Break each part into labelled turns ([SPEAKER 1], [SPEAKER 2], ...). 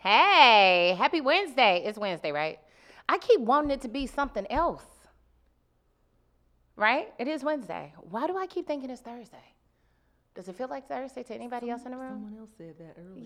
[SPEAKER 1] Hey, happy Wednesday. It's Wednesday, right? I keep wanting it to be something else. Right? It is Wednesday. Why do I keep thinking it's Thursday? Does it feel like Thursday to anybody else in the room?
[SPEAKER 2] Someone else said that earlier.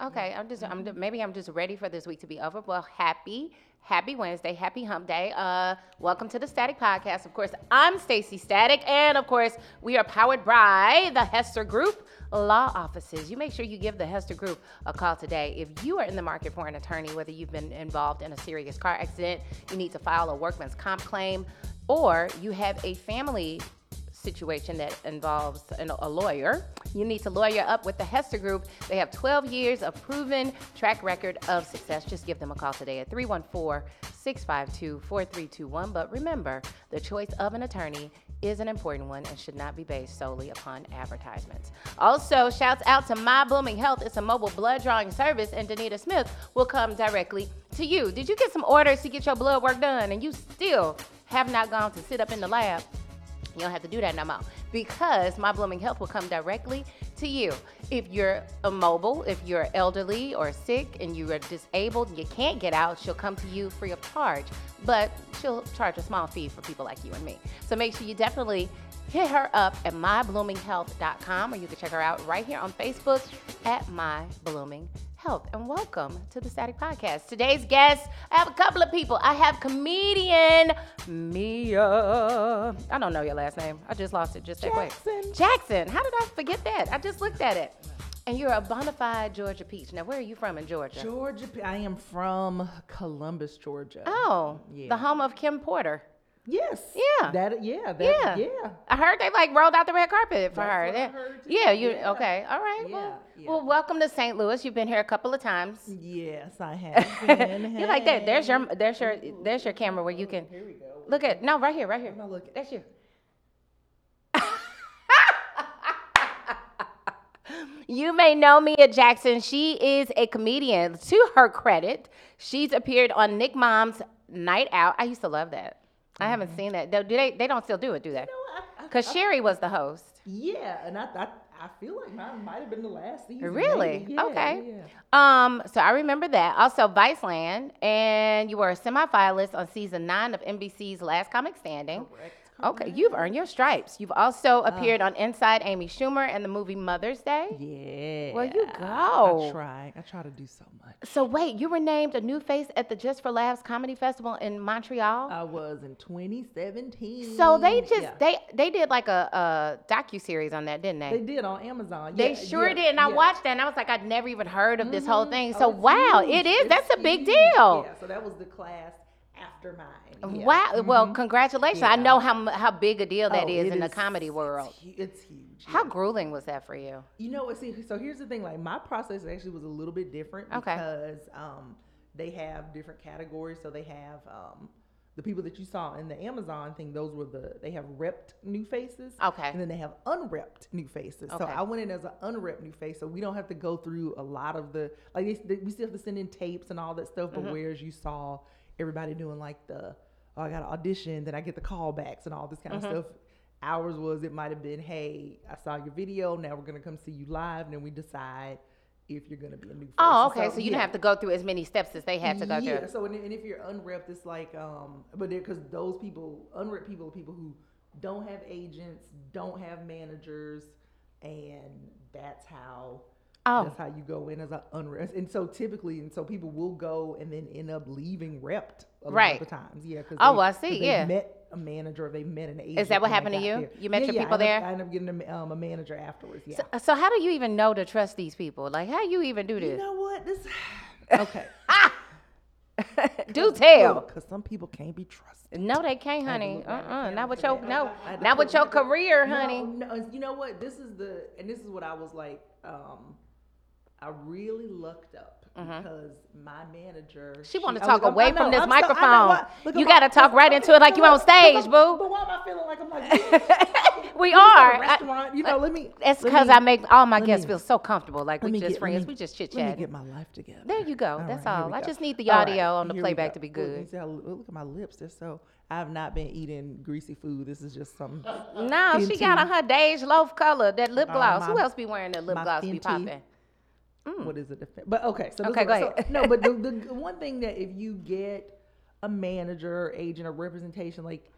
[SPEAKER 1] Yeah. Okay. I'm just. I'm. Maybe I'm just ready for this week to be over. Well, happy, happy Wednesday, happy Hump Day. Uh, welcome to the Static Podcast. Of course, I'm Stacy Static, and of course, we are powered by the Hester Group Law Offices. You make sure you give the Hester Group a call today if you are in the market for an attorney. Whether you've been involved in a serious car accident, you need to file a workman's comp claim, or you have a family situation that involves an, a lawyer, you need to lawyer up with the Hester Group. They have 12 years of proven track record of success. Just give them a call today at 314 652 4321. But remember, the choice of an attorney is an important one and should not be based solely upon advertisements. Also, shouts out to My Blooming Health. It's a mobile blood drawing service, and Danita Smith will come directly to you. Did you get some orders to get your blood work done and you still have not gone to sit up in the lab? You don't have to do that no more because My Blooming Health will come directly to you. If you're immobile, if you're elderly or sick and you are disabled and you can't get out, she'll come to you free of charge, but she'll charge a small fee for people like you and me. So make sure you definitely hit her up at mybloominghealth.com or you can check her out right here on Facebook at My Blooming Health. And welcome to the Static Podcast. Today's guest, I have a couple of people. I have comedian Mia. I don't know your last name. I just lost it just that quick.
[SPEAKER 2] Jackson.
[SPEAKER 1] Jackson. How did I forget that? I just looked at it. And you're a bona fide Georgia peach. Now, where are you from in Georgia?
[SPEAKER 2] Georgia. P- I am from Columbus, Georgia.
[SPEAKER 1] Oh,
[SPEAKER 2] Yeah.
[SPEAKER 1] the home of Kim Porter.
[SPEAKER 2] Yes.
[SPEAKER 1] Yeah.
[SPEAKER 2] That. Yeah.
[SPEAKER 1] Yeah.
[SPEAKER 2] That, yeah.
[SPEAKER 1] I heard they like rolled out the red carpet for
[SPEAKER 2] That's
[SPEAKER 1] her.
[SPEAKER 2] what I
[SPEAKER 1] Yeah.
[SPEAKER 2] heard, too.
[SPEAKER 1] yeah, you
[SPEAKER 2] Yeah.
[SPEAKER 1] okay. All right. well,
[SPEAKER 2] Yeah, yeah.
[SPEAKER 1] well, welcome to St. Louis. You've been here a couple of times.
[SPEAKER 2] Yes, I have. been.
[SPEAKER 1] you like that. There's your there's your there's your camera where you can
[SPEAKER 2] Here we go.
[SPEAKER 1] look at no right here, right here.
[SPEAKER 2] am I looking?
[SPEAKER 1] That's you. You may know Mia Jackson. She is a comedian. To her credit, she's appeared on Nick Mom's Night Out. I used to love that. I haven't seen that. Do they? They don't still do it, do they?
[SPEAKER 2] Mm-hmm. No, I- I-
[SPEAKER 1] Because Sherry was the host.
[SPEAKER 2] Yeah, and I, I I feel like mine might have been the last season.
[SPEAKER 1] Really?
[SPEAKER 2] maybe. Yeah,
[SPEAKER 1] okay.
[SPEAKER 2] yeah.
[SPEAKER 1] Um, so I remember that. Also, Viceland, and you were a semifinalist on season nine of NBC's Last Comic Standing.
[SPEAKER 2] Correct, Uh.
[SPEAKER 1] Okay, you've earned your stripes. You've also appeared on Inside Amy Schumer and the movie Mother's Day.
[SPEAKER 2] Yeah.
[SPEAKER 1] Well, you
[SPEAKER 2] I
[SPEAKER 1] go.
[SPEAKER 2] try. I try to do so much.
[SPEAKER 1] So wait, you were named a new face at the Just for Laughs Comedy Festival in Montreal.
[SPEAKER 2] I was in 2017.
[SPEAKER 1] so they just
[SPEAKER 2] Uh, Yeah.
[SPEAKER 1] they they did like a, a docu series on that, didn't they?
[SPEAKER 2] They did on Amazon.
[SPEAKER 1] They
[SPEAKER 2] Yeah,
[SPEAKER 1] sure
[SPEAKER 2] yeah,
[SPEAKER 1] did. And I
[SPEAKER 2] yeah.
[SPEAKER 1] watched that and I was like, I'd never even heard of this whole thing.
[SPEAKER 2] Oh,
[SPEAKER 1] So,
[SPEAKER 2] it's
[SPEAKER 1] wow,
[SPEAKER 2] huge.
[SPEAKER 1] it is.
[SPEAKER 2] It's
[SPEAKER 1] That's a big
[SPEAKER 2] huge.
[SPEAKER 1] deal.
[SPEAKER 2] Yeah, so that was the class after mine. yeah. Mm-hmm.
[SPEAKER 1] Wow. Well, congratulations. I
[SPEAKER 2] Yeah.
[SPEAKER 1] know how mu- how big a deal that
[SPEAKER 2] Oh,
[SPEAKER 1] is
[SPEAKER 2] it
[SPEAKER 1] in the
[SPEAKER 2] is-
[SPEAKER 1] comedy world.
[SPEAKER 2] It's, hu- it's huge.
[SPEAKER 1] How
[SPEAKER 2] yeah.
[SPEAKER 1] grueling was that for you?
[SPEAKER 2] You know what? See, so here's the thing. Like my process actually was a little bit different
[SPEAKER 1] Okay.
[SPEAKER 2] because um, they have different categories. So they have um, the people that you saw in the Amazon thing. Those were the they have repped new faces.
[SPEAKER 1] Okay.
[SPEAKER 2] And then they have unrepped new faces. So
[SPEAKER 1] Okay.
[SPEAKER 2] I went in as an unrepped new face. So we don't have to go through a lot of the like they, they, we still have to send in tapes and all that stuff.
[SPEAKER 1] Mm-hmm.
[SPEAKER 2] But whereas you saw everybody doing like the oh I got an audition, then I get the callbacks and all this kind
[SPEAKER 1] Mm-hmm.
[SPEAKER 2] of stuff. Ours was it might have been hey I saw your video now we're gonna come see you live and then we decide if you're gonna be a new face.
[SPEAKER 1] Oh, okay. So you didn't
[SPEAKER 2] yeah.
[SPEAKER 1] have to go through as many steps as they had to go
[SPEAKER 2] Yeah.
[SPEAKER 1] through.
[SPEAKER 2] So and, and if you're unrepped, it's like um, but because those people, unrepped people, are people who don't have agents, don't have managers, and that's how.
[SPEAKER 1] Oh.
[SPEAKER 2] That's how you go in as an unrep. And so typically, and so people will go and then end up leaving repped a
[SPEAKER 1] Right.
[SPEAKER 2] lot of the times. Yeah. 'cause
[SPEAKER 1] Oh,
[SPEAKER 2] they-
[SPEAKER 1] well, I
[SPEAKER 2] 'cause
[SPEAKER 1] see,
[SPEAKER 2] they
[SPEAKER 1] yeah.
[SPEAKER 2] Met a manager. or They met an agent.
[SPEAKER 1] what
[SPEAKER 2] when they
[SPEAKER 1] happened to
[SPEAKER 2] got
[SPEAKER 1] you?
[SPEAKER 2] there.
[SPEAKER 1] You met
[SPEAKER 2] Yeah,
[SPEAKER 1] your
[SPEAKER 2] yeah, I
[SPEAKER 1] people
[SPEAKER 2] end up-
[SPEAKER 1] there?
[SPEAKER 2] I ended up getting a, um, a manager afterwards. Yeah.
[SPEAKER 1] So, so how do you even know to trust these people? Like, how you even do
[SPEAKER 2] you
[SPEAKER 1] this?
[SPEAKER 2] know what? This. okay.
[SPEAKER 1] do tell.
[SPEAKER 2] Because some people can't be trusted.
[SPEAKER 1] No, they can't,
[SPEAKER 2] had to
[SPEAKER 1] honey.
[SPEAKER 2] look
[SPEAKER 1] Uh,
[SPEAKER 2] back at
[SPEAKER 1] uh
[SPEAKER 2] the
[SPEAKER 1] Not with
[SPEAKER 2] camera
[SPEAKER 1] your
[SPEAKER 2] for
[SPEAKER 1] no.
[SPEAKER 2] that. I had to
[SPEAKER 1] Not with your
[SPEAKER 2] look back at-
[SPEAKER 1] career,
[SPEAKER 2] No,
[SPEAKER 1] honey.
[SPEAKER 2] no, you know what? This is the and this is what I was like. Um, I really lucked up because my manager.
[SPEAKER 1] Mm-hmm. She want
[SPEAKER 2] I
[SPEAKER 1] to
[SPEAKER 2] was
[SPEAKER 1] talk
[SPEAKER 2] like, I'm-
[SPEAKER 1] away
[SPEAKER 2] I know,
[SPEAKER 1] from this
[SPEAKER 2] I'm so- I know,
[SPEAKER 1] microphone.
[SPEAKER 2] I- look
[SPEAKER 1] you
[SPEAKER 2] at
[SPEAKER 1] got
[SPEAKER 2] my-
[SPEAKER 1] to talk right
[SPEAKER 2] look-
[SPEAKER 1] into it like
[SPEAKER 2] look,
[SPEAKER 1] you on
[SPEAKER 2] look, look,
[SPEAKER 1] stage, boo.
[SPEAKER 2] But why am I feeling like I'm like?
[SPEAKER 1] We
[SPEAKER 2] this is a
[SPEAKER 1] are. I-
[SPEAKER 2] restaurant. you know, let me.
[SPEAKER 1] It's
[SPEAKER 2] let
[SPEAKER 1] because
[SPEAKER 2] me-
[SPEAKER 1] I make all my
[SPEAKER 2] let
[SPEAKER 1] guests
[SPEAKER 2] me-
[SPEAKER 1] feel so comfortable. Like we
[SPEAKER 2] let me
[SPEAKER 1] just
[SPEAKER 2] get- let
[SPEAKER 1] friends.
[SPEAKER 2] me-
[SPEAKER 1] We just chit
[SPEAKER 2] Let me
[SPEAKER 1] chat.
[SPEAKER 2] get my life together.
[SPEAKER 1] There you go.
[SPEAKER 2] All
[SPEAKER 1] That's
[SPEAKER 2] right, here
[SPEAKER 1] all.
[SPEAKER 2] we
[SPEAKER 1] I
[SPEAKER 2] go.
[SPEAKER 1] just need the
[SPEAKER 2] All
[SPEAKER 1] audio on the
[SPEAKER 2] here we
[SPEAKER 1] playback
[SPEAKER 2] go.
[SPEAKER 1] to be
[SPEAKER 2] Look, you
[SPEAKER 1] good.
[SPEAKER 2] see how- Look, at my lips. They're so. I've not been eating greasy food. This is just some.
[SPEAKER 1] No, she got
[SPEAKER 2] Fenty.
[SPEAKER 1] on her Dej Loaf color, that lip
[SPEAKER 2] Uh,
[SPEAKER 1] gloss. Who
[SPEAKER 2] my-
[SPEAKER 1] else be wearing that lip
[SPEAKER 2] my
[SPEAKER 1] gloss? Be
[SPEAKER 2] Fenty.
[SPEAKER 1] popping.
[SPEAKER 2] what is a defense? But okay, so this
[SPEAKER 1] Mm. Okay,
[SPEAKER 2] is what-
[SPEAKER 1] go ahead.
[SPEAKER 2] so- no, but the, the one thing that if you get a manager, agent, or representation, like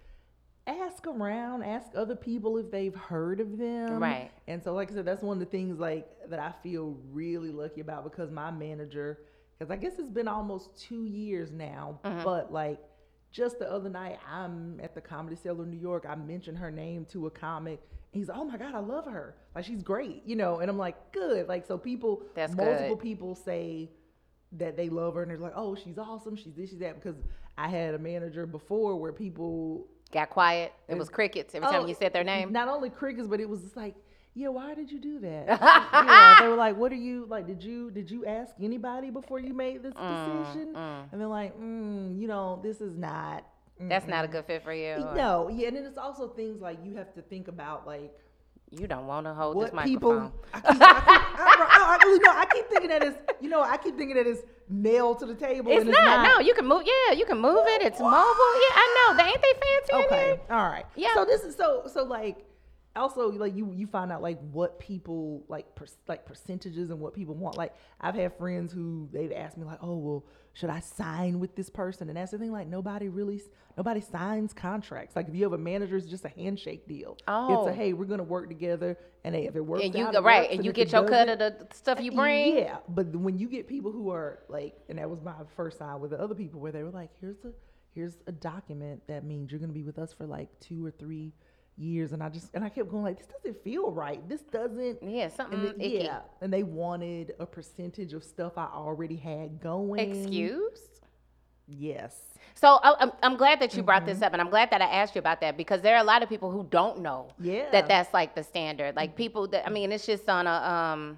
[SPEAKER 2] ask around, ask other people if they've heard of them,
[SPEAKER 1] Right.
[SPEAKER 2] And so, like I said, that's one of the things like that I feel really lucky about because my manager, because I guess it's been almost two years now,
[SPEAKER 1] Mm-hmm.
[SPEAKER 2] but like. Just the other night, I'm at the Comedy Cellar in New York. I mentioned her name to a comic. He's like, "Oh my god, I love her! Like she's great, you know." And I'm like, "Good!" Like so, people
[SPEAKER 1] That's
[SPEAKER 2] multiple
[SPEAKER 1] good.
[SPEAKER 2] people say that they love her and they're like, oh, she's awesome, she's this, she's that. Because I had a manager before where people
[SPEAKER 1] Got quiet. It was crickets every
[SPEAKER 2] Oh,
[SPEAKER 1] time you said their name.
[SPEAKER 2] Not only crickets, but it was just like, yeah, why did you do that? You know, they were like, what are you like? Did you did you ask anybody before you made this
[SPEAKER 1] Mm,
[SPEAKER 2] decision? And they're like, mm, you know, this is not. mm,
[SPEAKER 1] That's not a good fit for you. or
[SPEAKER 2] No, yeah, and then it's also things like you have to think about like
[SPEAKER 1] You don't want to hold this
[SPEAKER 2] what people.
[SPEAKER 1] microphone.
[SPEAKER 2] I keep, I, keep, I, I, I, no, I keep thinking that it's you know I keep thinking that it's nailed to the table.
[SPEAKER 1] It's
[SPEAKER 2] and
[SPEAKER 1] not, No, you can move. Yeah, you can move it. It's mobile. Yeah, I know. They ain't they fancy in
[SPEAKER 2] Okay.
[SPEAKER 1] here?
[SPEAKER 2] All right.
[SPEAKER 1] Yeah.
[SPEAKER 2] So this is so so like also like you you find out like what people like per, like percentages and what people want. Like I've had friends who they've asked me like, "Oh, well, should I sign with this person?" And that's the thing like nobody really s- nobody signs contracts. Like if you have a manager it's just a handshake deal.
[SPEAKER 1] Oh.
[SPEAKER 2] It's a, "Hey, we're going to work together." And hey, if it works
[SPEAKER 1] And you
[SPEAKER 2] out,
[SPEAKER 1] go
[SPEAKER 2] it
[SPEAKER 1] right,
[SPEAKER 2] works,
[SPEAKER 1] and you
[SPEAKER 2] if
[SPEAKER 1] get
[SPEAKER 2] it
[SPEAKER 1] your cut
[SPEAKER 2] doesn't,
[SPEAKER 1] of the stuff you bring.
[SPEAKER 2] yeah, but th- when you get people who are like, and that was my first time with the other people where they were like, "Here's a here's a document that means you're gonna be with us for like two or three years," and I just and I kept going like, "This doesn't feel right. This doesn't."
[SPEAKER 1] Yeah,
[SPEAKER 2] And
[SPEAKER 1] something
[SPEAKER 2] the-
[SPEAKER 1] icky.
[SPEAKER 2] Mm, yeah, and they wanted a percentage of stuff I already had going.
[SPEAKER 1] Excuse.
[SPEAKER 2] Yes.
[SPEAKER 1] So I- I'm, I'm glad that you brought
[SPEAKER 2] Mm-hmm.
[SPEAKER 1] this up, and I'm glad that I asked you about that because there are a lot of people who don't know
[SPEAKER 2] Yeah. Mm-hmm.
[SPEAKER 1] that that's like the standard. Like people that I mean, it's just on a um,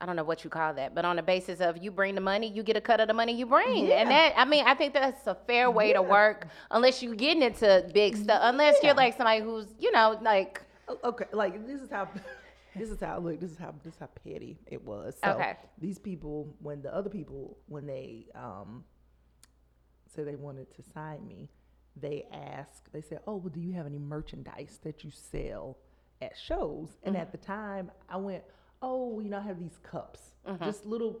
[SPEAKER 1] I don't know what you call that, but on the basis of you bring the money, you get a cut of the money you bring,
[SPEAKER 2] Yeah.
[SPEAKER 1] and that I mean, I think that's a fair way to
[SPEAKER 2] Yeah. Mm-hmm.
[SPEAKER 1] work unless you're getting into big stuff. Unless
[SPEAKER 2] Yeah.
[SPEAKER 1] you're like somebody who's you know like
[SPEAKER 2] O- Oh, Okay, like this is how this is how look this is how this is how petty it was. So
[SPEAKER 1] Okay.
[SPEAKER 2] These people, when the other people, when they um say they wanted to sign me, they ask, they said, "Oh, well, do you have any merchandise that you sell at shows?"
[SPEAKER 1] Mm-hmm.
[SPEAKER 2] And at the time, I went, "Oh, you know, I have these cups, just little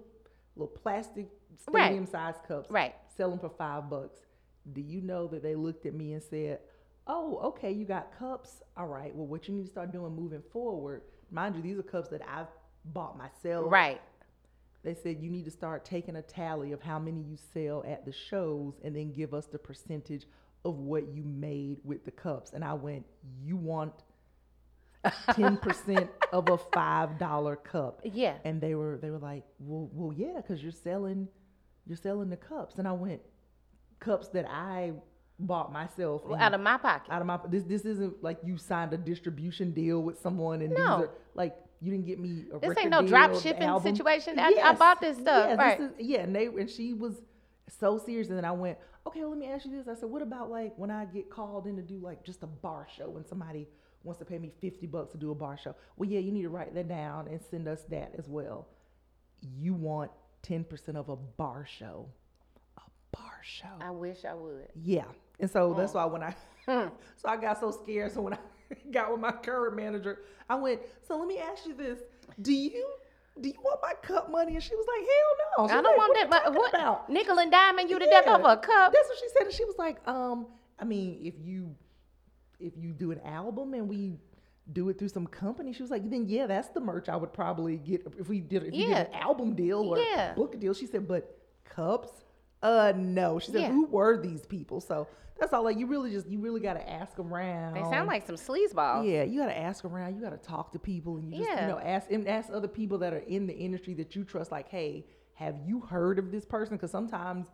[SPEAKER 2] little plastic
[SPEAKER 1] Mm-hmm. Right.
[SPEAKER 2] stadium size cups,
[SPEAKER 1] Right.
[SPEAKER 2] Sell them for five bucks. Do you know that they looked at me and said, "Oh, okay, you got cups. All right. Well, what you need to start doing moving forward, mind you, these are cups that I've bought myself.
[SPEAKER 1] right.
[SPEAKER 2] They said you need to start taking a tally of how many you sell at the shows, and then give us the percentage of what you made with the cups. And I went, "You want." 10% of a $5 cup
[SPEAKER 1] Yeah.
[SPEAKER 2] and they were they were like, well, well, yeah, because you're selling, you're selling the cups, and I went, cups that I bought myself
[SPEAKER 1] Well,
[SPEAKER 2] and
[SPEAKER 1] out of my pocket.
[SPEAKER 2] out of my this this isn't like you signed a distribution deal with someone and these
[SPEAKER 1] No.
[SPEAKER 2] are like you didn't get me a
[SPEAKER 1] This
[SPEAKER 2] record
[SPEAKER 1] ain't no
[SPEAKER 2] deal,
[SPEAKER 1] drop
[SPEAKER 2] the
[SPEAKER 1] shipping
[SPEAKER 2] album.
[SPEAKER 1] situation. I- I bought this stuff,
[SPEAKER 2] yeah,
[SPEAKER 1] right.
[SPEAKER 2] is, yeah, and they and she was so serious, and then I went, okay, well, let me ask you this. I said, what about like when I get called in to do like just a bar show and somebody wants to pay me fifty bucks to do a bar show? Well, yeah, you need to write that down and send us that as well. You want ten percent of a bar show, a bar show.
[SPEAKER 1] I wish I would.
[SPEAKER 2] Yeah. And so that's
[SPEAKER 1] Oh.
[SPEAKER 2] why when I so I got so scared. So when I got with my current manager, I went, So let me ask you this. Do you do you want my cup money? And she was like, Hell no. She
[SPEAKER 1] I
[SPEAKER 2] was
[SPEAKER 1] don't
[SPEAKER 2] like,
[SPEAKER 1] want
[SPEAKER 2] "What
[SPEAKER 1] that.
[SPEAKER 2] you
[SPEAKER 1] But
[SPEAKER 2] talking
[SPEAKER 1] what
[SPEAKER 2] about?
[SPEAKER 1] nickel and diamond you to death
[SPEAKER 2] Yeah.
[SPEAKER 1] over a cup?
[SPEAKER 2] That's what she said. And she was like, um, I mean, if you if you do an album and we do it through some company, she was like, then yeah, that's the merch I would probably get if we did if you did an
[SPEAKER 1] Yeah.
[SPEAKER 2] album deal or
[SPEAKER 1] Yeah.
[SPEAKER 2] book deal. She said, but cups? Uh no. She said,
[SPEAKER 1] Yeah.
[SPEAKER 2] who were these people? So that's all like you really just you really gotta ask around.
[SPEAKER 1] They sound like some sleazeballs.
[SPEAKER 2] Yeah, you gotta ask around. You gotta talk to people, and you just
[SPEAKER 1] Uh, Yeah.
[SPEAKER 2] you know ask and ask other people that are in the industry that you trust. Like, hey, have you heard of this person? Because sometimes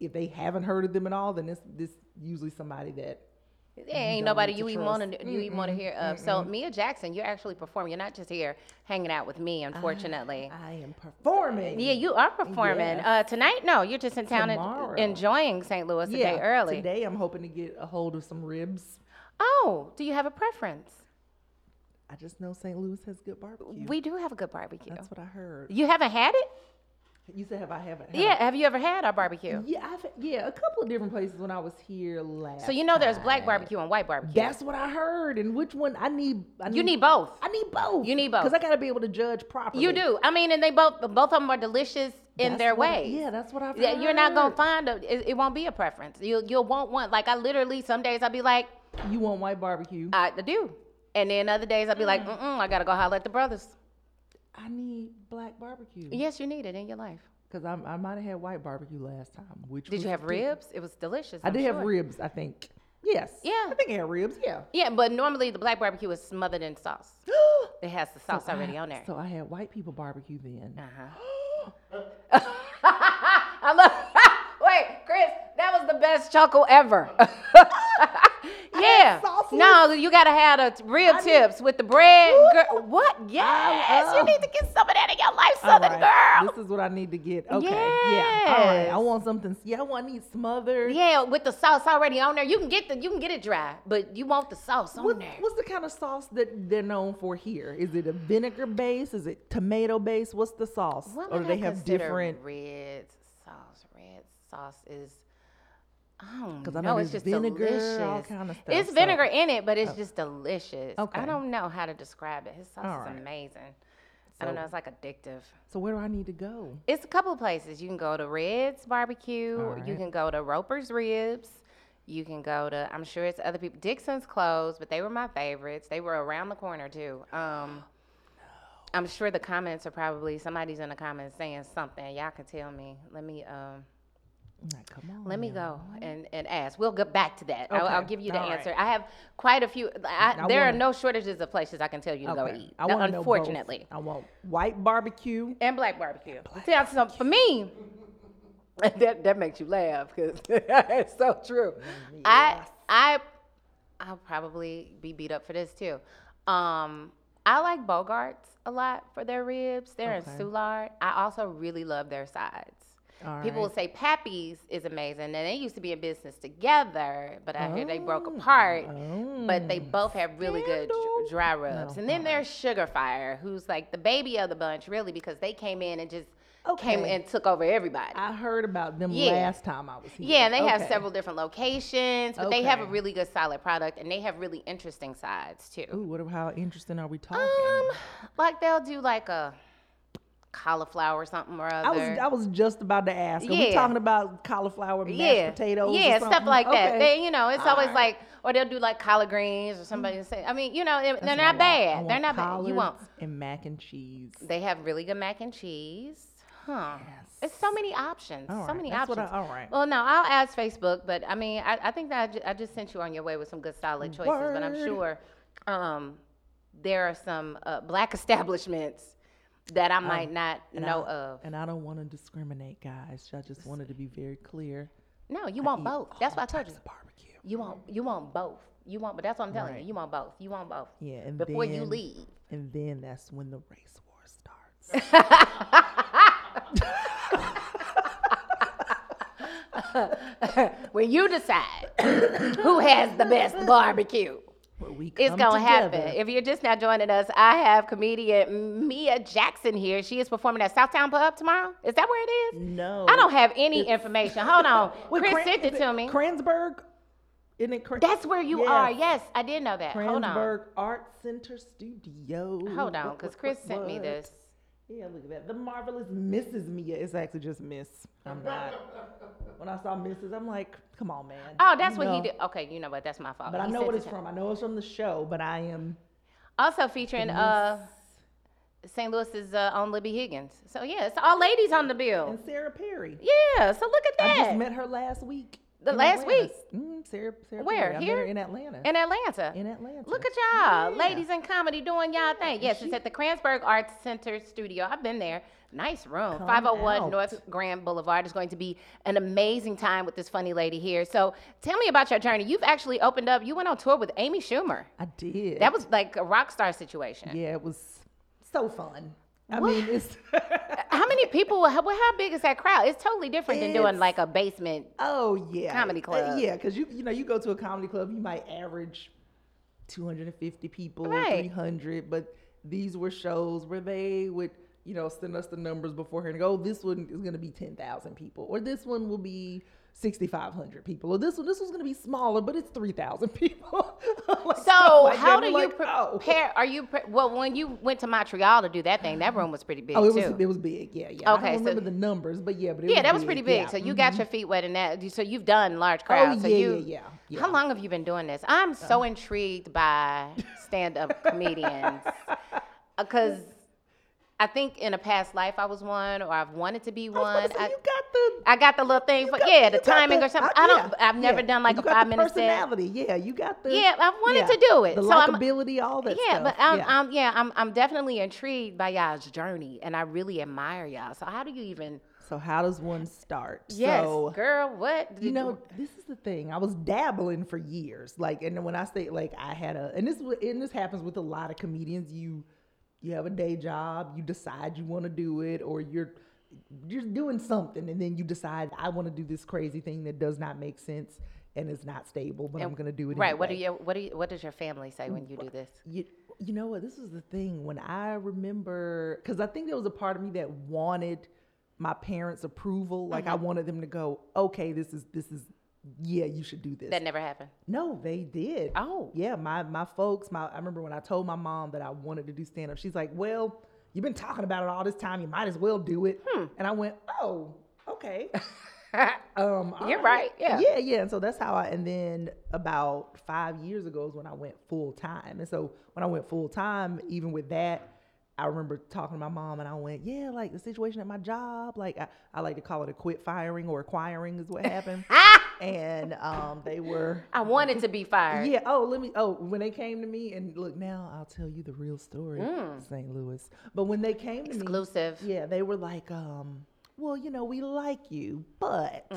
[SPEAKER 2] if they haven't heard of them at all, then this this usually somebody that
[SPEAKER 1] There ain't
[SPEAKER 2] don't
[SPEAKER 1] nobody
[SPEAKER 2] need to
[SPEAKER 1] you even
[SPEAKER 2] trust.
[SPEAKER 1] want to you even want to hear of. So Mia Jackson, you're actually performing. You're not just here hanging out with me, unfortunately.
[SPEAKER 2] Ah, I am performing.
[SPEAKER 1] yeah, you are performing
[SPEAKER 2] Yes.
[SPEAKER 1] uh, tonight. No, you're just in town and-
[SPEAKER 2] Tomorrow.
[SPEAKER 1] enjoying St. Louis a
[SPEAKER 2] Yeah,
[SPEAKER 1] day early.
[SPEAKER 2] Today I'm hoping to get a hold of some ribs.
[SPEAKER 1] Oh, do you have a preference?
[SPEAKER 2] I just know St. Louis has good barbecue.
[SPEAKER 1] We do have a good barbecue.
[SPEAKER 2] That's what I heard.
[SPEAKER 1] You haven't had it?
[SPEAKER 2] You said, have I have it?
[SPEAKER 1] Yeah, have you ever had our barbecue?
[SPEAKER 2] Yeah, I've, yeah, a couple of different places when I was here last.
[SPEAKER 1] So you know there's black
[SPEAKER 2] time.
[SPEAKER 1] barbecue and white barbecue.
[SPEAKER 2] That's what I heard. And which one I need? I
[SPEAKER 1] you need both.
[SPEAKER 2] I need both.
[SPEAKER 1] You need both.
[SPEAKER 2] because I gotta be able to judge properly.
[SPEAKER 1] You do. I mean, and they both both of them are delicious in
[SPEAKER 2] That's
[SPEAKER 1] their
[SPEAKER 2] what I-
[SPEAKER 1] way.
[SPEAKER 2] Yeah, that's what I've
[SPEAKER 1] Yeah, you're not gonna
[SPEAKER 2] heard.
[SPEAKER 1] find a. It, it won't be a preference. You you won't want like I literally some days I'll be like
[SPEAKER 2] You want white barbecue?
[SPEAKER 1] I do, and then other days I'll be like mm mm I gotta go holler at the brothers.
[SPEAKER 2] I need black barbecue.
[SPEAKER 1] Yes, you need it in your life.
[SPEAKER 2] Because I, I might have had white barbecue last time. Which
[SPEAKER 1] Did
[SPEAKER 2] was
[SPEAKER 1] you have
[SPEAKER 2] good.
[SPEAKER 1] ribs? It was delicious.
[SPEAKER 2] I
[SPEAKER 1] I'm
[SPEAKER 2] did have
[SPEAKER 1] sure.
[SPEAKER 2] ribs. I think. Yes.
[SPEAKER 1] Yeah.
[SPEAKER 2] I think I had ribs. Yeah.
[SPEAKER 1] Yeah, but normally the black barbecue is smothered in sauce. It has the sauce already on there.
[SPEAKER 2] So I had white people barbecue then.
[SPEAKER 1] I love. Uh-huh. Wait, Chris, that was the best chuckle ever. yeah.
[SPEAKER 2] sauceless.
[SPEAKER 1] No, you gotta have the rib tips with the bread. Girl, what? Yes, you
[SPEAKER 2] up.
[SPEAKER 1] need to get some of that in your life,
[SPEAKER 2] Uh-huh. All
[SPEAKER 1] Southern
[SPEAKER 2] right,
[SPEAKER 1] girl.
[SPEAKER 2] This is what I need to get. Okay. Yeah. All right.
[SPEAKER 1] Yes.
[SPEAKER 2] I want something. Yeah, I want to eat smothered.
[SPEAKER 1] Yeah, with the sauce already on there, you can get the you can get it dry, but you want the sauce on
[SPEAKER 2] What,
[SPEAKER 1] there.
[SPEAKER 2] what's the kind of sauce that they're known for here? Is it a vinegar base? Is it tomato base? What's the sauce?
[SPEAKER 1] What
[SPEAKER 2] or
[SPEAKER 1] would
[SPEAKER 2] do Oh, they
[SPEAKER 1] I
[SPEAKER 2] have
[SPEAKER 1] consider
[SPEAKER 2] different?
[SPEAKER 1] red sauce. Red sauce is I don't
[SPEAKER 2] 'Cause I
[SPEAKER 1] know.
[SPEAKER 2] know
[SPEAKER 1] it's
[SPEAKER 2] there's
[SPEAKER 1] just
[SPEAKER 2] vinegar,
[SPEAKER 1] delicious.
[SPEAKER 2] all kind of stuff,
[SPEAKER 1] It's
[SPEAKER 2] so- Oh.
[SPEAKER 1] vinegar in it, but it's just delicious. I
[SPEAKER 2] Okay.
[SPEAKER 1] don't know how to describe it. His sauce
[SPEAKER 2] All
[SPEAKER 1] is
[SPEAKER 2] right.
[SPEAKER 1] amazing. I don't know.
[SPEAKER 2] So-
[SPEAKER 1] It's like addictive.
[SPEAKER 2] So where do I need to go?
[SPEAKER 1] It's a couple of places. You can go to Red's Barbecue.
[SPEAKER 2] All
[SPEAKER 1] You
[SPEAKER 2] right.
[SPEAKER 1] can go to Roper's Ribs. You can go to, I'm sure it's other people. Dixon's closed, but they were my favorites. They were around the corner too. Um, I'm sure the comments are probably somebody's in the comments saying something. Y'all can tell me. Let me um,
[SPEAKER 2] Like, come on.
[SPEAKER 1] let me
[SPEAKER 2] now.
[SPEAKER 1] go and, and ask. We'll get back to that. I'll, I'll
[SPEAKER 2] Okay.
[SPEAKER 1] give you the
[SPEAKER 2] All right.
[SPEAKER 1] answer. I have quite a few. I,
[SPEAKER 2] I
[SPEAKER 1] there are
[SPEAKER 2] wanna-
[SPEAKER 1] no shortages of places I can tell you to go
[SPEAKER 2] Okay.
[SPEAKER 1] eat.
[SPEAKER 2] I want
[SPEAKER 1] unfortunately
[SPEAKER 2] I want white barbecue.
[SPEAKER 1] and black barbecue. See, that's some- for me. that that makes you laugh because it's so true. I I I'll probably be beat up for this too. Um, I like Bogarts a lot for their ribs. They're in
[SPEAKER 2] Okay.
[SPEAKER 1] Soulard. I also really love their sides.
[SPEAKER 2] All
[SPEAKER 1] People will
[SPEAKER 2] right.
[SPEAKER 1] say Pappy's is amazing, and they used to be in business together, but I hear they broke apart. But they both have really good
[SPEAKER 2] Oh. Scandal.
[SPEAKER 1] dr- dry rubs. And then there's Sugar Fire, who's like the baby of the bunch, really, because they came in and just came
[SPEAKER 2] Okay.
[SPEAKER 1] and took over everybody.
[SPEAKER 2] I heard about them
[SPEAKER 1] Yeah.
[SPEAKER 2] last time I was here.
[SPEAKER 1] yeah, and they have
[SPEAKER 2] Okay.
[SPEAKER 1] several different locations, but they have a
[SPEAKER 2] Okay.
[SPEAKER 1] really good solid product, and they have really interesting sides too.
[SPEAKER 2] Ooh, what? How interesting are we talking?
[SPEAKER 1] Um, like they'll do like a cauliflower or something or other.
[SPEAKER 2] I was I was just about to ask. Are
[SPEAKER 1] Yeah.
[SPEAKER 2] we talking about cauliflower, mashed
[SPEAKER 1] yeah,
[SPEAKER 2] potatoes, or
[SPEAKER 1] yeah, stuff
[SPEAKER 2] something?
[SPEAKER 1] like that.
[SPEAKER 2] Okay.
[SPEAKER 1] They, you know, it's
[SPEAKER 2] All
[SPEAKER 1] always
[SPEAKER 2] right. Mm.
[SPEAKER 1] like, or they'll do like collard greens or somebody say. I mean, you know, it- they're
[SPEAKER 2] That's what I
[SPEAKER 1] not
[SPEAKER 2] want. I
[SPEAKER 1] bad. They're not
[SPEAKER 2] want
[SPEAKER 1] bad. You won't.
[SPEAKER 2] collards And mac and cheese.
[SPEAKER 1] They have really good mac and cheese. Huh. It's so many options.
[SPEAKER 2] All
[SPEAKER 1] so
[SPEAKER 2] right,
[SPEAKER 1] many
[SPEAKER 2] that's what I-
[SPEAKER 1] options.
[SPEAKER 2] all right.
[SPEAKER 1] Well, no, I'll ask Facebook, but I mean, I, I think that I, ju- I just sent you on your way with some good solid choices, but I'm
[SPEAKER 2] Word.
[SPEAKER 1] sure um, there are some uh, black establishments that I might not
[SPEAKER 2] Oh, And
[SPEAKER 1] know
[SPEAKER 2] I-
[SPEAKER 1] of.
[SPEAKER 2] And I don't want to discriminate, guys. I just wanted to be very clear.
[SPEAKER 1] No, you want
[SPEAKER 2] Eat
[SPEAKER 1] Oh, both. That's what
[SPEAKER 2] all
[SPEAKER 1] I told
[SPEAKER 2] types
[SPEAKER 1] you.
[SPEAKER 2] of barbecue.
[SPEAKER 1] You want you want both. You want, but that's what I'm telling
[SPEAKER 2] Right.
[SPEAKER 1] you. You want both. You want both.
[SPEAKER 2] Yeah, and
[SPEAKER 1] Before you
[SPEAKER 2] then-
[SPEAKER 1] leave.
[SPEAKER 2] And then that's when the race war starts.
[SPEAKER 1] when you decide who has the best barbecue.
[SPEAKER 2] where we
[SPEAKER 1] It's
[SPEAKER 2] come
[SPEAKER 1] gonna
[SPEAKER 2] together.
[SPEAKER 1] happen. If you're just now joining us, I have comedian Mia Jackson here. She is performing at Southtown Pub tomorrow. Is that where it is?
[SPEAKER 2] No.
[SPEAKER 1] I don't have any information. Hold on.
[SPEAKER 2] Wait,
[SPEAKER 1] Chris
[SPEAKER 2] Cran-
[SPEAKER 1] sent it
[SPEAKER 2] is
[SPEAKER 1] to me.
[SPEAKER 2] Kransburg? Isn't it Cran-
[SPEAKER 1] That's where you
[SPEAKER 2] Yes.
[SPEAKER 1] are. Yes, I did know that. Hold on.
[SPEAKER 2] Kransburg Art Center Studio.
[SPEAKER 1] Hold on,
[SPEAKER 2] What,
[SPEAKER 1] because
[SPEAKER 2] what,
[SPEAKER 1] Chris
[SPEAKER 2] what,
[SPEAKER 1] sent me
[SPEAKER 2] what?
[SPEAKER 1] this.
[SPEAKER 2] Yeah, look at that. The marvelous Mrs. Mia. It's actually just Miss. I'm not. When I saw Mrs., I'm like, come on, man.
[SPEAKER 1] Oh, that's
[SPEAKER 2] You
[SPEAKER 1] what he
[SPEAKER 2] know.
[SPEAKER 1] did. Okay, you know what? That's my fault.
[SPEAKER 2] But I
[SPEAKER 1] He
[SPEAKER 2] know
[SPEAKER 1] sent
[SPEAKER 2] what
[SPEAKER 1] it
[SPEAKER 2] it's
[SPEAKER 1] to-
[SPEAKER 2] from. I know it's from the show, but I am.
[SPEAKER 1] Also featuring uh, St. Louis's uh, own Libby Higgins. So yeah, it's all ladies on the bill.
[SPEAKER 2] And Sarah Perry.
[SPEAKER 1] Yeah. So look at
[SPEAKER 2] I
[SPEAKER 1] that
[SPEAKER 2] just met her last week.
[SPEAKER 1] The
[SPEAKER 2] in
[SPEAKER 1] last
[SPEAKER 2] Atlanta.
[SPEAKER 1] week?
[SPEAKER 2] Mm, Sarah, Sarah
[SPEAKER 1] Where?
[SPEAKER 2] Perry. I met her
[SPEAKER 1] Here?
[SPEAKER 2] in Atlanta.
[SPEAKER 1] in Atlanta.
[SPEAKER 2] in Atlanta.
[SPEAKER 1] Look at y'all,
[SPEAKER 2] Yeah.
[SPEAKER 1] ladies in comedy doing y'all thing. Yes, it's at the Kransberg Arts Center studio. I've been there. Nice room.
[SPEAKER 2] Come
[SPEAKER 1] 501
[SPEAKER 2] out.
[SPEAKER 1] North Grand Boulevard is going to be an amazing time with this funny lady here. So tell me about your journey. You've actually opened up, you went on tour with Amy Schumer.
[SPEAKER 2] I did.
[SPEAKER 1] That was like a rock star situation.
[SPEAKER 2] Yeah, it was so fun. I mean, it's.
[SPEAKER 1] How many people, how, well, how big is that crowd? It's totally different than doing
[SPEAKER 2] It's-
[SPEAKER 1] like a basement.
[SPEAKER 2] Oh yeah,
[SPEAKER 1] Comedy
[SPEAKER 2] Uh,
[SPEAKER 1] club.
[SPEAKER 2] yeah, because you you know you go to a comedy club, you might average two hundred and fifty people,
[SPEAKER 1] Right.
[SPEAKER 2] three hundred, but these were shows where they would you know, send us the numbers beforehand. Go, oh, this one is going to be ten thousand people, or this one will be sixty five hundred people, or this one this one's going to be smaller, but it's three thousand people. Like, stuff
[SPEAKER 1] So
[SPEAKER 2] like
[SPEAKER 1] how
[SPEAKER 2] that.
[SPEAKER 1] do
[SPEAKER 2] We're
[SPEAKER 1] you
[SPEAKER 2] like, oh.
[SPEAKER 1] prepare? Are you pre- well? When you went to Montreal to do that thing, that room was pretty big
[SPEAKER 2] Oh, it
[SPEAKER 1] too.
[SPEAKER 2] was it was big. Yeah, yeah. I
[SPEAKER 1] Okay,
[SPEAKER 2] don't
[SPEAKER 1] so-
[SPEAKER 2] remember the numbers, but yeah, but it
[SPEAKER 1] yeah,
[SPEAKER 2] was
[SPEAKER 1] that was pretty big.
[SPEAKER 2] Yeah.
[SPEAKER 1] So you
[SPEAKER 2] Mhm.
[SPEAKER 1] got your feet wet in that. So you've done large
[SPEAKER 2] Oh yeah,
[SPEAKER 1] crowds. so
[SPEAKER 2] yeah,
[SPEAKER 1] you,
[SPEAKER 2] yeah, yeah. Uh.
[SPEAKER 1] How long have you been doing this? I'm so intrigued by stand-up comedians because I think in a past life I was one, or I've wanted to be
[SPEAKER 2] I was
[SPEAKER 1] one.
[SPEAKER 2] about to say,
[SPEAKER 1] I,
[SPEAKER 2] you got the
[SPEAKER 1] I got the little thing for
[SPEAKER 2] got-
[SPEAKER 1] yeah, the
[SPEAKER 2] you got
[SPEAKER 1] timing
[SPEAKER 2] the-
[SPEAKER 1] or something.
[SPEAKER 2] I-
[SPEAKER 1] I don't.
[SPEAKER 2] yeah,
[SPEAKER 1] I've never
[SPEAKER 2] yeah.
[SPEAKER 1] done like
[SPEAKER 2] You
[SPEAKER 1] a
[SPEAKER 2] got the
[SPEAKER 1] five minute set.
[SPEAKER 2] personality. Yeah, you got the.
[SPEAKER 1] Yeah, I wanted
[SPEAKER 2] yeah,
[SPEAKER 1] to do it.
[SPEAKER 2] The
[SPEAKER 1] So I'm-
[SPEAKER 2] likability, all that.
[SPEAKER 1] Yeah,
[SPEAKER 2] stuff.
[SPEAKER 1] but I'm,
[SPEAKER 2] yeah.
[SPEAKER 1] I'm yeah, I'm I'm definitely intrigued by y'all's journey, and I really admire y'all. So how do you even?
[SPEAKER 2] so how does one start?
[SPEAKER 1] Yes,
[SPEAKER 2] So,
[SPEAKER 1] girl, what
[SPEAKER 2] you know, this is the thing. I was dabbling for years. Like, and when I say like, I had a, and this wa- and this happens with a lot of comedians. You, you have a day job. You decide you want to do it, or you're, you're doing something, and then you decide I want to do this crazy thing that does not make sense and is not stable, but I'm going to do it.
[SPEAKER 1] right? What do
[SPEAKER 2] anyway.
[SPEAKER 1] you what do you, what does your family say when you do this?
[SPEAKER 2] you, you know what this is the thing when i remember because i think there was a part of me that wanted my parents approval like i wanted them to go okay this is this is yeah you should do this
[SPEAKER 1] That never happened.
[SPEAKER 2] no they did
[SPEAKER 1] Oh.
[SPEAKER 2] yeah my my folks my i remember when i told my mom that i wanted to do stand-up she's like well you've been talking about it all this time you might as well do it
[SPEAKER 1] Hmm.
[SPEAKER 2] and i went oh okay um, all
[SPEAKER 1] You're right, yeah.
[SPEAKER 2] yeah, yeah. And so that's how I. And then about five years ago is when I went full time. And so when I went full time, even with that, I remember talking to my mom and I went, "Yeah, like the situation at my job. Like I, I like to call it a quit firing or acquiring is what happened." and um, they were.
[SPEAKER 1] I wanted to be fired.
[SPEAKER 2] Yeah. Oh, let me. Oh, when they came to me and look now, I'll tell you the real story, St. Louis. But when they came to
[SPEAKER 1] Exclusive.
[SPEAKER 2] me, yeah, they were like, um, well, you know, we like you, but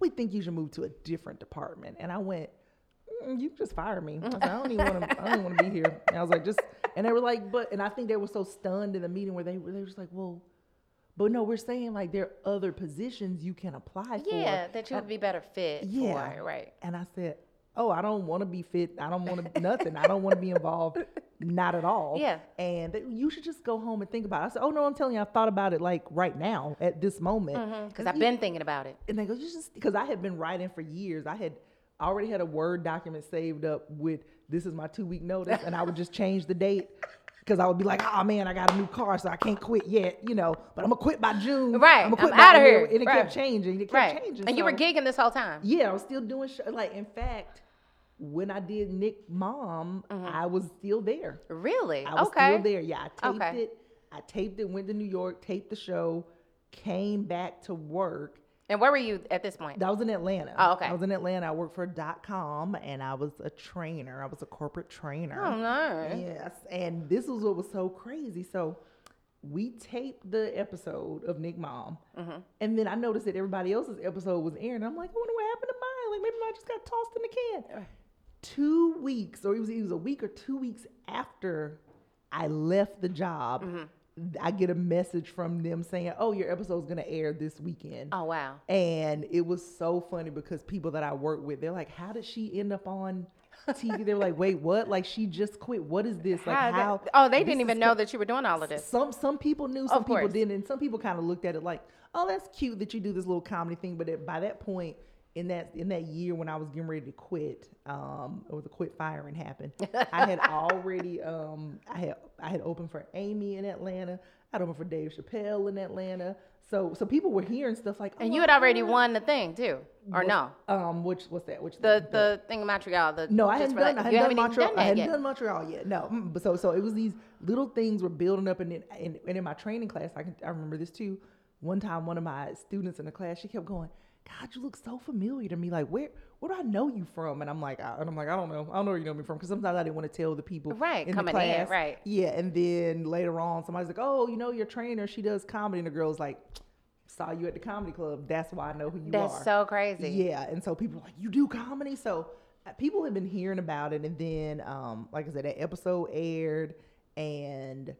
[SPEAKER 2] we think you should move to a different department. And I went, mm, you just fired me. I, was like, I don't even want to. I don't want to be here. And I was like, just. And they were like, but. And I think they were so stunned in the meeting where they were. They were just like, well. But no, we're saying like there are other positions you can apply for.
[SPEAKER 1] Yeah, that you would be better fit.
[SPEAKER 2] Yeah.
[SPEAKER 1] for, right.
[SPEAKER 2] And I said, Oh, I don't want to be fit. I don't want to nothing. I don't want to be involved. Not at all.
[SPEAKER 1] Yeah.
[SPEAKER 2] And they- you should just go home and think about it. I said, Oh no, I'm telling you, I thought about it like right now at this moment.
[SPEAKER 1] Because I've been thinking about it.
[SPEAKER 2] And they go, You just because I had been writing for years. I had already had a Word document saved up with this is my two week notice, and I would just change the date. Cause I would be like, oh man, I got a new car, so I can't quit yet, you know. But I'm gonna quit by June.
[SPEAKER 1] Right,
[SPEAKER 2] I'm gonna
[SPEAKER 1] I'm outta
[SPEAKER 2] by whatever."
[SPEAKER 1] here.
[SPEAKER 2] And it
[SPEAKER 1] Right.
[SPEAKER 2] kept changing. It kept
[SPEAKER 1] Right.
[SPEAKER 2] changing.
[SPEAKER 1] And you were
[SPEAKER 2] so-
[SPEAKER 1] gigging this whole time.
[SPEAKER 2] yeah, I was still doing sh- like in fact, when I did Nick Mom, I was still there.
[SPEAKER 1] Really?
[SPEAKER 2] I was
[SPEAKER 1] Mm-hmm. okay.
[SPEAKER 2] still there. Yeah, I taped
[SPEAKER 1] Okay.
[SPEAKER 2] it. I taped it. Went to New York, taped the show, came back to work.
[SPEAKER 1] And where were you at this point?
[SPEAKER 2] That was in Atlanta.
[SPEAKER 1] Oh, okay.
[SPEAKER 2] I was in Atlanta. I worked for dot com, and I was a trainer. I was a corporate trainer.
[SPEAKER 1] Oh no.
[SPEAKER 2] Yes, and this was what was so crazy. So we taped the episode of Nick Mom, and then I noticed that everybody else's episode was airing. I'm like, I wonder what happened to mine. Like maybe mine just got tossed in the can. Two weeks, or it was, it was a week or two weeks after I left the job, I get a message from them saying, "Oh, your episode's gonna air this weekend."
[SPEAKER 1] Oh wow.
[SPEAKER 2] And it was so funny because people that I work with, they're like, "How did she end up on TV?" They're like, "Wait, what? Like she just quit? What is this? Like
[SPEAKER 1] How
[SPEAKER 2] how?"
[SPEAKER 1] is that- oh, they
[SPEAKER 2] this
[SPEAKER 1] didn't
[SPEAKER 2] is
[SPEAKER 1] even
[SPEAKER 2] co-
[SPEAKER 1] know that you were doing all of this.
[SPEAKER 2] Some some people knew, some people
[SPEAKER 1] course.
[SPEAKER 2] didn't, and some people kind of looked at it like, "Oh, that's cute that you do this little comedy thing." But at, by that point, in that in that year when I was getting ready to quit, um, or the quit firing happened, I had already um, I had I had opened for Amy in Atlanta. I'd opened for Dave Chappelle in Atlanta. So, so people were hearing stuff like, oh,
[SPEAKER 1] And you
[SPEAKER 2] my
[SPEAKER 1] had already
[SPEAKER 2] God.
[SPEAKER 1] won the thing too, or
[SPEAKER 2] Was-
[SPEAKER 1] no?
[SPEAKER 2] Um, which what's that? Which
[SPEAKER 1] The the thing in Montreal. The
[SPEAKER 2] no, I
[SPEAKER 1] just
[SPEAKER 2] hadn't
[SPEAKER 1] for, like-
[SPEAKER 2] done. I
[SPEAKER 1] you
[SPEAKER 2] hadn't done
[SPEAKER 1] haven't even
[SPEAKER 2] Montreal. I
[SPEAKER 1] that
[SPEAKER 2] hadn't
[SPEAKER 1] yet.
[SPEAKER 2] done Montreal yet. No, mm, but so so it was these little things were building up, and then and, and in my training class, I can I remember this too. One time, one of my students in the class, she kept going, "God, you look so familiar to me. Like where where do I know you from?" And I'm like, I, and I'm like, I don't know. I don't know where you know me from because sometimes I didn't want to tell the people
[SPEAKER 1] Right,
[SPEAKER 2] in
[SPEAKER 1] coming
[SPEAKER 2] the
[SPEAKER 1] in,
[SPEAKER 2] class.
[SPEAKER 1] right.
[SPEAKER 2] Yeah, and then later on, somebody's like, "Oh, you know your trainer. She does comedy." And the girl's like. Saw you at the comedy club. That's why I know who you are.
[SPEAKER 1] That's so crazy.
[SPEAKER 2] Yeah, and so people were like, "You do comedy?" So uh, people had been hearing about it, and then, um, like I said, that episode aired, and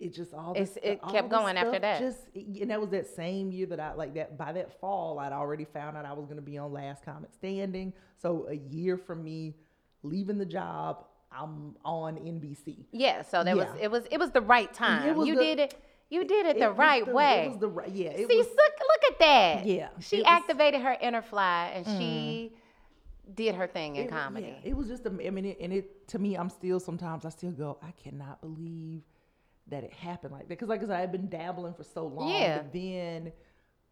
[SPEAKER 2] it just all this,
[SPEAKER 1] It's- it
[SPEAKER 2] all
[SPEAKER 1] kept
[SPEAKER 2] this
[SPEAKER 1] going after
[SPEAKER 2] stuff
[SPEAKER 1] that.
[SPEAKER 2] Just and that was that same year that I like that. By that fall, I'd already found out I was going to be on Last Comic Standing. So a year from me leaving the job, I'm on NBC.
[SPEAKER 1] Yeah, so that was
[SPEAKER 2] Yeah.
[SPEAKER 1] it was it was the right time.
[SPEAKER 2] was
[SPEAKER 1] You
[SPEAKER 2] the-
[SPEAKER 1] did it. You did it,
[SPEAKER 2] It
[SPEAKER 1] the
[SPEAKER 2] was
[SPEAKER 1] right
[SPEAKER 2] the-
[SPEAKER 1] way.
[SPEAKER 2] It was the right. Yeah. It
[SPEAKER 1] See,
[SPEAKER 2] was,
[SPEAKER 1] look, look at that.
[SPEAKER 2] Yeah, it
[SPEAKER 1] she
[SPEAKER 2] was-
[SPEAKER 1] activated her inner fly and she did her thing in
[SPEAKER 2] Mm. it was-
[SPEAKER 1] comedy.
[SPEAKER 2] yeah, it was just. A, I mean, it, and it to me, I'm still sometimes I still go. I cannot believe that it happened like that because, like I said, I've been dabbling for so long.
[SPEAKER 1] Yeah.
[SPEAKER 2] But then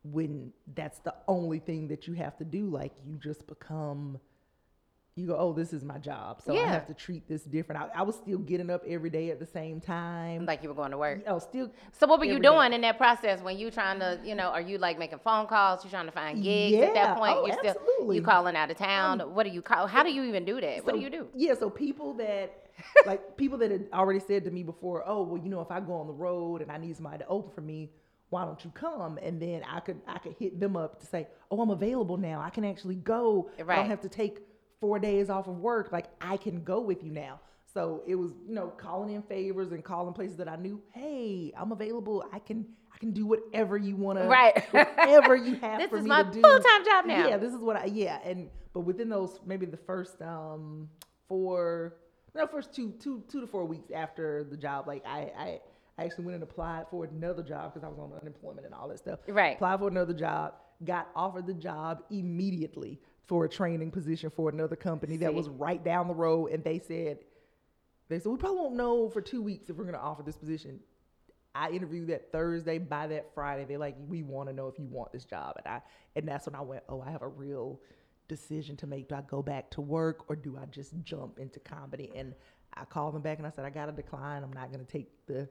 [SPEAKER 2] when that's the only thing that you have to do, like you just become. You go, oh, this is my job, so I
[SPEAKER 1] Yeah.
[SPEAKER 2] have to treat this different. I, I was still getting up every day at the same time.
[SPEAKER 1] Like you were going to work.
[SPEAKER 2] I was still
[SPEAKER 1] So what were you
[SPEAKER 2] every day.
[SPEAKER 1] doing in that process when you trying to, you know, are you like making phone calls? You trying to find gigs at
[SPEAKER 2] Yeah.
[SPEAKER 1] that point?
[SPEAKER 2] Oh,
[SPEAKER 1] you
[SPEAKER 2] absolutely. Um,
[SPEAKER 1] you calling out of town? what do you call? How do you even do that? what do
[SPEAKER 2] So,
[SPEAKER 1] you do?
[SPEAKER 2] Yeah, so people that like people that had already said to me before, oh well, you know, if I go on the road and I need somebody to open for me, why don't you come? And then I could I could hit them up to say, oh, I'm available now. I can actually go. I
[SPEAKER 1] Right.
[SPEAKER 2] don't have to take four days off of work. Like I can go with you now. So it was you know calling in favors and calling places that I knew. Hey, I'm available. I can I can do whatever you want to.
[SPEAKER 1] Right.
[SPEAKER 2] Whatever you have
[SPEAKER 1] This
[SPEAKER 2] for
[SPEAKER 1] is
[SPEAKER 2] me
[SPEAKER 1] my
[SPEAKER 2] to do.
[SPEAKER 1] full-time job now.
[SPEAKER 2] Yeah, this is what I yeah, and but within those maybe the first um four no first two two two to four weeks after the job, like I I, I actually went and applied for another job because I was on unemployment and all that stuff.
[SPEAKER 1] Right.
[SPEAKER 2] Applied for another job, got offered the job immediately for a training position for another company that
[SPEAKER 1] See.
[SPEAKER 2] was right down the road, and they said they said we probably won't know for two weeks if we're going to offer this position. I interviewed that Thursday. By that Friday, they're like, "We want to know if you want this job," and I and that's when I went, "Oh, I have a real decision to make. Do I go back to work or do I just jump into comedy?" And I called them back and I said, "I got to decline. I'm not going to take the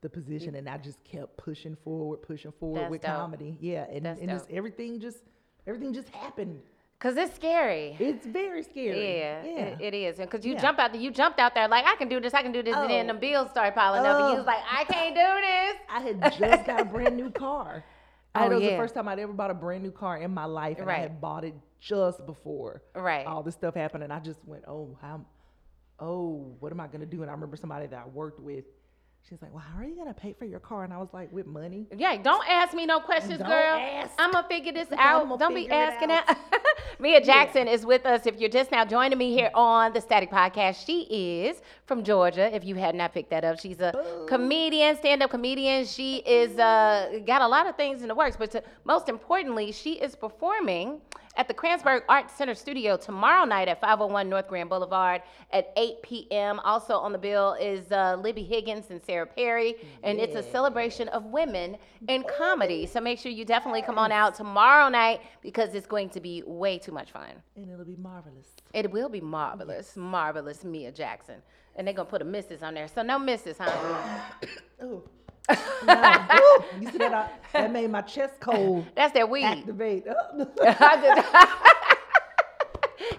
[SPEAKER 2] the position." And I just kept pushing forward, pushing forward
[SPEAKER 1] That's
[SPEAKER 2] with
[SPEAKER 1] dope.
[SPEAKER 2] comedy. Yeah, and,
[SPEAKER 1] That's
[SPEAKER 2] and just
[SPEAKER 1] dope.
[SPEAKER 2] everything just everything just happened.
[SPEAKER 1] Cause it's scary.
[SPEAKER 2] It's very scary.
[SPEAKER 1] Yeah, It, it is. And cause you
[SPEAKER 2] Yeah.
[SPEAKER 1] jump out there, you jumped out there like I can do this, I can do this, and then
[SPEAKER 2] Oh.
[SPEAKER 1] the bills start piling up, and you
[SPEAKER 2] Oh.
[SPEAKER 1] was like, I can't do this.
[SPEAKER 2] I had just got a brand new car. I
[SPEAKER 1] Oh,
[SPEAKER 2] had it was
[SPEAKER 1] yeah.
[SPEAKER 2] the first time I'd ever bought a brand new car in my life, and
[SPEAKER 1] Right.
[SPEAKER 2] I had bought it just before
[SPEAKER 1] Right.
[SPEAKER 2] all this stuff happened, and I just went, "Oh, how? Oh, what am I gonna do?" And I remember somebody that I worked with. She's like, "Well, how are you gonna pay for your car?" And I was like, "With money."
[SPEAKER 1] Yeah, don't ask me no questions,
[SPEAKER 2] Don't
[SPEAKER 1] girl.
[SPEAKER 2] ask.
[SPEAKER 1] I'm gonna figure this
[SPEAKER 2] I'ma
[SPEAKER 1] out. Don't be
[SPEAKER 2] figure it
[SPEAKER 1] asking
[SPEAKER 2] out.
[SPEAKER 1] that. Mia Jackson is with us. If you're just now joining me here on the Static Podcast, she is from Georgia. If you had not picked that up, she's a comedian, stand-up comedian. She is uh, got a lot of things in the works, but to, most importantly, she is performing at the Kransberg Arts Center Studio tomorrow night at 501 North Grand Boulevard at 8 p.m. Also on the bill is uh, Libby Higgins and Sarah Perry, and it's a celebration of women in comedy. So make sure you definitely come on out tomorrow night because it's going to be way too much fun.
[SPEAKER 2] And it'll be marvelous.
[SPEAKER 1] It will be marvelous, marvelous Mia Jackson. And they're gonna put a Mrs. on there. So no Mrs., huh?
[SPEAKER 2] Oh, no. Ooh, you see that? I, that made my chest cold.
[SPEAKER 1] That's their weed.
[SPEAKER 2] Activate.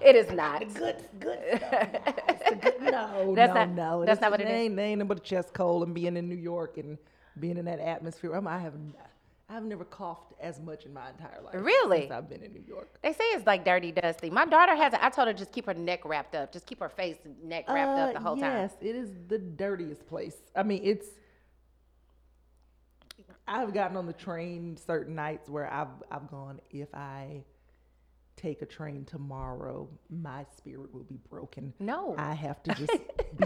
[SPEAKER 1] it is not.
[SPEAKER 2] good, good. Stuff. It's the good- No,
[SPEAKER 1] That's
[SPEAKER 2] no,
[SPEAKER 1] not-
[SPEAKER 2] no.
[SPEAKER 1] that's
[SPEAKER 2] This
[SPEAKER 1] not what it is.
[SPEAKER 2] Ain't, ain't nothing but a chest cold and being in New York and being in that atmosphere. I'm, I have, n- I've never coughed as much in my entire life.
[SPEAKER 1] Really?
[SPEAKER 2] Since I've been in New York.
[SPEAKER 1] They say it's like dirty dusty. My daughter has. I told her just keep her neck wrapped up. Just keep her face and neck wrapped up the
[SPEAKER 2] Uh,
[SPEAKER 1] whole time.
[SPEAKER 2] yes, it is the dirtiest place. I mean, it's. I've gotten on the train certain nights where I've I've gone. If I take a train tomorrow, my spirit will be broken.
[SPEAKER 1] No.
[SPEAKER 2] I have to just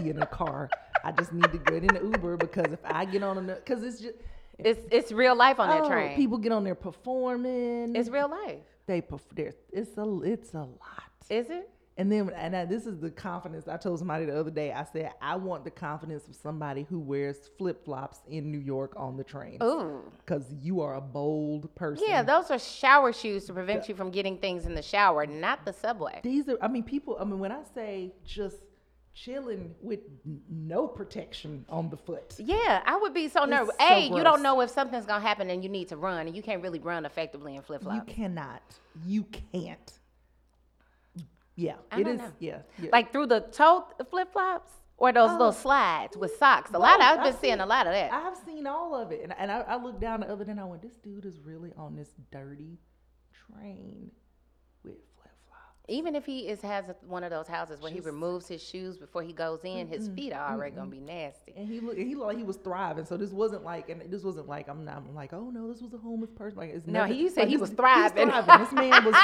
[SPEAKER 2] be in a car. I just need to get in an Uber because if I get on a because it's just
[SPEAKER 1] It's it's real life on that
[SPEAKER 2] oh,
[SPEAKER 1] train.
[SPEAKER 2] people get on there performing.
[SPEAKER 1] it's real life.
[SPEAKER 2] they perform. It's a it's a lot.
[SPEAKER 1] Is it?
[SPEAKER 2] And then, and I, this is the confidence I told somebody the other day. I said, I want the confidence of somebody who wears flip flops in New York on the train.
[SPEAKER 1] Ooh.
[SPEAKER 2] Because you are a bold person.
[SPEAKER 1] Yeah, those are shower shoes to prevent you from getting things in the shower, not the subway.
[SPEAKER 2] These are, I mean, people, I mean, when I say just chilling with n- no protection on the foot.
[SPEAKER 1] Yeah, I would be so nervous.
[SPEAKER 2] so
[SPEAKER 1] hey, you don't
[SPEAKER 2] gross.
[SPEAKER 1] know if something's gonna happen and you need to run, and you can't really run effectively in flip
[SPEAKER 2] You
[SPEAKER 1] flops.
[SPEAKER 2] cannot. You can't. Yeah.
[SPEAKER 1] I
[SPEAKER 2] it
[SPEAKER 1] don't
[SPEAKER 2] is-
[SPEAKER 1] know.
[SPEAKER 2] Yeah, yeah.
[SPEAKER 1] Like through the toe flip flops or those
[SPEAKER 2] Oh.
[SPEAKER 1] little slides with socks. A lot. Of,
[SPEAKER 2] Both.
[SPEAKER 1] I've been
[SPEAKER 2] I've
[SPEAKER 1] seeing
[SPEAKER 2] seen-
[SPEAKER 1] a lot of that.
[SPEAKER 2] I've seen all of it. And, and I, I looked down the other day and I went, this dude is really on this dirty train with flip flops.
[SPEAKER 1] Even if he is has a, one of those houses where he removes his shoes before he goes in, his feet are already gonna be nasty.
[SPEAKER 2] And he looked, he looked like he was thriving. So this wasn't like, and this wasn't like, I'm not I'm like, oh no, this was a homeless person. Like, it's
[SPEAKER 1] No,
[SPEAKER 2] nothing-
[SPEAKER 1] he said
[SPEAKER 2] like,
[SPEAKER 1] he
[SPEAKER 2] this-
[SPEAKER 1] was thriving.
[SPEAKER 2] This man was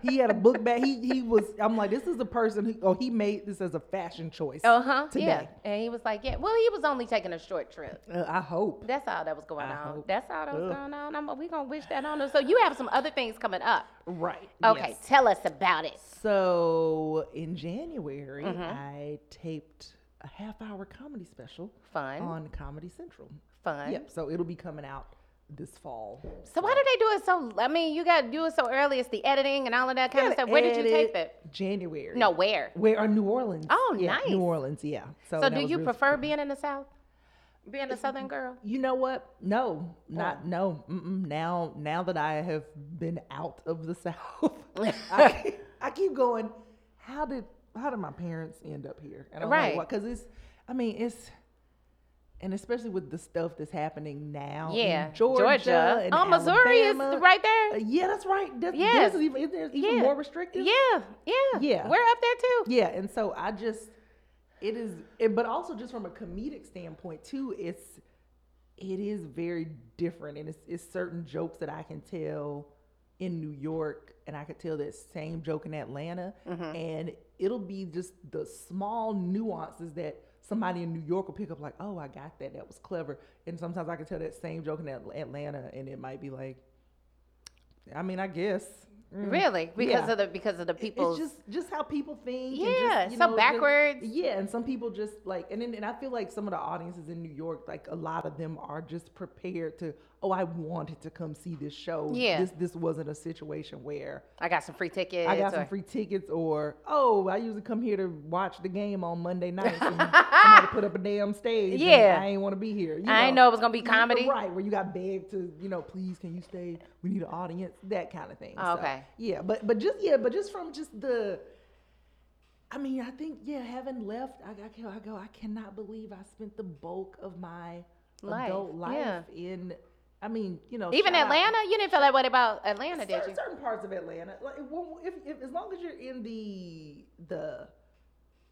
[SPEAKER 2] he had a book bag. He he was. I'm like, this is the person. Who, oh, he made this as a fashion choice.
[SPEAKER 1] Uh huh. Yeah.
[SPEAKER 2] Uh-huh. today.
[SPEAKER 1] And he was like, yeah. Well, he was only taking a short trip.
[SPEAKER 2] Uh, I hope.
[SPEAKER 1] That's all that was going
[SPEAKER 2] I
[SPEAKER 1] on.
[SPEAKER 2] hope.
[SPEAKER 1] That's all that was
[SPEAKER 2] Ugh.
[SPEAKER 1] going on. I'm, we gonna wish that on him. So you have some other things coming up.
[SPEAKER 2] Right.
[SPEAKER 1] Okay,
[SPEAKER 2] yes.
[SPEAKER 1] tell us about it.
[SPEAKER 2] So in January,
[SPEAKER 1] Mm-hmm.
[SPEAKER 2] I taped a half hour comedy special
[SPEAKER 1] Fun,
[SPEAKER 2] on Comedy Central.
[SPEAKER 1] fun.
[SPEAKER 2] Yep. So it'll be coming out this fall.
[SPEAKER 1] So why do they do it so? I mean, you got to do it so early. It's the editing and all of that kind of
[SPEAKER 2] Gotta
[SPEAKER 1] stuff. Where did you tape
[SPEAKER 2] edit
[SPEAKER 1] it?
[SPEAKER 2] January.
[SPEAKER 1] No, where?
[SPEAKER 2] Where are New Orleans?
[SPEAKER 1] Oh,
[SPEAKER 2] yeah,
[SPEAKER 1] nice.
[SPEAKER 2] New Orleans, yeah. So,
[SPEAKER 1] so
[SPEAKER 2] that
[SPEAKER 1] do
[SPEAKER 2] was
[SPEAKER 1] you
[SPEAKER 2] real-
[SPEAKER 1] prefer being in the South? Being a Southern girl?
[SPEAKER 2] You know what?
[SPEAKER 1] Oh.
[SPEAKER 2] No, not no. Mm-mm. Now, now that I have been out of the South, I, keep- I keep going. How did how did my parents end up here? And I'm
[SPEAKER 1] Right.
[SPEAKER 2] like, because it's. I mean, it's. And especially with the stuff that's happening now, in
[SPEAKER 1] Yeah.
[SPEAKER 2] Georgia, and
[SPEAKER 1] oh, Missouri
[SPEAKER 2] Alabama.
[SPEAKER 1] is right
[SPEAKER 2] Uh,
[SPEAKER 1] there.
[SPEAKER 2] Yeah, that's right. That,
[SPEAKER 1] Yes.
[SPEAKER 2] this is even, it's even
[SPEAKER 1] Yeah.
[SPEAKER 2] more restrictive.
[SPEAKER 1] Yeah, yeah.
[SPEAKER 2] Yeah.
[SPEAKER 1] We're up there too.
[SPEAKER 2] Yeah, and so I just it is it, but also just from a comedic standpoint too, it's it is very different and it's it's certain jokes that I can tell in New York and I could tell that same joke in Atlanta
[SPEAKER 1] Mm-hmm.
[SPEAKER 2] and it'll be just the small nuances that somebody in New York will pick up like, "Oh, I got that. That was clever." And sometimes I can tell that same joke in Atl- Atlanta and it might be like I mean, I guess Mm.
[SPEAKER 1] Really? Because
[SPEAKER 2] Yeah.
[SPEAKER 1] of the because of the
[SPEAKER 2] It-
[SPEAKER 1] people's
[SPEAKER 2] It's just just how people think. and
[SPEAKER 1] Yeah,
[SPEAKER 2] just, you
[SPEAKER 1] so
[SPEAKER 2] know, just-
[SPEAKER 1] backwards.
[SPEAKER 2] yeah, and some people just like, and then, and I feel like some of the audiences in New York, like a lot of them are just prepared to. Oh, I wanted to come see this show.
[SPEAKER 1] Yeah.
[SPEAKER 2] this this wasn't a situation where
[SPEAKER 1] I got some free tickets.
[SPEAKER 2] I got
[SPEAKER 1] or-
[SPEAKER 2] some free tickets, or oh, I usually come here to watch the game on Monday nights. And somebody put up a damn stage. and
[SPEAKER 1] Yeah.
[SPEAKER 2] I ain't want to be here. You
[SPEAKER 1] I ain't know it was gonna be comedy.
[SPEAKER 2] Right, where you got begged to, you know, please can you stay? We need an audience, that kind of thing.
[SPEAKER 1] Oh,
[SPEAKER 2] So,
[SPEAKER 1] okay.
[SPEAKER 2] yeah, but but just yeah, but just from just the. I mean, I think yeah, having left, I, I, go- I go. I cannot believe I spent the bulk of my
[SPEAKER 1] Life,
[SPEAKER 2] adult life
[SPEAKER 1] yeah.
[SPEAKER 2] in. I mean, you know,
[SPEAKER 1] Even
[SPEAKER 2] shout out-
[SPEAKER 1] Atlanta? You didn't feel that way about Atlanta, did
[SPEAKER 2] certain,
[SPEAKER 1] you?
[SPEAKER 2] certain parts of Atlanta, like it won't- if, if, as long as you're in the the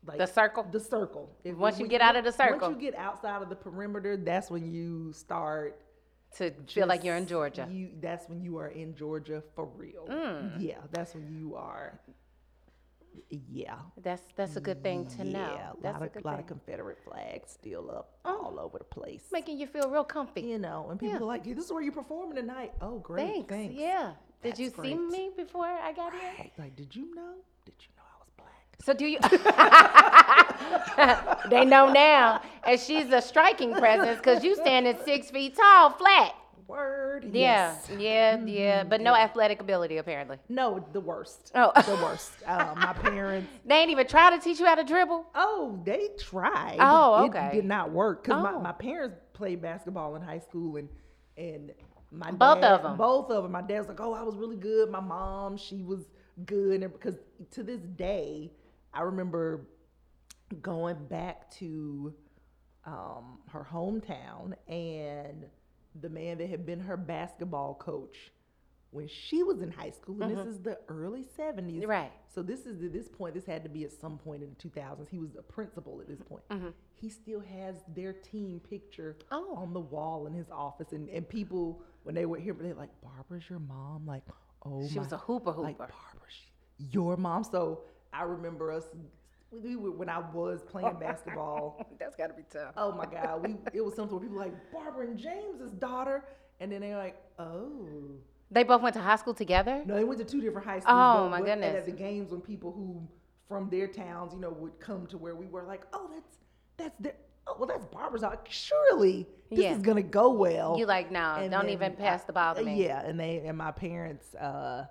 [SPEAKER 2] like
[SPEAKER 1] The circle?
[SPEAKER 2] the circle. If-
[SPEAKER 1] Once
[SPEAKER 2] if
[SPEAKER 1] you
[SPEAKER 2] we-
[SPEAKER 1] get out of the circle.
[SPEAKER 2] once you get outside of the perimeter, that's when you start
[SPEAKER 1] To feel like you're in
[SPEAKER 2] just-
[SPEAKER 1] Georgia. Mm.
[SPEAKER 2] You that's when you are in Georgia for real. Yeah, that's when you are. Yeah.
[SPEAKER 1] That's that's a good thing to know.
[SPEAKER 2] Yeah, a
[SPEAKER 1] that's
[SPEAKER 2] lot,
[SPEAKER 1] a
[SPEAKER 2] of,
[SPEAKER 1] good
[SPEAKER 2] lot
[SPEAKER 1] thing.
[SPEAKER 2] of Confederate flags still up all over the place.
[SPEAKER 1] Making you feel real comfy.
[SPEAKER 2] you know, and people are like, "This is where you're performing tonight." Oh, great,
[SPEAKER 1] thanks.
[SPEAKER 2] thanks.
[SPEAKER 1] Yeah. Did
[SPEAKER 2] That's
[SPEAKER 1] you see
[SPEAKER 2] great.
[SPEAKER 1] me before I got here?
[SPEAKER 2] Right. Like, did you know? Did you know I was black?
[SPEAKER 1] So do you? they know now, and she's a striking presence because you standing six feet tall, flat.
[SPEAKER 2] Word.
[SPEAKER 1] Yeah,
[SPEAKER 2] Yes. Mm-hmm.
[SPEAKER 1] yeah, yeah. But no athletic ability apparently.
[SPEAKER 2] No, the worst.
[SPEAKER 1] Oh.
[SPEAKER 2] the worst. Uh, my parents.
[SPEAKER 1] They ain't even try to teach you how to dribble.
[SPEAKER 2] Oh, they tried.
[SPEAKER 1] Oh,
[SPEAKER 2] It
[SPEAKER 1] okay.
[SPEAKER 2] did not work because
[SPEAKER 1] Oh.
[SPEAKER 2] my, my parents played basketball in high school and and my
[SPEAKER 1] Both of
[SPEAKER 2] dad-
[SPEAKER 1] 'em.
[SPEAKER 2] both of them. My dad's like, oh, I was really good. My mom, she was good, and because to this day, I remember going back to um, her hometown and the man that had been her basketball coach when she was in high school and this is the early 70s
[SPEAKER 1] Mm-hmm. Right.
[SPEAKER 2] so this is at this point this had to be at some point in the 2000s he was a principal at this point he still has their team picture
[SPEAKER 1] Mm-hmm. Oh.
[SPEAKER 2] on the wall in his office and, and people when they were here they're like barbara's your mom like oh
[SPEAKER 1] She
[SPEAKER 2] my
[SPEAKER 1] was a hooper
[SPEAKER 2] like
[SPEAKER 1] hooper.
[SPEAKER 2] Barbara, she, your mom. So I remember us we, we, when I was playing basketball.
[SPEAKER 1] That's gotta be tough.
[SPEAKER 2] Oh my God, we it was something where people were like Barbara and James's daughter, and then they're like, oh.
[SPEAKER 1] They both went to high school together.
[SPEAKER 2] No, they went to two different high schools.
[SPEAKER 1] Oh,
[SPEAKER 2] but-
[SPEAKER 1] my
[SPEAKER 2] but- and
[SPEAKER 1] goodness.
[SPEAKER 2] at the games when people who from their towns, you know, would come to where we were, like, oh, that's that's their, oh, well, that's Barbara's. daughter. Surely this
[SPEAKER 1] Yeah.
[SPEAKER 2] is gonna go well.
[SPEAKER 1] You like no?
[SPEAKER 2] And
[SPEAKER 1] don't
[SPEAKER 2] then
[SPEAKER 1] even
[SPEAKER 2] I-
[SPEAKER 1] pass the ball to me.
[SPEAKER 2] Yeah, and they and my parents, uh,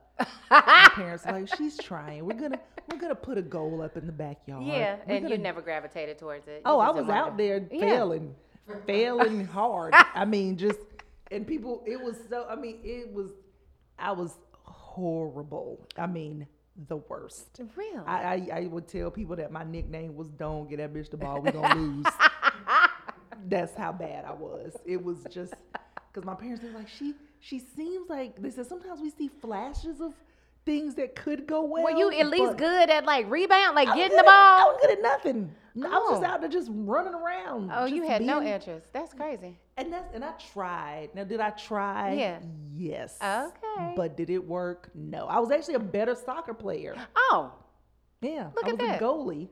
[SPEAKER 2] my parents were like she's trying. We're gonna we're gonna put a goal up in the backyard.
[SPEAKER 1] Yeah,
[SPEAKER 2] We're
[SPEAKER 1] and
[SPEAKER 2] gonna-
[SPEAKER 1] you never gravitated towards it. You
[SPEAKER 2] Oh, I
[SPEAKER 1] just didn't
[SPEAKER 2] was
[SPEAKER 1] wanna-
[SPEAKER 2] out there
[SPEAKER 1] Yeah.
[SPEAKER 2] failing, failing hard. I mean, just and people. It was so. I mean, it was. I was horrible. I mean, the worst.
[SPEAKER 1] Real.
[SPEAKER 2] I, I, I would tell people that my nickname was "Don't get that bitch the ball, we gonna lose." That's how bad I was. It was just because my parents were like, "She she seems like they said sometimes we see flashes of things that could go well.
[SPEAKER 1] Were you at least
[SPEAKER 2] but
[SPEAKER 1] good at like rebound, like
[SPEAKER 2] I was
[SPEAKER 1] getting
[SPEAKER 2] good
[SPEAKER 1] the
[SPEAKER 2] at- I
[SPEAKER 1] ball?
[SPEAKER 2] was good at nothing. No, I was
[SPEAKER 1] Oh.
[SPEAKER 2] just out there just running around.
[SPEAKER 1] Oh, you
[SPEAKER 2] just
[SPEAKER 1] had no
[SPEAKER 2] being-
[SPEAKER 1] interest. That's crazy.
[SPEAKER 2] And that's and I tried. Now, did I try?
[SPEAKER 1] Yeah.
[SPEAKER 2] Yes.
[SPEAKER 1] Okay.
[SPEAKER 2] But did it work? No. I was actually a better soccer player.
[SPEAKER 1] Oh,
[SPEAKER 2] Yeah.
[SPEAKER 1] Look
[SPEAKER 2] I
[SPEAKER 1] at
[SPEAKER 2] was
[SPEAKER 1] that.
[SPEAKER 2] a gogolie,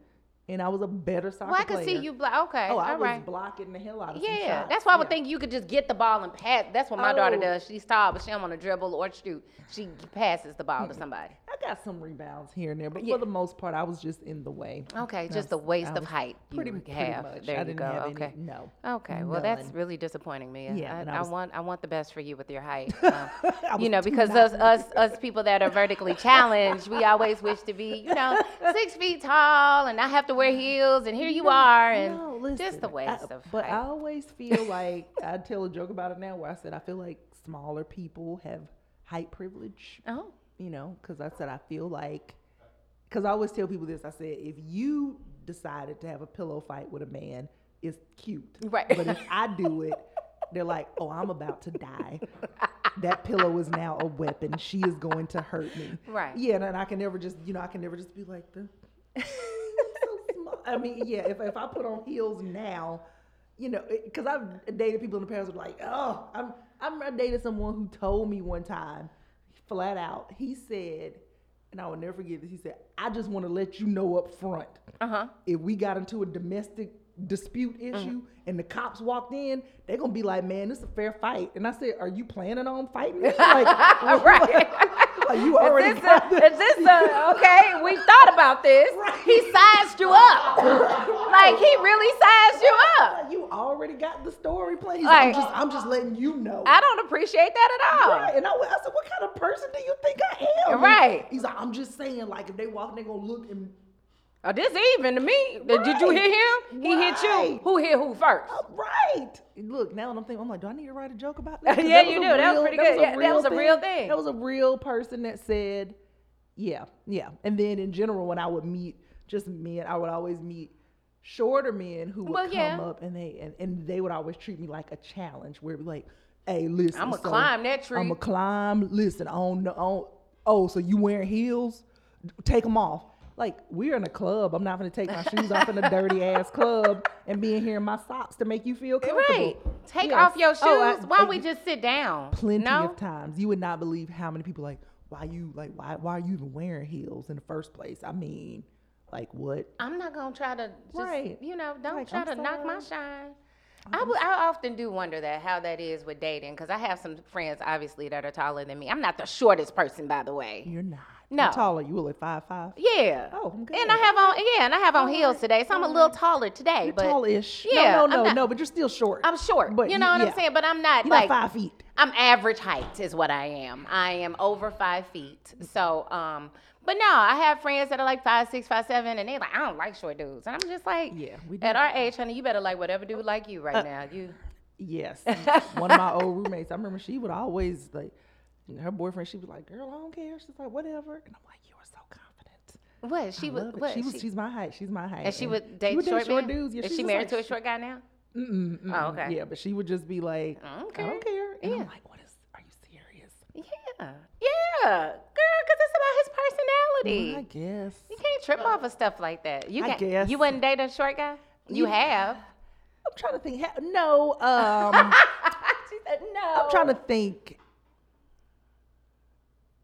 [SPEAKER 2] and I was a better soccer
[SPEAKER 1] well, Oh, I
[SPEAKER 2] player.
[SPEAKER 1] could see you. Blo- okay,
[SPEAKER 2] Oh, I
[SPEAKER 1] all
[SPEAKER 2] was
[SPEAKER 1] right.
[SPEAKER 2] blocking the hell out of some
[SPEAKER 1] Yeah,
[SPEAKER 2] shots.
[SPEAKER 1] that's why I would
[SPEAKER 2] Yeah.
[SPEAKER 1] think you could just get the ball and pass. That's what my daughter
[SPEAKER 2] Oh.
[SPEAKER 1] does. She's tall, but she don't want to dribble or shoot. She passes the ball to
[SPEAKER 2] Hmm.
[SPEAKER 1] somebody.
[SPEAKER 2] I got some rebounds here and there, but
[SPEAKER 1] Yeah.
[SPEAKER 2] for the most part, I was just in the way.
[SPEAKER 1] Okay,
[SPEAKER 2] And I
[SPEAKER 1] just the
[SPEAKER 2] was-
[SPEAKER 1] waste
[SPEAKER 2] I
[SPEAKER 1] of
[SPEAKER 2] was
[SPEAKER 1] height you
[SPEAKER 2] Pretty,
[SPEAKER 1] have.
[SPEAKER 2] pretty much.
[SPEAKER 1] There
[SPEAKER 2] I
[SPEAKER 1] you
[SPEAKER 2] didn't
[SPEAKER 1] go.
[SPEAKER 2] have
[SPEAKER 1] okay.
[SPEAKER 2] Any, no.
[SPEAKER 1] Okay, well that's
[SPEAKER 2] none.
[SPEAKER 1] really disappointing, Mia.
[SPEAKER 2] Yeah,
[SPEAKER 1] I,
[SPEAKER 2] and
[SPEAKER 1] I,
[SPEAKER 2] I was-
[SPEAKER 1] want I want the best for you with your height. Um,
[SPEAKER 2] I
[SPEAKER 1] you
[SPEAKER 2] was
[SPEAKER 1] know,
[SPEAKER 2] too
[SPEAKER 1] because us
[SPEAKER 2] nice.
[SPEAKER 1] us us people that are vertically challenged, we always wish to be, you know, six feet tall and not have to wear heels. And here you
[SPEAKER 2] No,
[SPEAKER 1] are, and
[SPEAKER 2] no,
[SPEAKER 1] just the
[SPEAKER 2] listen, I-
[SPEAKER 1] waste of
[SPEAKER 2] But I
[SPEAKER 1] height.
[SPEAKER 2] always feel like I tell a joke about it now, where I said I feel like smaller people have height privilege.
[SPEAKER 1] oh,
[SPEAKER 2] You know, because I said I feel like, because I always tell people this. I said if you decided to have a pillow fight with a man, it's cute,
[SPEAKER 1] Right.
[SPEAKER 2] But if I do it, they're like, oh, I'm about to die. That pillow is now a weapon. She is going to hurt me.
[SPEAKER 1] Right.
[SPEAKER 2] Yeah, and, and I can never just, you know, I can never just be like the. so small. I mean, yeah. If, if I put on heels now, you know, because I've dated people in the past who are like, oh, I'm. I'm I dated someone who told me one time, flat out, he said, and I will never forget this. He said, I just want to let you know up front.
[SPEAKER 1] uh huh.
[SPEAKER 2] If we got into a domestic dispute
[SPEAKER 1] Mm-hmm.
[SPEAKER 2] issue and the cops walked in, they're gonna be like, man, this is a fair fight. And I said, are you planning on fighting? me? Like,
[SPEAKER 1] right.
[SPEAKER 2] like you already
[SPEAKER 1] Is this,
[SPEAKER 2] got
[SPEAKER 1] a, is this a, okay? We thought about this.
[SPEAKER 2] Right.
[SPEAKER 1] He sized you up. Like he really sized you up.
[SPEAKER 2] Like, you already got the story played. He's
[SPEAKER 1] Like-
[SPEAKER 2] like, I'm just I'm just letting you know.
[SPEAKER 1] I don't appreciate that at all.
[SPEAKER 2] Right. And I, went- I said, what kind of person do you think I am?
[SPEAKER 1] Right.
[SPEAKER 2] He's like, I'm just saying, like, if they walk, they gonna look and
[SPEAKER 1] Oh, this even to me. Did you
[SPEAKER 2] Right.
[SPEAKER 1] hear him? He hit you.
[SPEAKER 2] Right.
[SPEAKER 1] Who hit who first?
[SPEAKER 2] I'm right. Look, now that I'm thinking, I'm like, do I need to write a joke about that? 'Cause
[SPEAKER 1] Yeah, you
[SPEAKER 2] a
[SPEAKER 1] do. That was pretty good. Yeah, that was a real thing.
[SPEAKER 2] That was a real person that said, yeah, yeah. And then in general, when I would meet just men, I would always meet shorter men who would
[SPEAKER 1] Well,
[SPEAKER 2] come
[SPEAKER 1] yeah.
[SPEAKER 2] up and they and, and they would always treat me like a challenge where it'd be like, hey, listen,
[SPEAKER 1] I'ma climb that tree.
[SPEAKER 2] I'ma climb. Listen, on the on. Oh, so you wearing heels? Take them off. Like we're in a club. I'm not gonna take my shoes off in a dirty ass club and be in here in my socks to make you feel comfortable.
[SPEAKER 1] Right. Take
[SPEAKER 2] Yes.
[SPEAKER 1] off your shoes.
[SPEAKER 2] Oh, I-
[SPEAKER 1] Why don't
[SPEAKER 2] I-
[SPEAKER 1] we just sit down?
[SPEAKER 2] Plenty
[SPEAKER 1] no?
[SPEAKER 2] of times you would not believe how many people like why you like why why are you even wearing heels in the first place? I mean, like what?
[SPEAKER 1] I'm not gonna try to just
[SPEAKER 2] Right.
[SPEAKER 1] you know don't
[SPEAKER 2] Like,
[SPEAKER 1] try
[SPEAKER 2] I'm
[SPEAKER 1] to knock my
[SPEAKER 2] sorry.
[SPEAKER 1] shine. I would. I often do wonder that how that is with dating because I have some friends obviously that are taller than me. I'm not the shortest person by the way.
[SPEAKER 2] You're not.
[SPEAKER 1] No.
[SPEAKER 2] You're taller. You were like five five.
[SPEAKER 1] Yeah.
[SPEAKER 2] Oh, I'm good.
[SPEAKER 1] And I have on yeah, and I have on heels today, so I'm a little taller today.
[SPEAKER 2] You're
[SPEAKER 1] but
[SPEAKER 2] tallish.
[SPEAKER 1] yeah,
[SPEAKER 2] no,
[SPEAKER 1] I'm
[SPEAKER 2] no, no,
[SPEAKER 1] not-
[SPEAKER 2] no. But you're still short.
[SPEAKER 1] I'm short.
[SPEAKER 2] But
[SPEAKER 1] you
[SPEAKER 2] y-
[SPEAKER 1] know what I'm
[SPEAKER 2] yeah.
[SPEAKER 1] saying? But I'm not
[SPEAKER 2] You're
[SPEAKER 1] like
[SPEAKER 2] not five feet.
[SPEAKER 1] I'm average height is what I am. I am over five feet. So, um, but no, I have friends that are like five six, five seven, and they're like, I don't like short dudes, and I'm just like,
[SPEAKER 2] Yeah, we
[SPEAKER 1] At our age, honey, you better like whatever dude like you right now. You,
[SPEAKER 2] Yes. One of my old roommates, I remember she would always like her boyfriend, she was like, Girl, I don't care. She's like, whatever. And I'm like, You are so confident.
[SPEAKER 1] what she
[SPEAKER 2] I
[SPEAKER 1] was,
[SPEAKER 2] love it.
[SPEAKER 1] what
[SPEAKER 2] she was she's my height. She's my height.
[SPEAKER 1] and she would date short, men?
[SPEAKER 2] dudes. Yeah,
[SPEAKER 1] is
[SPEAKER 2] she's
[SPEAKER 1] she
[SPEAKER 2] just
[SPEAKER 1] married
[SPEAKER 2] like,
[SPEAKER 1] to a short guy now?
[SPEAKER 2] Mm-mm, mm-mm.
[SPEAKER 1] Oh, okay.
[SPEAKER 2] Yeah, but she would just be like,
[SPEAKER 1] I don't
[SPEAKER 2] I
[SPEAKER 1] care.
[SPEAKER 2] don't care. And
[SPEAKER 1] Yeah.
[SPEAKER 2] I'm like, What is are you serious?
[SPEAKER 1] Yeah, yeah, girl, because it's about his personality.
[SPEAKER 2] Well, I guess.
[SPEAKER 1] You can't trip off of stuff like that. You
[SPEAKER 2] I
[SPEAKER 1] can't.
[SPEAKER 2] guess.
[SPEAKER 1] You wouldn't date a short guy. You
[SPEAKER 2] You-
[SPEAKER 1] have.
[SPEAKER 2] I'm trying to think. Ha- No, um
[SPEAKER 1] she said no.
[SPEAKER 2] I'm trying to think.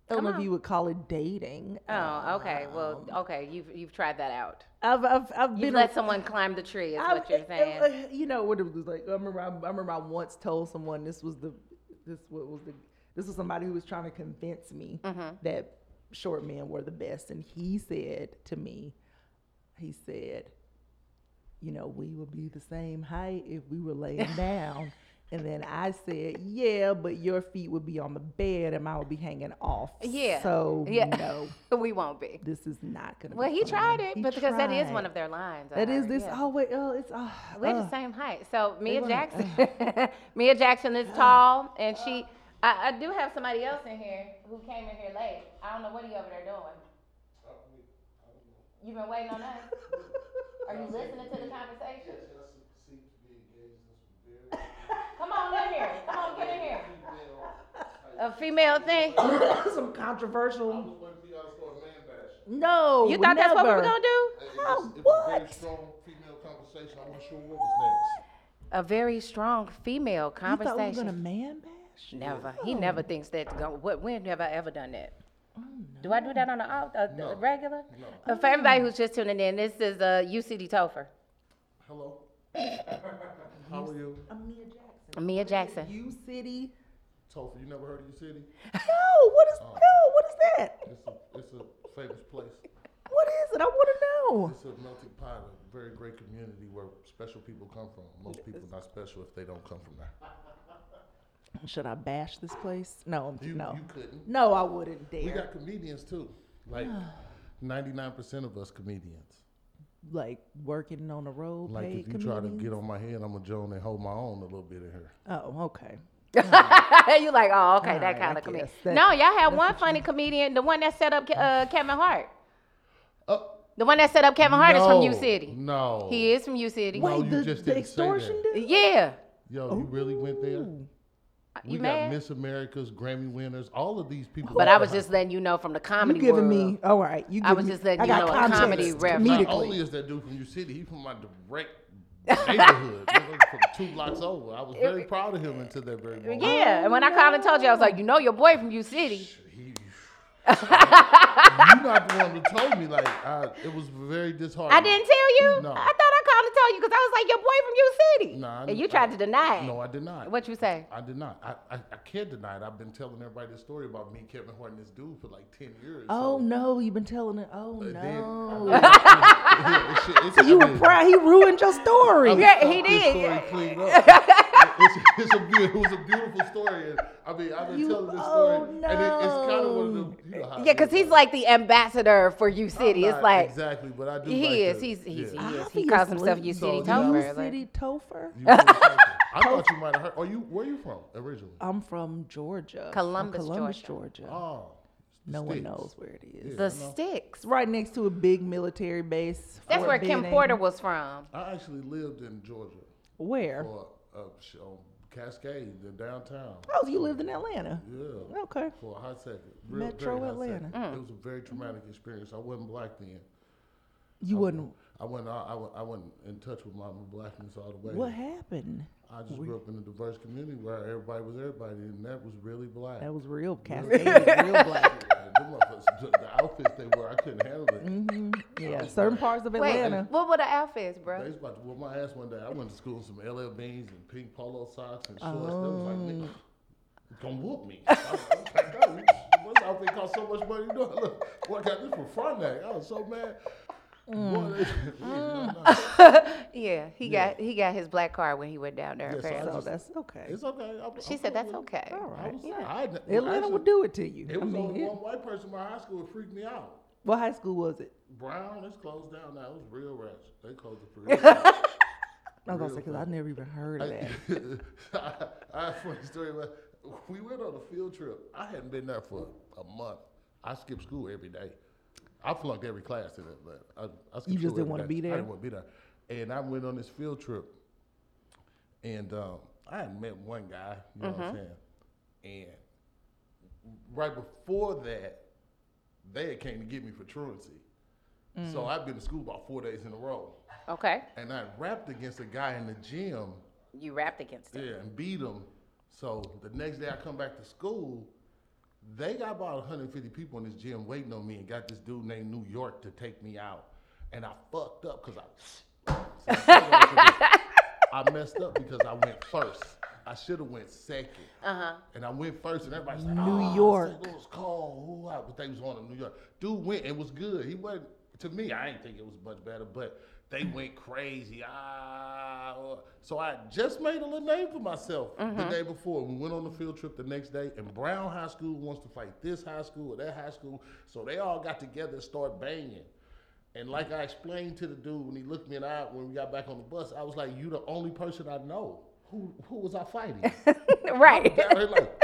[SPEAKER 2] I
[SPEAKER 1] Come
[SPEAKER 2] don't know
[SPEAKER 1] on.
[SPEAKER 2] if you would call it dating.
[SPEAKER 1] Oh, okay. Well, okay. You've you've tried that out.
[SPEAKER 2] I've I've, I've
[SPEAKER 1] You
[SPEAKER 2] been
[SPEAKER 1] let someone climb the tree, is what you're
[SPEAKER 2] I-
[SPEAKER 1] saying.
[SPEAKER 2] I- I- you know what it was like. I remember. I, I remember. I once told someone this was the this what was the this was somebody who was trying to convince me
[SPEAKER 1] Mm-hmm.
[SPEAKER 2] that short men were the best, and he said to me, he said, you know, we would be the same height if we were laying down. And then I said, "Yeah, but your feet would be on the bed, and mine would be hanging off.
[SPEAKER 1] Yeah.
[SPEAKER 2] So
[SPEAKER 1] Yeah.
[SPEAKER 2] no,
[SPEAKER 1] we won't be.
[SPEAKER 2] this is not gonna."
[SPEAKER 1] Well,
[SPEAKER 2] be
[SPEAKER 1] he
[SPEAKER 2] fun.
[SPEAKER 1] tried it,
[SPEAKER 2] He
[SPEAKER 1] but because that is
[SPEAKER 2] tried.
[SPEAKER 1] one of their lines. I
[SPEAKER 2] That is
[SPEAKER 1] heard,
[SPEAKER 2] this.
[SPEAKER 1] yeah.
[SPEAKER 2] Oh wait. Oh, it's. Oh,
[SPEAKER 1] We're
[SPEAKER 2] oh.
[SPEAKER 1] the same height. So Mia
[SPEAKER 2] were-
[SPEAKER 1] Jackson, Mia Jackson is tall, and she.
[SPEAKER 2] Uh.
[SPEAKER 1] I, I do have somebody else in here who came in here late. I don't know what are you over there doing. You've been waiting on us. Are you listening to the conversation? Come on in here. Come on, get in here. A female thing.
[SPEAKER 2] Some controversial. No.
[SPEAKER 1] You thought that's what we were
[SPEAKER 2] never.
[SPEAKER 1] gonna do?
[SPEAKER 3] It
[SPEAKER 2] How-
[SPEAKER 3] was, it was a very
[SPEAKER 2] what?
[SPEAKER 3] strong female conversation. I wasn't sure what was next.
[SPEAKER 1] A very strong female
[SPEAKER 2] You thought we were
[SPEAKER 1] conversation.
[SPEAKER 2] gonna man bash?
[SPEAKER 1] Never. He never thinks that's going. What? When have I ever done that?
[SPEAKER 2] Oh, no.
[SPEAKER 1] Do I do that on the off- uh,
[SPEAKER 3] No.
[SPEAKER 1] the regular?
[SPEAKER 3] No.
[SPEAKER 1] Uh, for everybody who's just tuning in, this is uh, UCD Topher.
[SPEAKER 3] Hello. How are you?
[SPEAKER 2] Amia Jackson.
[SPEAKER 1] Mia Jackson.
[SPEAKER 2] You city.
[SPEAKER 3] Topher, you never heard of your city?
[SPEAKER 2] No. What is
[SPEAKER 3] Oh.
[SPEAKER 2] no? What is that?
[SPEAKER 3] It's a, it's a famous place.
[SPEAKER 2] What is it? I want
[SPEAKER 3] It's a melting pot, a very great community where special people come from. Most people not special if they don't come from there.
[SPEAKER 2] to know. Should I bash this place? No.
[SPEAKER 3] You,
[SPEAKER 2] no.
[SPEAKER 3] you couldn't.
[SPEAKER 2] No, I wouldn't
[SPEAKER 3] We
[SPEAKER 2] dare.
[SPEAKER 3] got comedians too. Like 99% of us comedians.
[SPEAKER 2] like working on the road.
[SPEAKER 3] Like
[SPEAKER 2] paid
[SPEAKER 3] if you try to
[SPEAKER 2] comedian?
[SPEAKER 3] get on my head, I'm gonna join and hold my own a little bit in here.
[SPEAKER 2] Oh, okay.
[SPEAKER 1] you like, oh, okay, that
[SPEAKER 2] Alright,
[SPEAKER 1] kind
[SPEAKER 2] I
[SPEAKER 1] of comedian.
[SPEAKER 2] guess that-
[SPEAKER 1] No, y'all had
[SPEAKER 2] that's
[SPEAKER 1] one
[SPEAKER 2] what
[SPEAKER 1] funny comedian, the one that set up Ke- uh, Kevin Hart.
[SPEAKER 3] Oh,
[SPEAKER 1] The one that set up Kevin Hart is from U
[SPEAKER 3] no,
[SPEAKER 1] City.
[SPEAKER 3] No.
[SPEAKER 1] He is from U City.
[SPEAKER 3] What? No,
[SPEAKER 2] Wait,
[SPEAKER 3] Oh, you
[SPEAKER 2] the,
[SPEAKER 3] just
[SPEAKER 2] the
[SPEAKER 3] didn't say that.
[SPEAKER 2] extortion dude?
[SPEAKER 1] Yeah.
[SPEAKER 3] Yo, you really went there?
[SPEAKER 2] Ooh.
[SPEAKER 3] We
[SPEAKER 1] You
[SPEAKER 3] got
[SPEAKER 1] mad?
[SPEAKER 3] Miss America's, Grammy winners, all of these people.
[SPEAKER 1] But I was just letting you know from the comedy
[SPEAKER 2] You giving
[SPEAKER 1] world.
[SPEAKER 2] me all right. You
[SPEAKER 1] I
[SPEAKER 2] giving
[SPEAKER 1] was
[SPEAKER 2] me-
[SPEAKER 1] just letting
[SPEAKER 2] I
[SPEAKER 1] you
[SPEAKER 2] got
[SPEAKER 1] know a
[SPEAKER 2] context,
[SPEAKER 1] comedy reference.
[SPEAKER 3] Not
[SPEAKER 2] comedically.
[SPEAKER 3] only is that dude from U City, he's from my direct neighborhood, nigga, from two blocks over. I was very proud of him until that very moment.
[SPEAKER 1] Yeah, and when I called and told you, I was like, you know your boy from U City.
[SPEAKER 3] He, you not the one who told me. Like I, it was very disheartening.
[SPEAKER 1] I didn't tell you.
[SPEAKER 3] No.
[SPEAKER 1] I thought I called and told you because I was like, your boy from U City.
[SPEAKER 3] Nah, I
[SPEAKER 1] and
[SPEAKER 3] kn-
[SPEAKER 1] you tried
[SPEAKER 3] I-
[SPEAKER 1] to deny it.
[SPEAKER 3] No, I did not.
[SPEAKER 1] What you say?
[SPEAKER 3] I did not. I, I, I can't deny it. I've been telling everybody this story about me, Kevin Hart, and this dude for like ten years.
[SPEAKER 2] Oh
[SPEAKER 3] so,
[SPEAKER 2] no, you've been telling it. Oh
[SPEAKER 3] uh, then-
[SPEAKER 2] no.
[SPEAKER 3] Yeah, it's- it's-
[SPEAKER 2] you
[SPEAKER 3] I
[SPEAKER 2] were
[SPEAKER 3] did.
[SPEAKER 2] proud. He ruined your story.
[SPEAKER 3] I
[SPEAKER 1] Yeah,
[SPEAKER 3] thought
[SPEAKER 1] he
[SPEAKER 3] this
[SPEAKER 1] did.
[SPEAKER 3] story cleaned up. it's, it's a, beau- it was a beautiful story. And, I mean, I've been
[SPEAKER 2] You-
[SPEAKER 3] telling this
[SPEAKER 2] oh,
[SPEAKER 3] story, and it, it's kind of one of
[SPEAKER 2] no.
[SPEAKER 3] them. You know how
[SPEAKER 1] Yeah, because
[SPEAKER 3] it is.
[SPEAKER 1] he's like the ambassador for U
[SPEAKER 3] I'm
[SPEAKER 1] City. It's
[SPEAKER 3] not
[SPEAKER 1] like
[SPEAKER 3] exactly, but I do.
[SPEAKER 1] he
[SPEAKER 3] like
[SPEAKER 1] is.
[SPEAKER 3] to-
[SPEAKER 1] He's he's
[SPEAKER 3] yeah.
[SPEAKER 1] he is. He calls himself U
[SPEAKER 2] Obviously.
[SPEAKER 1] City
[SPEAKER 3] So, you-
[SPEAKER 1] Topher.
[SPEAKER 2] You
[SPEAKER 1] like-
[SPEAKER 2] city Topher.
[SPEAKER 3] You really like it. I thought you might have heard. Are you? Where you from originally?
[SPEAKER 1] Uh,
[SPEAKER 2] I'm from Georgia. from
[SPEAKER 1] Columbus,
[SPEAKER 2] Columbus, Georgia.
[SPEAKER 3] Oh, the
[SPEAKER 2] no one
[SPEAKER 3] States.
[SPEAKER 2] knows where it is.
[SPEAKER 3] Yeah.
[SPEAKER 1] The
[SPEAKER 3] I know.
[SPEAKER 1] sticks.
[SPEAKER 2] It's right next to a big military base.
[SPEAKER 1] That's
[SPEAKER 2] Fort
[SPEAKER 1] where Kim
[SPEAKER 2] Benning.
[SPEAKER 1] Porter was from.
[SPEAKER 3] I actually lived in Georgia
[SPEAKER 2] Where?
[SPEAKER 3] for uh, sh- on Cascade, the downtown.
[SPEAKER 2] Oh, you lived in Atlanta.
[SPEAKER 3] Yeah.
[SPEAKER 2] Okay.
[SPEAKER 3] For a hot second. Real,
[SPEAKER 2] Metro
[SPEAKER 3] very hot
[SPEAKER 2] Atlanta. Mm-hmm.
[SPEAKER 3] second. It was a very traumatic experience. I wasn't black then.
[SPEAKER 2] You wouldn't.
[SPEAKER 3] I wasn't. I, I, wa- I wasn't in touch with my blackness all the way.
[SPEAKER 2] What happened?
[SPEAKER 3] I just grew up in a diverse community where everybody was everybody, and that was really black.
[SPEAKER 2] That was real. Cascade was real black.
[SPEAKER 3] Yeah, them motherfuckers, the, the outfits they wore, I couldn't handle it.
[SPEAKER 2] Mm-hmm. Yeah, certain parts of
[SPEAKER 1] Wait,
[SPEAKER 2] Atlanta.
[SPEAKER 1] what were the outfits, bro?
[SPEAKER 3] They was about to whoop my ass one day. I went to school in some LL beans and pink polo socks and shorts. They was like, nigga, you gonna whoop me. I was like, "Yo, you- this outfit cost so much money. You know, look, boy, I got this from Frontenac. I was so mad. Boy, they- no, no.
[SPEAKER 1] Yeah, he
[SPEAKER 3] Yeah.
[SPEAKER 1] got he got his black card when he went down there.
[SPEAKER 3] Yes, I Oh.
[SPEAKER 1] apparently.
[SPEAKER 2] So
[SPEAKER 3] just-
[SPEAKER 2] that's okay.
[SPEAKER 3] It's okay. I'm-
[SPEAKER 1] She
[SPEAKER 3] I'm
[SPEAKER 1] said
[SPEAKER 3] cool
[SPEAKER 1] that's
[SPEAKER 3] with it."
[SPEAKER 1] okay.
[SPEAKER 2] All
[SPEAKER 3] I
[SPEAKER 2] right.
[SPEAKER 3] was,
[SPEAKER 2] yeah.
[SPEAKER 3] I, well,
[SPEAKER 2] Atlanta
[SPEAKER 3] actually,
[SPEAKER 2] will do it to you.
[SPEAKER 3] It was
[SPEAKER 2] I mean,
[SPEAKER 3] only
[SPEAKER 2] it-
[SPEAKER 3] one white person in my high school that freaked me out.
[SPEAKER 2] what high school was it?
[SPEAKER 3] Brown, it's closed down now. It was real rats. They closed it for real.
[SPEAKER 2] I was gonna say
[SPEAKER 3] Real
[SPEAKER 2] because I
[SPEAKER 3] fun.
[SPEAKER 2] never even heard of that.
[SPEAKER 3] I, I have a funny story about we went on a field trip. I hadn't been there for a month. I skipped school every day. I flunked every class in it, but I, I skipped
[SPEAKER 2] You just
[SPEAKER 3] school
[SPEAKER 2] didn't
[SPEAKER 3] every
[SPEAKER 2] wanna
[SPEAKER 3] day.
[SPEAKER 2] be
[SPEAKER 3] I
[SPEAKER 2] there?
[SPEAKER 3] didn't want to be there. And I went on this field trip, and um, I had met one guy. You know
[SPEAKER 2] Mm-hmm.
[SPEAKER 3] what I'm saying? And right before that, they had came to get me for truancy.
[SPEAKER 2] Mm.
[SPEAKER 3] So I've been to school about four days in a row,
[SPEAKER 1] Okay,
[SPEAKER 3] and I rapped against a guy in the gym.
[SPEAKER 1] you rapped against it.
[SPEAKER 3] Yeah, and beat them. So the next day I come back to school, they got about 150 people in this gym waiting on me and got this dude named New York to take me out. And I fucked up because I, So I should've went for this. I messed up because I went first. I should have went second. Uh-huh. And I went first and everybody's like,
[SPEAKER 2] New
[SPEAKER 3] "Ah,
[SPEAKER 2] York."
[SPEAKER 3] St. Louis cold. Ooh, I- but they was on to New York. Dude went and was good. He wasn't to me, I didn't think it was much better, but they went crazy. Ah, uh, so I just made a little name for myself the day before. We went on the field trip the next day, and Brown High School wants to fight this high school or that high school, so they all got together and started banging. And like I explained to the dude when he looked me in the eye when we got back on the bus, I was like, "You the only person I know who who was I fighting?"
[SPEAKER 1] right.
[SPEAKER 3] Yeah, they're like,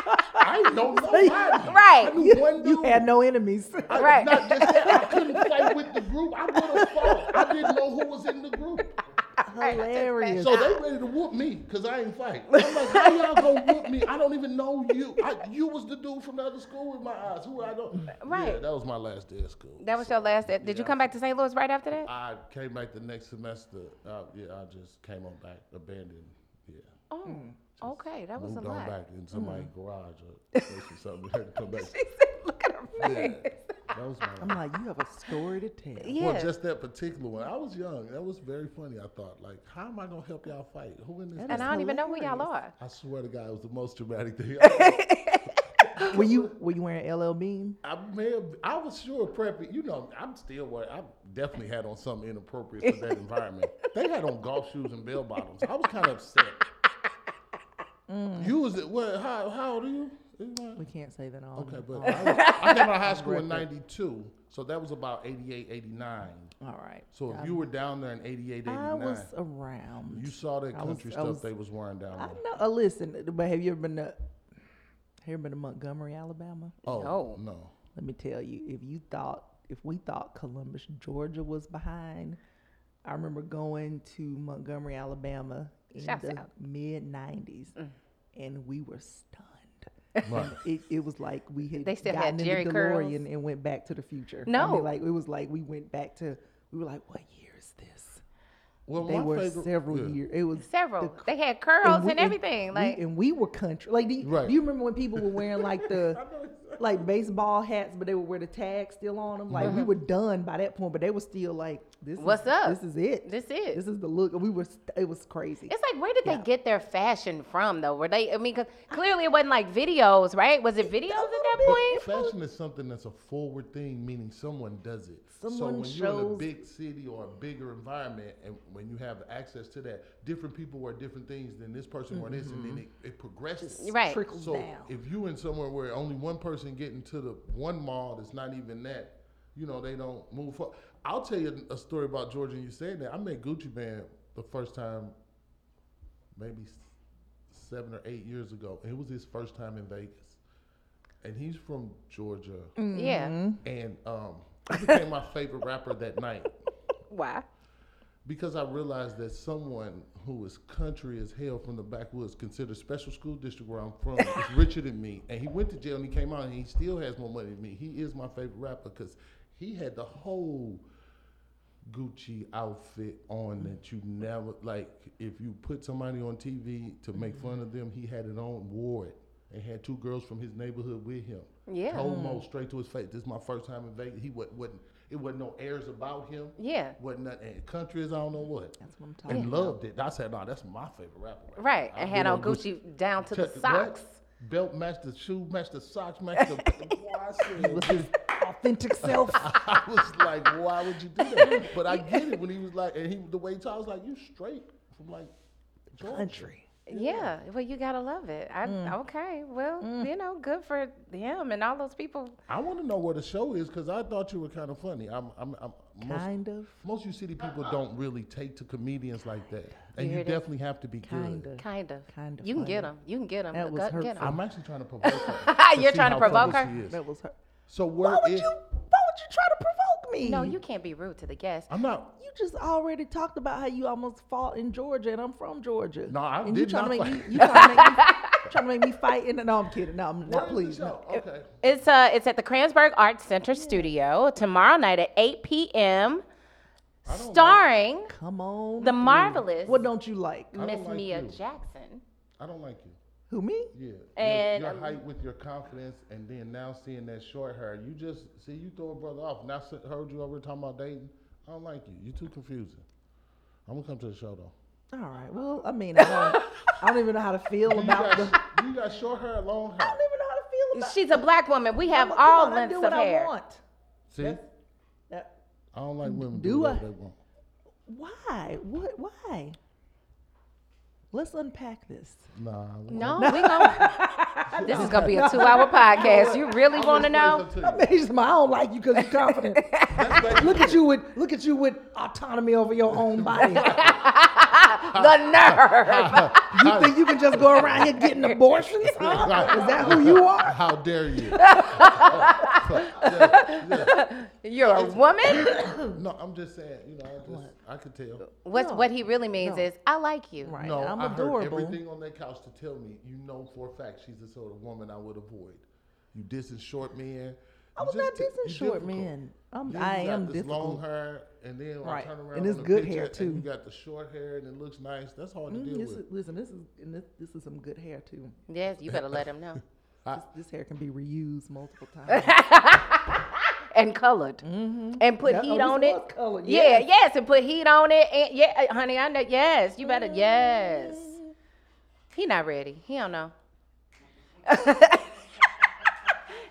[SPEAKER 3] I ain't know nobody.
[SPEAKER 1] Right.
[SPEAKER 3] I knew one dude.
[SPEAKER 2] You had no enemies.
[SPEAKER 3] I,
[SPEAKER 1] Right.
[SPEAKER 3] Not just that, I couldn't fight with the group. I would have fought. I didn't know who was in the group.
[SPEAKER 1] I took the
[SPEAKER 2] hilarious.
[SPEAKER 1] best-
[SPEAKER 3] So they ready to whoop me because I ain't fight. I'm like, how y'all gonna whoop me? I don't even know you. I, you was the dude from the other school with my eyes. Who I
[SPEAKER 2] Mm.
[SPEAKER 3] don't. Yeah,
[SPEAKER 1] Right.
[SPEAKER 3] that was my last day of school.
[SPEAKER 1] That was your last. uh, Did you
[SPEAKER 3] Yeah.
[SPEAKER 1] come back to St. Louis right after that?
[SPEAKER 3] I came back the next semester. Uh, yeah, I just came on back, abandoned. Yeah.
[SPEAKER 1] Oh, okay. That was a
[SPEAKER 3] Mm. Moved on
[SPEAKER 1] lot.
[SPEAKER 3] back in somebody's
[SPEAKER 2] Mm.
[SPEAKER 3] garage or place or something. Had to come back.
[SPEAKER 1] She said, "Look at her face."
[SPEAKER 3] Yeah. That was my
[SPEAKER 2] I'm like, you have a story to tell.
[SPEAKER 1] Yeah.
[SPEAKER 3] Well, just that particular one. I was young. That was very funny. I thought, like, how am I gonna help y'all fight? Who in this?
[SPEAKER 1] And I don't even know who y'all are.
[SPEAKER 3] I swear to God, it was the most dramatic thing. I,
[SPEAKER 2] Were you were you wearing LL Bean?
[SPEAKER 3] I may have, I was sure preppy. You know, I'm still wearing. I definitely had on something inappropriate for that environment. They had on golf shoes and bell bottoms. I was kind of upset. You was what? How how old are you?
[SPEAKER 2] Mm. We Oh. can't say that all.
[SPEAKER 3] Okay,
[SPEAKER 2] on-
[SPEAKER 3] but
[SPEAKER 2] all
[SPEAKER 3] I, was- I came out of high school in '92, so that was about '88, '89.
[SPEAKER 2] all right.
[SPEAKER 3] So if you were down there in '88,
[SPEAKER 2] Um, I
[SPEAKER 3] '89,
[SPEAKER 2] was around.
[SPEAKER 3] you saw that
[SPEAKER 2] I was-
[SPEAKER 3] country
[SPEAKER 2] I
[SPEAKER 3] stuff
[SPEAKER 2] was-
[SPEAKER 3] they was wearing down
[SPEAKER 2] I
[SPEAKER 3] there.
[SPEAKER 2] know. Uh, listen, but have you ever been to? Have you ever been to Montgomery, Alabama?
[SPEAKER 3] Oh
[SPEAKER 1] No.
[SPEAKER 3] no.
[SPEAKER 2] Let me tell you, if you thought, if we thought Columbus, Georgia was behind, I remember going to Montgomery, Alabama in
[SPEAKER 1] Shouts
[SPEAKER 2] the
[SPEAKER 1] out. Mm.
[SPEAKER 2] mid 90s, and we were stunned.
[SPEAKER 3] Right.
[SPEAKER 2] It, it was like we had
[SPEAKER 1] They still had
[SPEAKER 2] gotten
[SPEAKER 1] Jerry
[SPEAKER 2] in the
[SPEAKER 1] curls?
[SPEAKER 2] DeLorean and went back to the future. I
[SPEAKER 1] No.
[SPEAKER 2] mean, like it was like we went back to, we were like, what year is this?
[SPEAKER 3] Well,
[SPEAKER 2] They
[SPEAKER 3] my
[SPEAKER 2] were
[SPEAKER 3] favorite-
[SPEAKER 2] several
[SPEAKER 3] yeah.
[SPEAKER 2] years. It was
[SPEAKER 1] Several.
[SPEAKER 2] the
[SPEAKER 1] They had curls and,
[SPEAKER 2] we-
[SPEAKER 1] everything.
[SPEAKER 2] we-
[SPEAKER 1] like
[SPEAKER 2] and we were country. Like, do you,
[SPEAKER 3] Right.
[SPEAKER 2] do you remember when people were wearing like the like baseball hats, but they would wear the tag still on them? Like,
[SPEAKER 3] Mm-hmm.
[SPEAKER 2] we were done by that point, but they were still like, "This
[SPEAKER 1] What's
[SPEAKER 2] is,
[SPEAKER 1] up?
[SPEAKER 2] This is it.
[SPEAKER 1] This it."
[SPEAKER 2] This is the look." And we were. St- it was crazy.
[SPEAKER 1] it's like, where did they
[SPEAKER 2] Yeah.
[SPEAKER 1] get their fashion from, though? Were they? I mean, 'cause clearly it wasn't like videos, right? Was it videos at that point?
[SPEAKER 3] Fashion is something that's a forward thing, meaning someone does it. so
[SPEAKER 2] Someone
[SPEAKER 3] when you're in a
[SPEAKER 2] shows-
[SPEAKER 3] big city or a bigger environment, and when you have access to that, different people wear different things than this person wore this, and
[SPEAKER 2] Mm-hmm.
[SPEAKER 3] then it, it progresses.
[SPEAKER 1] Right.
[SPEAKER 2] Trickles
[SPEAKER 3] So
[SPEAKER 2] down.
[SPEAKER 3] if you in somewhere where only one person getting to the one mall that's not even that, you know, they don't move forward. I'll tell you a story about Georgia and you saying that. I met Gucci Man the first time maybe s- seven or eight years ago. And it was his first time in Vegas. And he's from Georgia.
[SPEAKER 1] Mm.
[SPEAKER 2] Mm-hmm.
[SPEAKER 1] Yeah.
[SPEAKER 3] And um, he became my favorite rapper that night
[SPEAKER 1] Why?
[SPEAKER 3] because I realized that someone who is country as hell from the backwoods, considered special school district where I'm from, is richer than me. And he went to jail and he came out and he still has more money than me. He is my favorite rapper because he had the whole Gucci outfit
[SPEAKER 1] Mm.
[SPEAKER 3] on that you never like. If you put somebody on TV to
[SPEAKER 1] Mm-hmm.
[SPEAKER 3] make fun of them, he had it on, wore it, and had two girls from his neighborhood with him.
[SPEAKER 1] Yeah.
[SPEAKER 3] told Mo straight to his face, "This is my first time in Vegas." He wasn't, wasn't it wasn't no airs about him.
[SPEAKER 1] Yeah.
[SPEAKER 3] wasn't nothing. And country is I don't know what.
[SPEAKER 2] That's what I'm talking.
[SPEAKER 3] And loved it. I said, "No, that's my favorite rapper." right
[SPEAKER 1] Oh, Right.
[SPEAKER 3] now."
[SPEAKER 1] And
[SPEAKER 3] I've
[SPEAKER 1] had
[SPEAKER 3] been
[SPEAKER 1] on Gucci down to the
[SPEAKER 3] Check- what?
[SPEAKER 1] socks.
[SPEAKER 3] Belt matched the shoe, matched the socks, matched the. Boy, I said,
[SPEAKER 2] about. His authentic self.
[SPEAKER 3] I was like, why would you do that? But I get it when he was like, and he the way Ty was like, you straight from like Georgia.
[SPEAKER 2] country.
[SPEAKER 1] Yeah. Well, you gotta love it. I,
[SPEAKER 2] Mm.
[SPEAKER 1] Okay. Well, you know, good for him and all those people.
[SPEAKER 3] I want to know where the show is because I thought you were kind of funny. I'm, I'm, I'm most,
[SPEAKER 2] Kind of.
[SPEAKER 3] most you city people don't really take to comedians like that, and
[SPEAKER 1] Here
[SPEAKER 3] you
[SPEAKER 1] it is.
[SPEAKER 3] definitely have to be
[SPEAKER 2] Kind
[SPEAKER 3] good.
[SPEAKER 2] of.
[SPEAKER 1] Kind of.
[SPEAKER 2] Kind of
[SPEAKER 1] You can
[SPEAKER 2] funny.
[SPEAKER 1] get them. You can get them.
[SPEAKER 2] That was
[SPEAKER 1] get
[SPEAKER 2] hurtful.
[SPEAKER 1] them.
[SPEAKER 3] I'm actually trying to provoke her.
[SPEAKER 1] You're
[SPEAKER 3] see
[SPEAKER 1] trying to
[SPEAKER 3] how
[SPEAKER 1] provoke
[SPEAKER 3] funny
[SPEAKER 1] her?
[SPEAKER 3] she is.
[SPEAKER 2] That was her.
[SPEAKER 3] So where
[SPEAKER 2] Why would
[SPEAKER 3] is-
[SPEAKER 2] you? Why would you try to provoke me?
[SPEAKER 1] No, you can't be rude to the guests.
[SPEAKER 3] I'm not.
[SPEAKER 2] You just already talked about how you almost fought in Georgia, and I'm from Georgia.
[SPEAKER 3] No, I
[SPEAKER 2] and
[SPEAKER 3] did
[SPEAKER 2] you trying
[SPEAKER 3] not
[SPEAKER 2] to make
[SPEAKER 3] fight.
[SPEAKER 2] me, you trying to make me, trying to make me fight. And no, I'm kidding. No, I'm
[SPEAKER 3] Where
[SPEAKER 2] not.
[SPEAKER 3] is the
[SPEAKER 2] Please, no.
[SPEAKER 3] show? Okay.
[SPEAKER 1] It's uh, it's at the Kransberg Arts Center Studio tomorrow night at 8 p.m.
[SPEAKER 3] I don't like-
[SPEAKER 1] Starring
[SPEAKER 2] Come on.
[SPEAKER 1] the
[SPEAKER 2] through.
[SPEAKER 1] marvelous
[SPEAKER 2] What don't you like?
[SPEAKER 3] I
[SPEAKER 1] Miss
[SPEAKER 3] don't like
[SPEAKER 1] Mia
[SPEAKER 3] you.
[SPEAKER 1] Jackson.
[SPEAKER 3] I don't like you.
[SPEAKER 2] Who me?
[SPEAKER 3] Yeah.
[SPEAKER 1] And,
[SPEAKER 3] your,
[SPEAKER 1] um,
[SPEAKER 3] your height with your confidence, and then now seeing that short hair, you just see you throw a brother off. Now I heard you over talking about dating. I don't like you. You're too confusing. I'm gonna come to the show though.
[SPEAKER 2] All right. Well, I mean, I don't, I don't even know how to feel
[SPEAKER 3] You
[SPEAKER 2] about
[SPEAKER 3] got,
[SPEAKER 2] the.
[SPEAKER 3] you got short hair, long
[SPEAKER 2] I
[SPEAKER 3] hair.
[SPEAKER 2] don't even know how to feel about.
[SPEAKER 1] She's a black woman. We have
[SPEAKER 2] Come on,
[SPEAKER 1] all
[SPEAKER 2] I
[SPEAKER 1] lengths
[SPEAKER 2] do
[SPEAKER 1] of
[SPEAKER 2] what I
[SPEAKER 1] hair.
[SPEAKER 2] want.
[SPEAKER 3] See,
[SPEAKER 2] That- that-
[SPEAKER 3] I don't like women
[SPEAKER 2] do
[SPEAKER 3] do whatever
[SPEAKER 2] I?
[SPEAKER 3] they want.
[SPEAKER 2] why? What? Why? Let's unpack this.
[SPEAKER 3] Nah. I won't.
[SPEAKER 1] No, we gonna, This is gonna be a two-hour podcast. You really
[SPEAKER 3] I'll
[SPEAKER 1] want to
[SPEAKER 3] explain
[SPEAKER 1] know?
[SPEAKER 3] something
[SPEAKER 2] I
[SPEAKER 3] to
[SPEAKER 2] mean,
[SPEAKER 3] you.
[SPEAKER 2] she's my, I don't like you because you're confident.
[SPEAKER 3] That's basically-
[SPEAKER 2] look at you with look at you with autonomy over your own body.
[SPEAKER 1] the nerve.
[SPEAKER 2] You think you can just go around here getting abortions? Huh? Is that who you are?
[SPEAKER 3] How dare you? Yeah, yeah.
[SPEAKER 1] You're a woman?
[SPEAKER 3] No, I'm just saying. You know, I just I could tell.
[SPEAKER 1] What's,
[SPEAKER 2] No,
[SPEAKER 1] what he really means
[SPEAKER 2] no.
[SPEAKER 1] is, I like you.
[SPEAKER 2] Right.
[SPEAKER 3] No,
[SPEAKER 2] I'm
[SPEAKER 3] I heard
[SPEAKER 2] adorable.
[SPEAKER 3] everything on that couch to tell me you know for a fact she's the sort of woman I would avoid. You dissing short men.
[SPEAKER 2] I was not dissing short men. I'm, I am
[SPEAKER 3] this long
[SPEAKER 2] difficult.
[SPEAKER 3] hair, and then I
[SPEAKER 2] Right.
[SPEAKER 3] turn around
[SPEAKER 2] And it's
[SPEAKER 3] on the
[SPEAKER 2] good hair,
[SPEAKER 3] picture, and
[SPEAKER 2] too.
[SPEAKER 3] you got the short hair, and it looks nice. That's hard to
[SPEAKER 2] Mm,
[SPEAKER 3] deal
[SPEAKER 2] this
[SPEAKER 3] with.
[SPEAKER 2] is, listen, this is and this, this is some good hair too.
[SPEAKER 1] Yes, you better let him know.
[SPEAKER 2] This, this hair can be reused multiple times.
[SPEAKER 1] And colored.
[SPEAKER 3] Mm-hmm.
[SPEAKER 1] And put
[SPEAKER 2] Yeah, oh,
[SPEAKER 1] heat
[SPEAKER 2] this
[SPEAKER 1] on
[SPEAKER 2] was
[SPEAKER 1] it.
[SPEAKER 2] colored,
[SPEAKER 1] Yeah,
[SPEAKER 2] yes.
[SPEAKER 1] yes, and put heat on it. And yeah, uh, honey, I know. Yes, you better. Yes.
[SPEAKER 3] Mm-hmm.
[SPEAKER 1] He not ready. He don't know.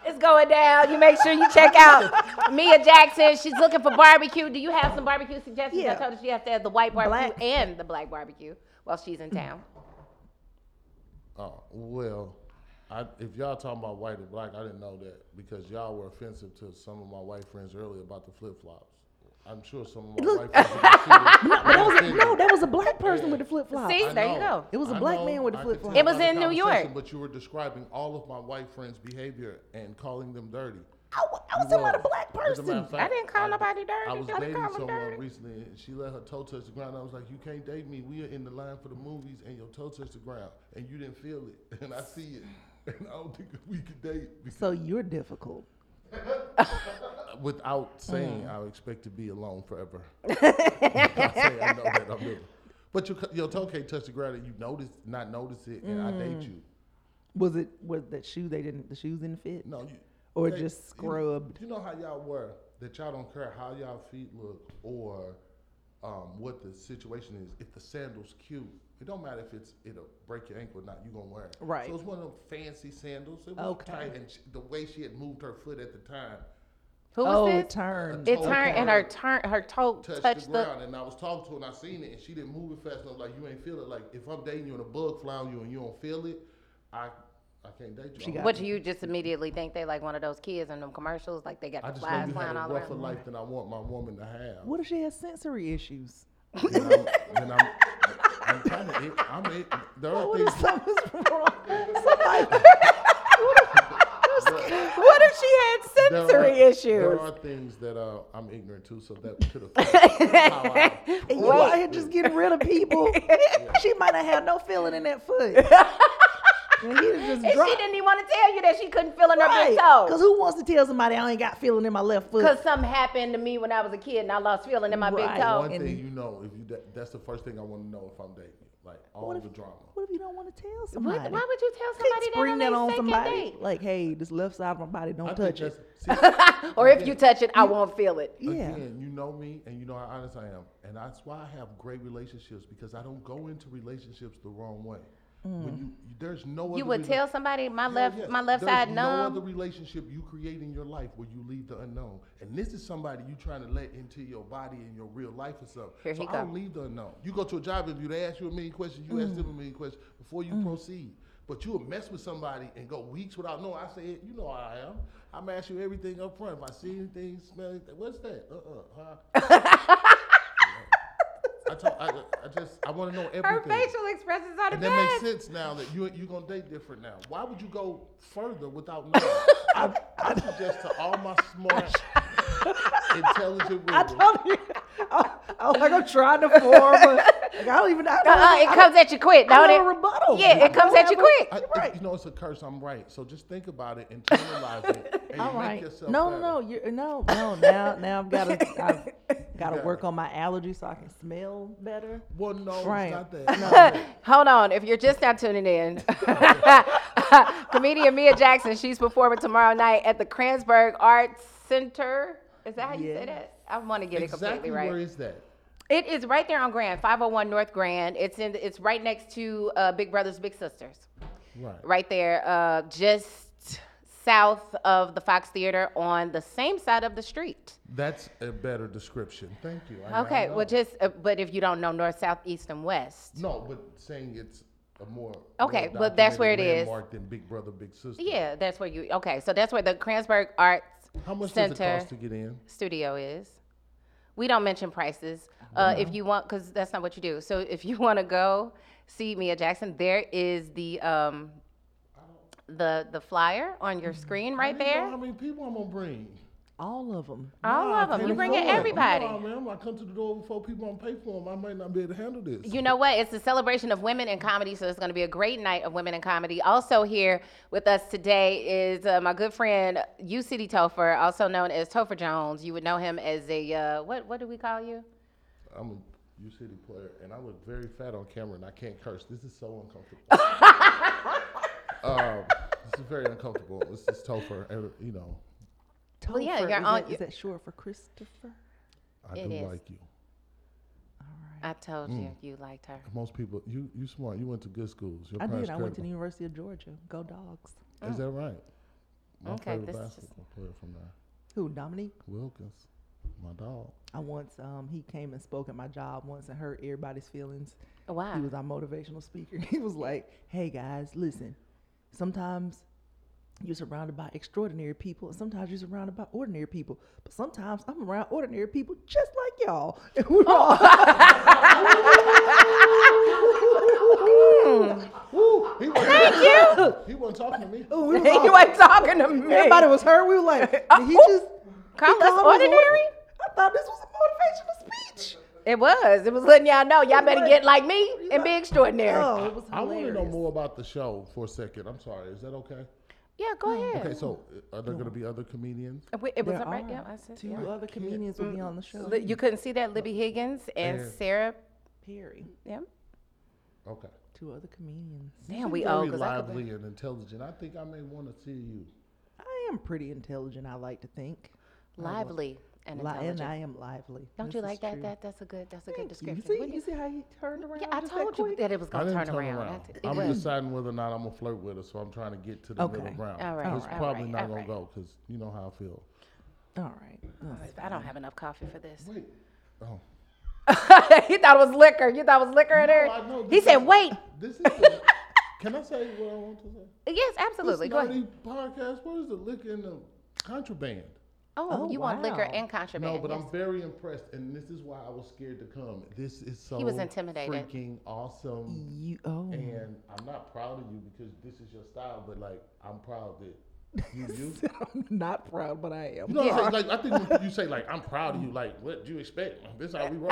[SPEAKER 1] it's going down. You make sure you check out Mia Jackson. She's looking for barbecue. Do you have some barbecue suggestions? I
[SPEAKER 2] Yeah.
[SPEAKER 1] told her she has to have the white barbecue
[SPEAKER 2] Black.
[SPEAKER 1] and the black barbecue while she's
[SPEAKER 3] Mm.
[SPEAKER 1] in town.
[SPEAKER 3] Oh well, I, if y'all talking about white and black, I didn't know that because y'all were offensive to some of my white friends earlier about the flip flops. I'm sure some of my white friends. are gonna
[SPEAKER 2] But that was
[SPEAKER 3] see
[SPEAKER 2] a,
[SPEAKER 3] this.
[SPEAKER 2] no, that was a black person with the flip flop.
[SPEAKER 1] See?
[SPEAKER 3] I
[SPEAKER 1] There you
[SPEAKER 3] know.
[SPEAKER 1] go.
[SPEAKER 2] It was a
[SPEAKER 3] I
[SPEAKER 2] black
[SPEAKER 3] know.
[SPEAKER 2] man with a
[SPEAKER 3] I
[SPEAKER 2] flip
[SPEAKER 3] could
[SPEAKER 2] flop.
[SPEAKER 3] tell
[SPEAKER 1] It was
[SPEAKER 3] by the
[SPEAKER 1] in New
[SPEAKER 3] conversation,
[SPEAKER 1] York.
[SPEAKER 3] But you were describing all of my white friends' behavior and calling them dirty.
[SPEAKER 2] I, wa- I was
[SPEAKER 3] You
[SPEAKER 2] talking about a
[SPEAKER 3] were.
[SPEAKER 2] black
[SPEAKER 3] As a matter
[SPEAKER 2] person.
[SPEAKER 3] of fact,
[SPEAKER 1] didn't call
[SPEAKER 3] I-
[SPEAKER 1] nobody dirty.
[SPEAKER 3] I was
[SPEAKER 1] Don't
[SPEAKER 3] dating
[SPEAKER 1] call me
[SPEAKER 3] someone
[SPEAKER 1] dirty.
[SPEAKER 3] recently, and she let her toe touch the ground. I was like, "You can't date me. We are in the line for the movies, and your toe touched the ground, and you didn't feel it, and I see it, and I don't think we could date." because-
[SPEAKER 2] So you're difficult.
[SPEAKER 1] Mm.
[SPEAKER 3] without saying, I would expect to be alone forever. I say I know that I'm living. But your, your toe can't touch the ground and you notice, not notice it, and I
[SPEAKER 1] Mm.
[SPEAKER 3] date you.
[SPEAKER 2] Was it was that shoe they didn't the shoes didn't fit?
[SPEAKER 3] No, you.
[SPEAKER 2] Or
[SPEAKER 3] they-
[SPEAKER 2] just
[SPEAKER 3] you-
[SPEAKER 2] scrubbed.
[SPEAKER 3] You, know how y'all were, that y'all don't care how y'all feet look or um, what the situation is. If the sandal's cute, it don't matter if it's it'll break your ankle or not. You gonna wear it.
[SPEAKER 2] Right.
[SPEAKER 3] So it's one of them fancy sandals. It was
[SPEAKER 2] Okay.
[SPEAKER 3] tight, and she, the way she had moved her foot at the time,
[SPEAKER 1] Who was
[SPEAKER 2] oh,
[SPEAKER 1] this?
[SPEAKER 2] it turned.
[SPEAKER 1] It
[SPEAKER 3] toe
[SPEAKER 1] turned and her
[SPEAKER 3] curl
[SPEAKER 1] turn her toe
[SPEAKER 3] touched,
[SPEAKER 1] touched
[SPEAKER 3] the
[SPEAKER 1] the,
[SPEAKER 3] ground, and I was talking to her, and I seen it, and she didn't move it fast enough. Like you ain't feel it. Like if I'm dating you and a bug fly on you and you don't feel it, I I can't date you.
[SPEAKER 2] She got
[SPEAKER 1] What do you just immediately think they like one of those kids in them commercials? Like they got
[SPEAKER 3] I
[SPEAKER 1] the
[SPEAKER 3] just know
[SPEAKER 1] flies
[SPEAKER 3] you
[SPEAKER 1] flying
[SPEAKER 3] had a
[SPEAKER 1] all
[SPEAKER 3] rougher
[SPEAKER 1] around.
[SPEAKER 3] life than I want my woman to have.
[SPEAKER 2] What if she has sensory issues?
[SPEAKER 3] Then I'm, then I'm, I'm kind of, I'm, it, there are
[SPEAKER 2] What
[SPEAKER 3] things.
[SPEAKER 2] if something's wrong? Somebody,
[SPEAKER 1] What if she had
[SPEAKER 3] there are-
[SPEAKER 1] sensory
[SPEAKER 3] There
[SPEAKER 1] issues?
[SPEAKER 3] are things that uh, I'm ignorant to, so that could affect how I
[SPEAKER 2] and you out here just getting rid of people. She might not have no feeling in that foot. and he just
[SPEAKER 1] And she
[SPEAKER 2] dropped.
[SPEAKER 1] didn't even want to tell you that she couldn't feel in her big toe.
[SPEAKER 2] Because who wants to tell somebody I ain't got feeling in my left foot?
[SPEAKER 1] Because something happened to me when I was a kid and I lost feeling in my
[SPEAKER 2] Right.
[SPEAKER 1] big toe.
[SPEAKER 3] One
[SPEAKER 2] And-
[SPEAKER 3] thing you know, if you that, that's the first thing I want to know if I'm dating you, like all
[SPEAKER 2] if-
[SPEAKER 3] the drama.
[SPEAKER 2] What if you don't want to tell somebody?
[SPEAKER 1] What, why would you tell
[SPEAKER 2] Can't
[SPEAKER 1] somebody that
[SPEAKER 2] spring
[SPEAKER 1] on
[SPEAKER 2] that
[SPEAKER 1] their
[SPEAKER 2] on
[SPEAKER 1] second
[SPEAKER 2] somebody.
[SPEAKER 1] date?
[SPEAKER 2] Like, hey, this left side of my body, don't
[SPEAKER 3] I think
[SPEAKER 2] touch it.
[SPEAKER 3] that's- see,
[SPEAKER 1] Or if you touch it, I won't feel it.
[SPEAKER 2] Yeah.
[SPEAKER 3] Again, you know me and you know how honest I am. And that's why I have great relationships because I don't go into relationships the wrong way.
[SPEAKER 2] Mm.
[SPEAKER 3] When you, you- there's no other
[SPEAKER 1] You would
[SPEAKER 3] rela-
[SPEAKER 1] tell somebody my
[SPEAKER 3] Hell
[SPEAKER 1] left
[SPEAKER 3] yes.
[SPEAKER 1] my left
[SPEAKER 3] There's
[SPEAKER 1] side
[SPEAKER 3] No
[SPEAKER 1] numb.
[SPEAKER 3] other relationship you create in your life where you leave the unknown. And this is somebody you trying to let into your body and your real life or something.
[SPEAKER 1] Here
[SPEAKER 3] so
[SPEAKER 1] he
[SPEAKER 3] I
[SPEAKER 1] go.
[SPEAKER 3] don't leave the unknown. You go to a job interview, they ask you a million questions, you ask them a million questions before
[SPEAKER 1] Mm.
[SPEAKER 3] you proceed. But you'll mess with somebody and go weeks without knowing. I say, you know how I am. I'm ask you everything up front. If I see anything, smell anything, what's that? Uh uh I, told, I, I just I want to know everything.
[SPEAKER 1] Her facial expressions are the
[SPEAKER 3] And that makes
[SPEAKER 1] best.
[SPEAKER 3] sense now that you you gonna date different now. Why would you go further without knowing? I, suggest to all my smart, intelligent women.
[SPEAKER 2] I told you. I, I was like, I'm trying to form a. Like, I don't even. I don't,
[SPEAKER 1] Uh-uh, it
[SPEAKER 2] I
[SPEAKER 1] comes at you quick,
[SPEAKER 2] don't,
[SPEAKER 1] don't
[SPEAKER 2] I don't
[SPEAKER 1] it?
[SPEAKER 2] rebuttal.
[SPEAKER 1] Yeah, it comes at you quick.
[SPEAKER 3] I-
[SPEAKER 2] You're right.
[SPEAKER 3] You know it's a curse. I'm right. So just think about it, internalize it, and
[SPEAKER 2] All
[SPEAKER 3] make
[SPEAKER 2] right.
[SPEAKER 3] yourself
[SPEAKER 2] No, no,
[SPEAKER 3] better.
[SPEAKER 2] no. You're, no, no. Now, now I've got to. I've got to
[SPEAKER 3] Yeah.
[SPEAKER 2] work on my allergies so I can smell better.
[SPEAKER 3] Well, no,
[SPEAKER 2] Right.
[SPEAKER 3] it's not that. No.
[SPEAKER 1] Hold on, if you're just now tuning in, comedian Mia Jackson, she's performing tomorrow night at the Kransberg Arts Center. Is that how you say
[SPEAKER 2] Yes.
[SPEAKER 1] that? I want to get
[SPEAKER 3] exactly
[SPEAKER 1] it completely right.
[SPEAKER 3] where is that?
[SPEAKER 1] It is right there on Grand, 501 North Grand. It's in. It's right next to uh, Big Brothers Big Sisters,
[SPEAKER 3] Right.
[SPEAKER 1] right there, uh, just south of the Fox Theater on the same side of the street.
[SPEAKER 3] That's a better description. Thank you. I- I
[SPEAKER 1] Okay, well,
[SPEAKER 3] know.
[SPEAKER 1] just uh, but if you don't know north, south, east, and west,
[SPEAKER 3] no, but saying it's a more
[SPEAKER 1] Okay,
[SPEAKER 3] well
[SPEAKER 1] but that's where it
[SPEAKER 3] documented
[SPEAKER 1] is.
[SPEAKER 3] landmark than Big Brother, Big Sister.
[SPEAKER 1] Yeah, that's where you. Okay, so that's where the Kransberg Arts
[SPEAKER 3] How much
[SPEAKER 1] Center
[SPEAKER 3] does it cost to get in?
[SPEAKER 1] studio is. We don't mention prices. Uh, if you want, because that's not what you do. So if you want to go see Mia Jackson, there is the um, the the flyer on your screen right
[SPEAKER 3] I didn't know
[SPEAKER 1] there.
[SPEAKER 3] How many people I'm gonna bring?
[SPEAKER 2] All of them.
[SPEAKER 1] All
[SPEAKER 3] Nah, I
[SPEAKER 1] of them.
[SPEAKER 3] can't
[SPEAKER 1] You bringing
[SPEAKER 3] afford it.
[SPEAKER 1] everybody.
[SPEAKER 3] Nah, man, I'm gonna come to the door before people don't pay for them. I might not be able to handle this.
[SPEAKER 1] You know what? It's a celebration of women in comedy, so it's going to be a great night of women in comedy. Also here with us today is uh, my good friend U City Topher, also known as Topher Jones. You would know him as a uh, what? What do we call you?
[SPEAKER 3] I'm a U City player, and I look very fat on camera, and I can't curse. This is so uncomfortable. um, this is very uncomfortable. This is Topher, and you know,
[SPEAKER 1] Well, yeah,
[SPEAKER 2] Topher,
[SPEAKER 1] you're
[SPEAKER 2] is
[SPEAKER 1] on-
[SPEAKER 2] That, is that short for Christopher?
[SPEAKER 3] I
[SPEAKER 1] It
[SPEAKER 3] do
[SPEAKER 1] is.
[SPEAKER 3] like you.
[SPEAKER 1] I told you you liked her.
[SPEAKER 3] Most people, you you smart. You went to good schools. Your
[SPEAKER 2] I
[SPEAKER 3] parents
[SPEAKER 2] did. I went to the
[SPEAKER 3] cared
[SPEAKER 2] University of Georgia. Go dogs.
[SPEAKER 3] about- Is that right? My
[SPEAKER 1] Okay,
[SPEAKER 3] favorite
[SPEAKER 1] this is just-
[SPEAKER 3] basketball player from there,
[SPEAKER 2] Who? Dominique.
[SPEAKER 3] Wilkins, my dog.
[SPEAKER 2] I once um, he came and spoke at my job once and hurt everybody's feelings.
[SPEAKER 1] Wow.
[SPEAKER 2] He was our motivational speaker. He was like, "Hey guys, listen. Sometimes you're surrounded by extraordinary people, and sometimes you're surrounded by ordinary people. But sometimes I'm around ordinary people just like y'all." And we were
[SPEAKER 1] Oh,
[SPEAKER 3] Woo! He wasn't, Thank you. He wasn't talking to me.
[SPEAKER 2] all, we was all-
[SPEAKER 1] you ain't talking to me.
[SPEAKER 2] everybody was hurt. We were like, "Did he just he
[SPEAKER 1] Call us
[SPEAKER 2] us ordi-
[SPEAKER 1] ordinary?
[SPEAKER 2] I thought this was a motivational speech.
[SPEAKER 1] It was. It was letting y'all know y'all better get like me and be extraordinary.
[SPEAKER 2] Oh, it was
[SPEAKER 3] I want to know
[SPEAKER 2] hilarious.
[SPEAKER 3] more about the show for a second. I'm sorry. Is that okay?
[SPEAKER 1] Yeah, go ahead.
[SPEAKER 3] Okay, so uh, are there going to be other comedians?
[SPEAKER 1] Wait, It was
[SPEAKER 2] There
[SPEAKER 1] right.
[SPEAKER 2] are
[SPEAKER 1] Yeah, I said.
[SPEAKER 2] two
[SPEAKER 1] yeah.
[SPEAKER 2] other comedians will be on the show.
[SPEAKER 1] Li- You couldn't see that Libby Higgins and
[SPEAKER 3] And-
[SPEAKER 1] Sarah.
[SPEAKER 2] Perry,
[SPEAKER 1] Yeah.
[SPEAKER 3] Okay.
[SPEAKER 2] two other comedians.
[SPEAKER 1] Damn, we
[SPEAKER 3] Very
[SPEAKER 1] owe. 'cause I could-
[SPEAKER 3] lively and intelligent. I think I may want to see you.
[SPEAKER 2] I am pretty intelligent. I like to think,
[SPEAKER 1] lively and
[SPEAKER 2] Li-
[SPEAKER 1] intelligent.
[SPEAKER 2] and I am lively.
[SPEAKER 1] Don't
[SPEAKER 2] This
[SPEAKER 1] you
[SPEAKER 2] is
[SPEAKER 1] like that?
[SPEAKER 2] true.
[SPEAKER 1] That that's a good that's a good
[SPEAKER 2] Thank you. You
[SPEAKER 1] description.
[SPEAKER 2] see,
[SPEAKER 1] Wouldn't
[SPEAKER 2] you see how he turned around?
[SPEAKER 1] Yeah, I
[SPEAKER 2] just that
[SPEAKER 1] told you
[SPEAKER 2] quick?
[SPEAKER 1] that it was
[SPEAKER 3] I
[SPEAKER 1] gonna
[SPEAKER 3] didn't
[SPEAKER 1] turn
[SPEAKER 3] turn
[SPEAKER 1] around. I
[SPEAKER 3] around.
[SPEAKER 1] t- it
[SPEAKER 3] I'm
[SPEAKER 1] was.
[SPEAKER 3] deciding whether or not I'm gonna flirt with her, so I'm trying to get to the
[SPEAKER 2] Okay.
[SPEAKER 3] middle ground.
[SPEAKER 1] All right,
[SPEAKER 3] It's
[SPEAKER 1] all
[SPEAKER 3] probably
[SPEAKER 1] right,
[SPEAKER 3] not
[SPEAKER 1] all
[SPEAKER 3] gonna
[SPEAKER 1] right.
[SPEAKER 3] go because you know how I feel.
[SPEAKER 2] All right. Ugh.
[SPEAKER 1] I don't have enough coffee for this.
[SPEAKER 3] Wait. Oh.
[SPEAKER 1] he thought it was liquor. You thought it was liquor in there.
[SPEAKER 3] I know
[SPEAKER 1] he
[SPEAKER 3] this
[SPEAKER 1] said,
[SPEAKER 3] is-
[SPEAKER 1] "Wait,
[SPEAKER 3] This is. the- can I say what I want to say?
[SPEAKER 1] yes, absolutely.
[SPEAKER 3] this
[SPEAKER 1] Go ahead.
[SPEAKER 3] naughty podcast. Where's the liquor in the contraband?
[SPEAKER 1] Oh,
[SPEAKER 2] Oh,
[SPEAKER 1] you want liquor
[SPEAKER 2] wow.
[SPEAKER 1] and contraband?
[SPEAKER 3] No, but
[SPEAKER 1] yes.
[SPEAKER 3] I'm very impressed, and this is why I was scared to come. This is so
[SPEAKER 1] He was intimidated.
[SPEAKER 3] freaking awesome,
[SPEAKER 2] You oh.
[SPEAKER 3] and I'm not proud of you because this is your style, but like I'm proud that you you.
[SPEAKER 2] I'm not proud, but I am.
[SPEAKER 3] You know what I'm saying? Like I think when you say like I'm proud of you. Like what do you expect? This how we roll.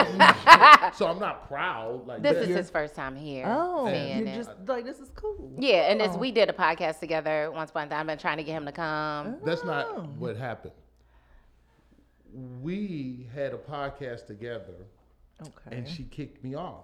[SPEAKER 3] so I'm not proud. Like
[SPEAKER 1] This
[SPEAKER 3] that.
[SPEAKER 1] is his first time here.
[SPEAKER 2] Oh,
[SPEAKER 1] seeing
[SPEAKER 2] you're
[SPEAKER 1] it.
[SPEAKER 2] just like this is cool.
[SPEAKER 1] yeah, and as we did a podcast together once upon a time, I've been trying to get him to come.
[SPEAKER 3] That's not what happened. We had a podcast together.
[SPEAKER 2] Okay.
[SPEAKER 3] and she kicked me off.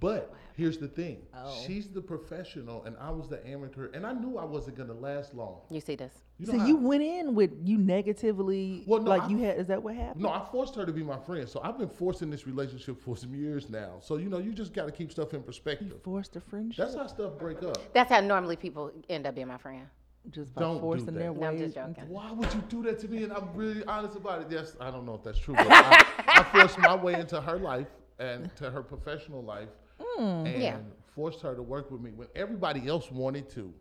[SPEAKER 3] But here's the thing:
[SPEAKER 2] Oh.
[SPEAKER 3] she's the professional, and I was the amateur, and I knew I wasn't gonna last long.
[SPEAKER 1] You see this?
[SPEAKER 3] You
[SPEAKER 2] so
[SPEAKER 3] know how-
[SPEAKER 2] you went in with you negatively.
[SPEAKER 3] Well, no,
[SPEAKER 2] like
[SPEAKER 3] I-
[SPEAKER 2] you had. Is that what happened?
[SPEAKER 3] no, I forced her to be my friend, so I've been forcing this relationship for some years now. So you know, you just got to keep stuff in perspective.
[SPEAKER 2] Forced a friendship
[SPEAKER 3] That's how stuff break up.
[SPEAKER 1] That's how normally people end up being my friend.
[SPEAKER 2] just by
[SPEAKER 3] Don't do
[SPEAKER 2] forcing
[SPEAKER 3] that.
[SPEAKER 2] their
[SPEAKER 1] No,
[SPEAKER 2] way.
[SPEAKER 1] I'm just joking.
[SPEAKER 3] Why would you do that to me? And I'm really honest about it. Yes, I don't know if that's true. But I, I forced my way into her life and to her professional life,
[SPEAKER 2] Mm,
[SPEAKER 3] and
[SPEAKER 1] Yeah.
[SPEAKER 3] forced her to work with me when everybody else wanted to.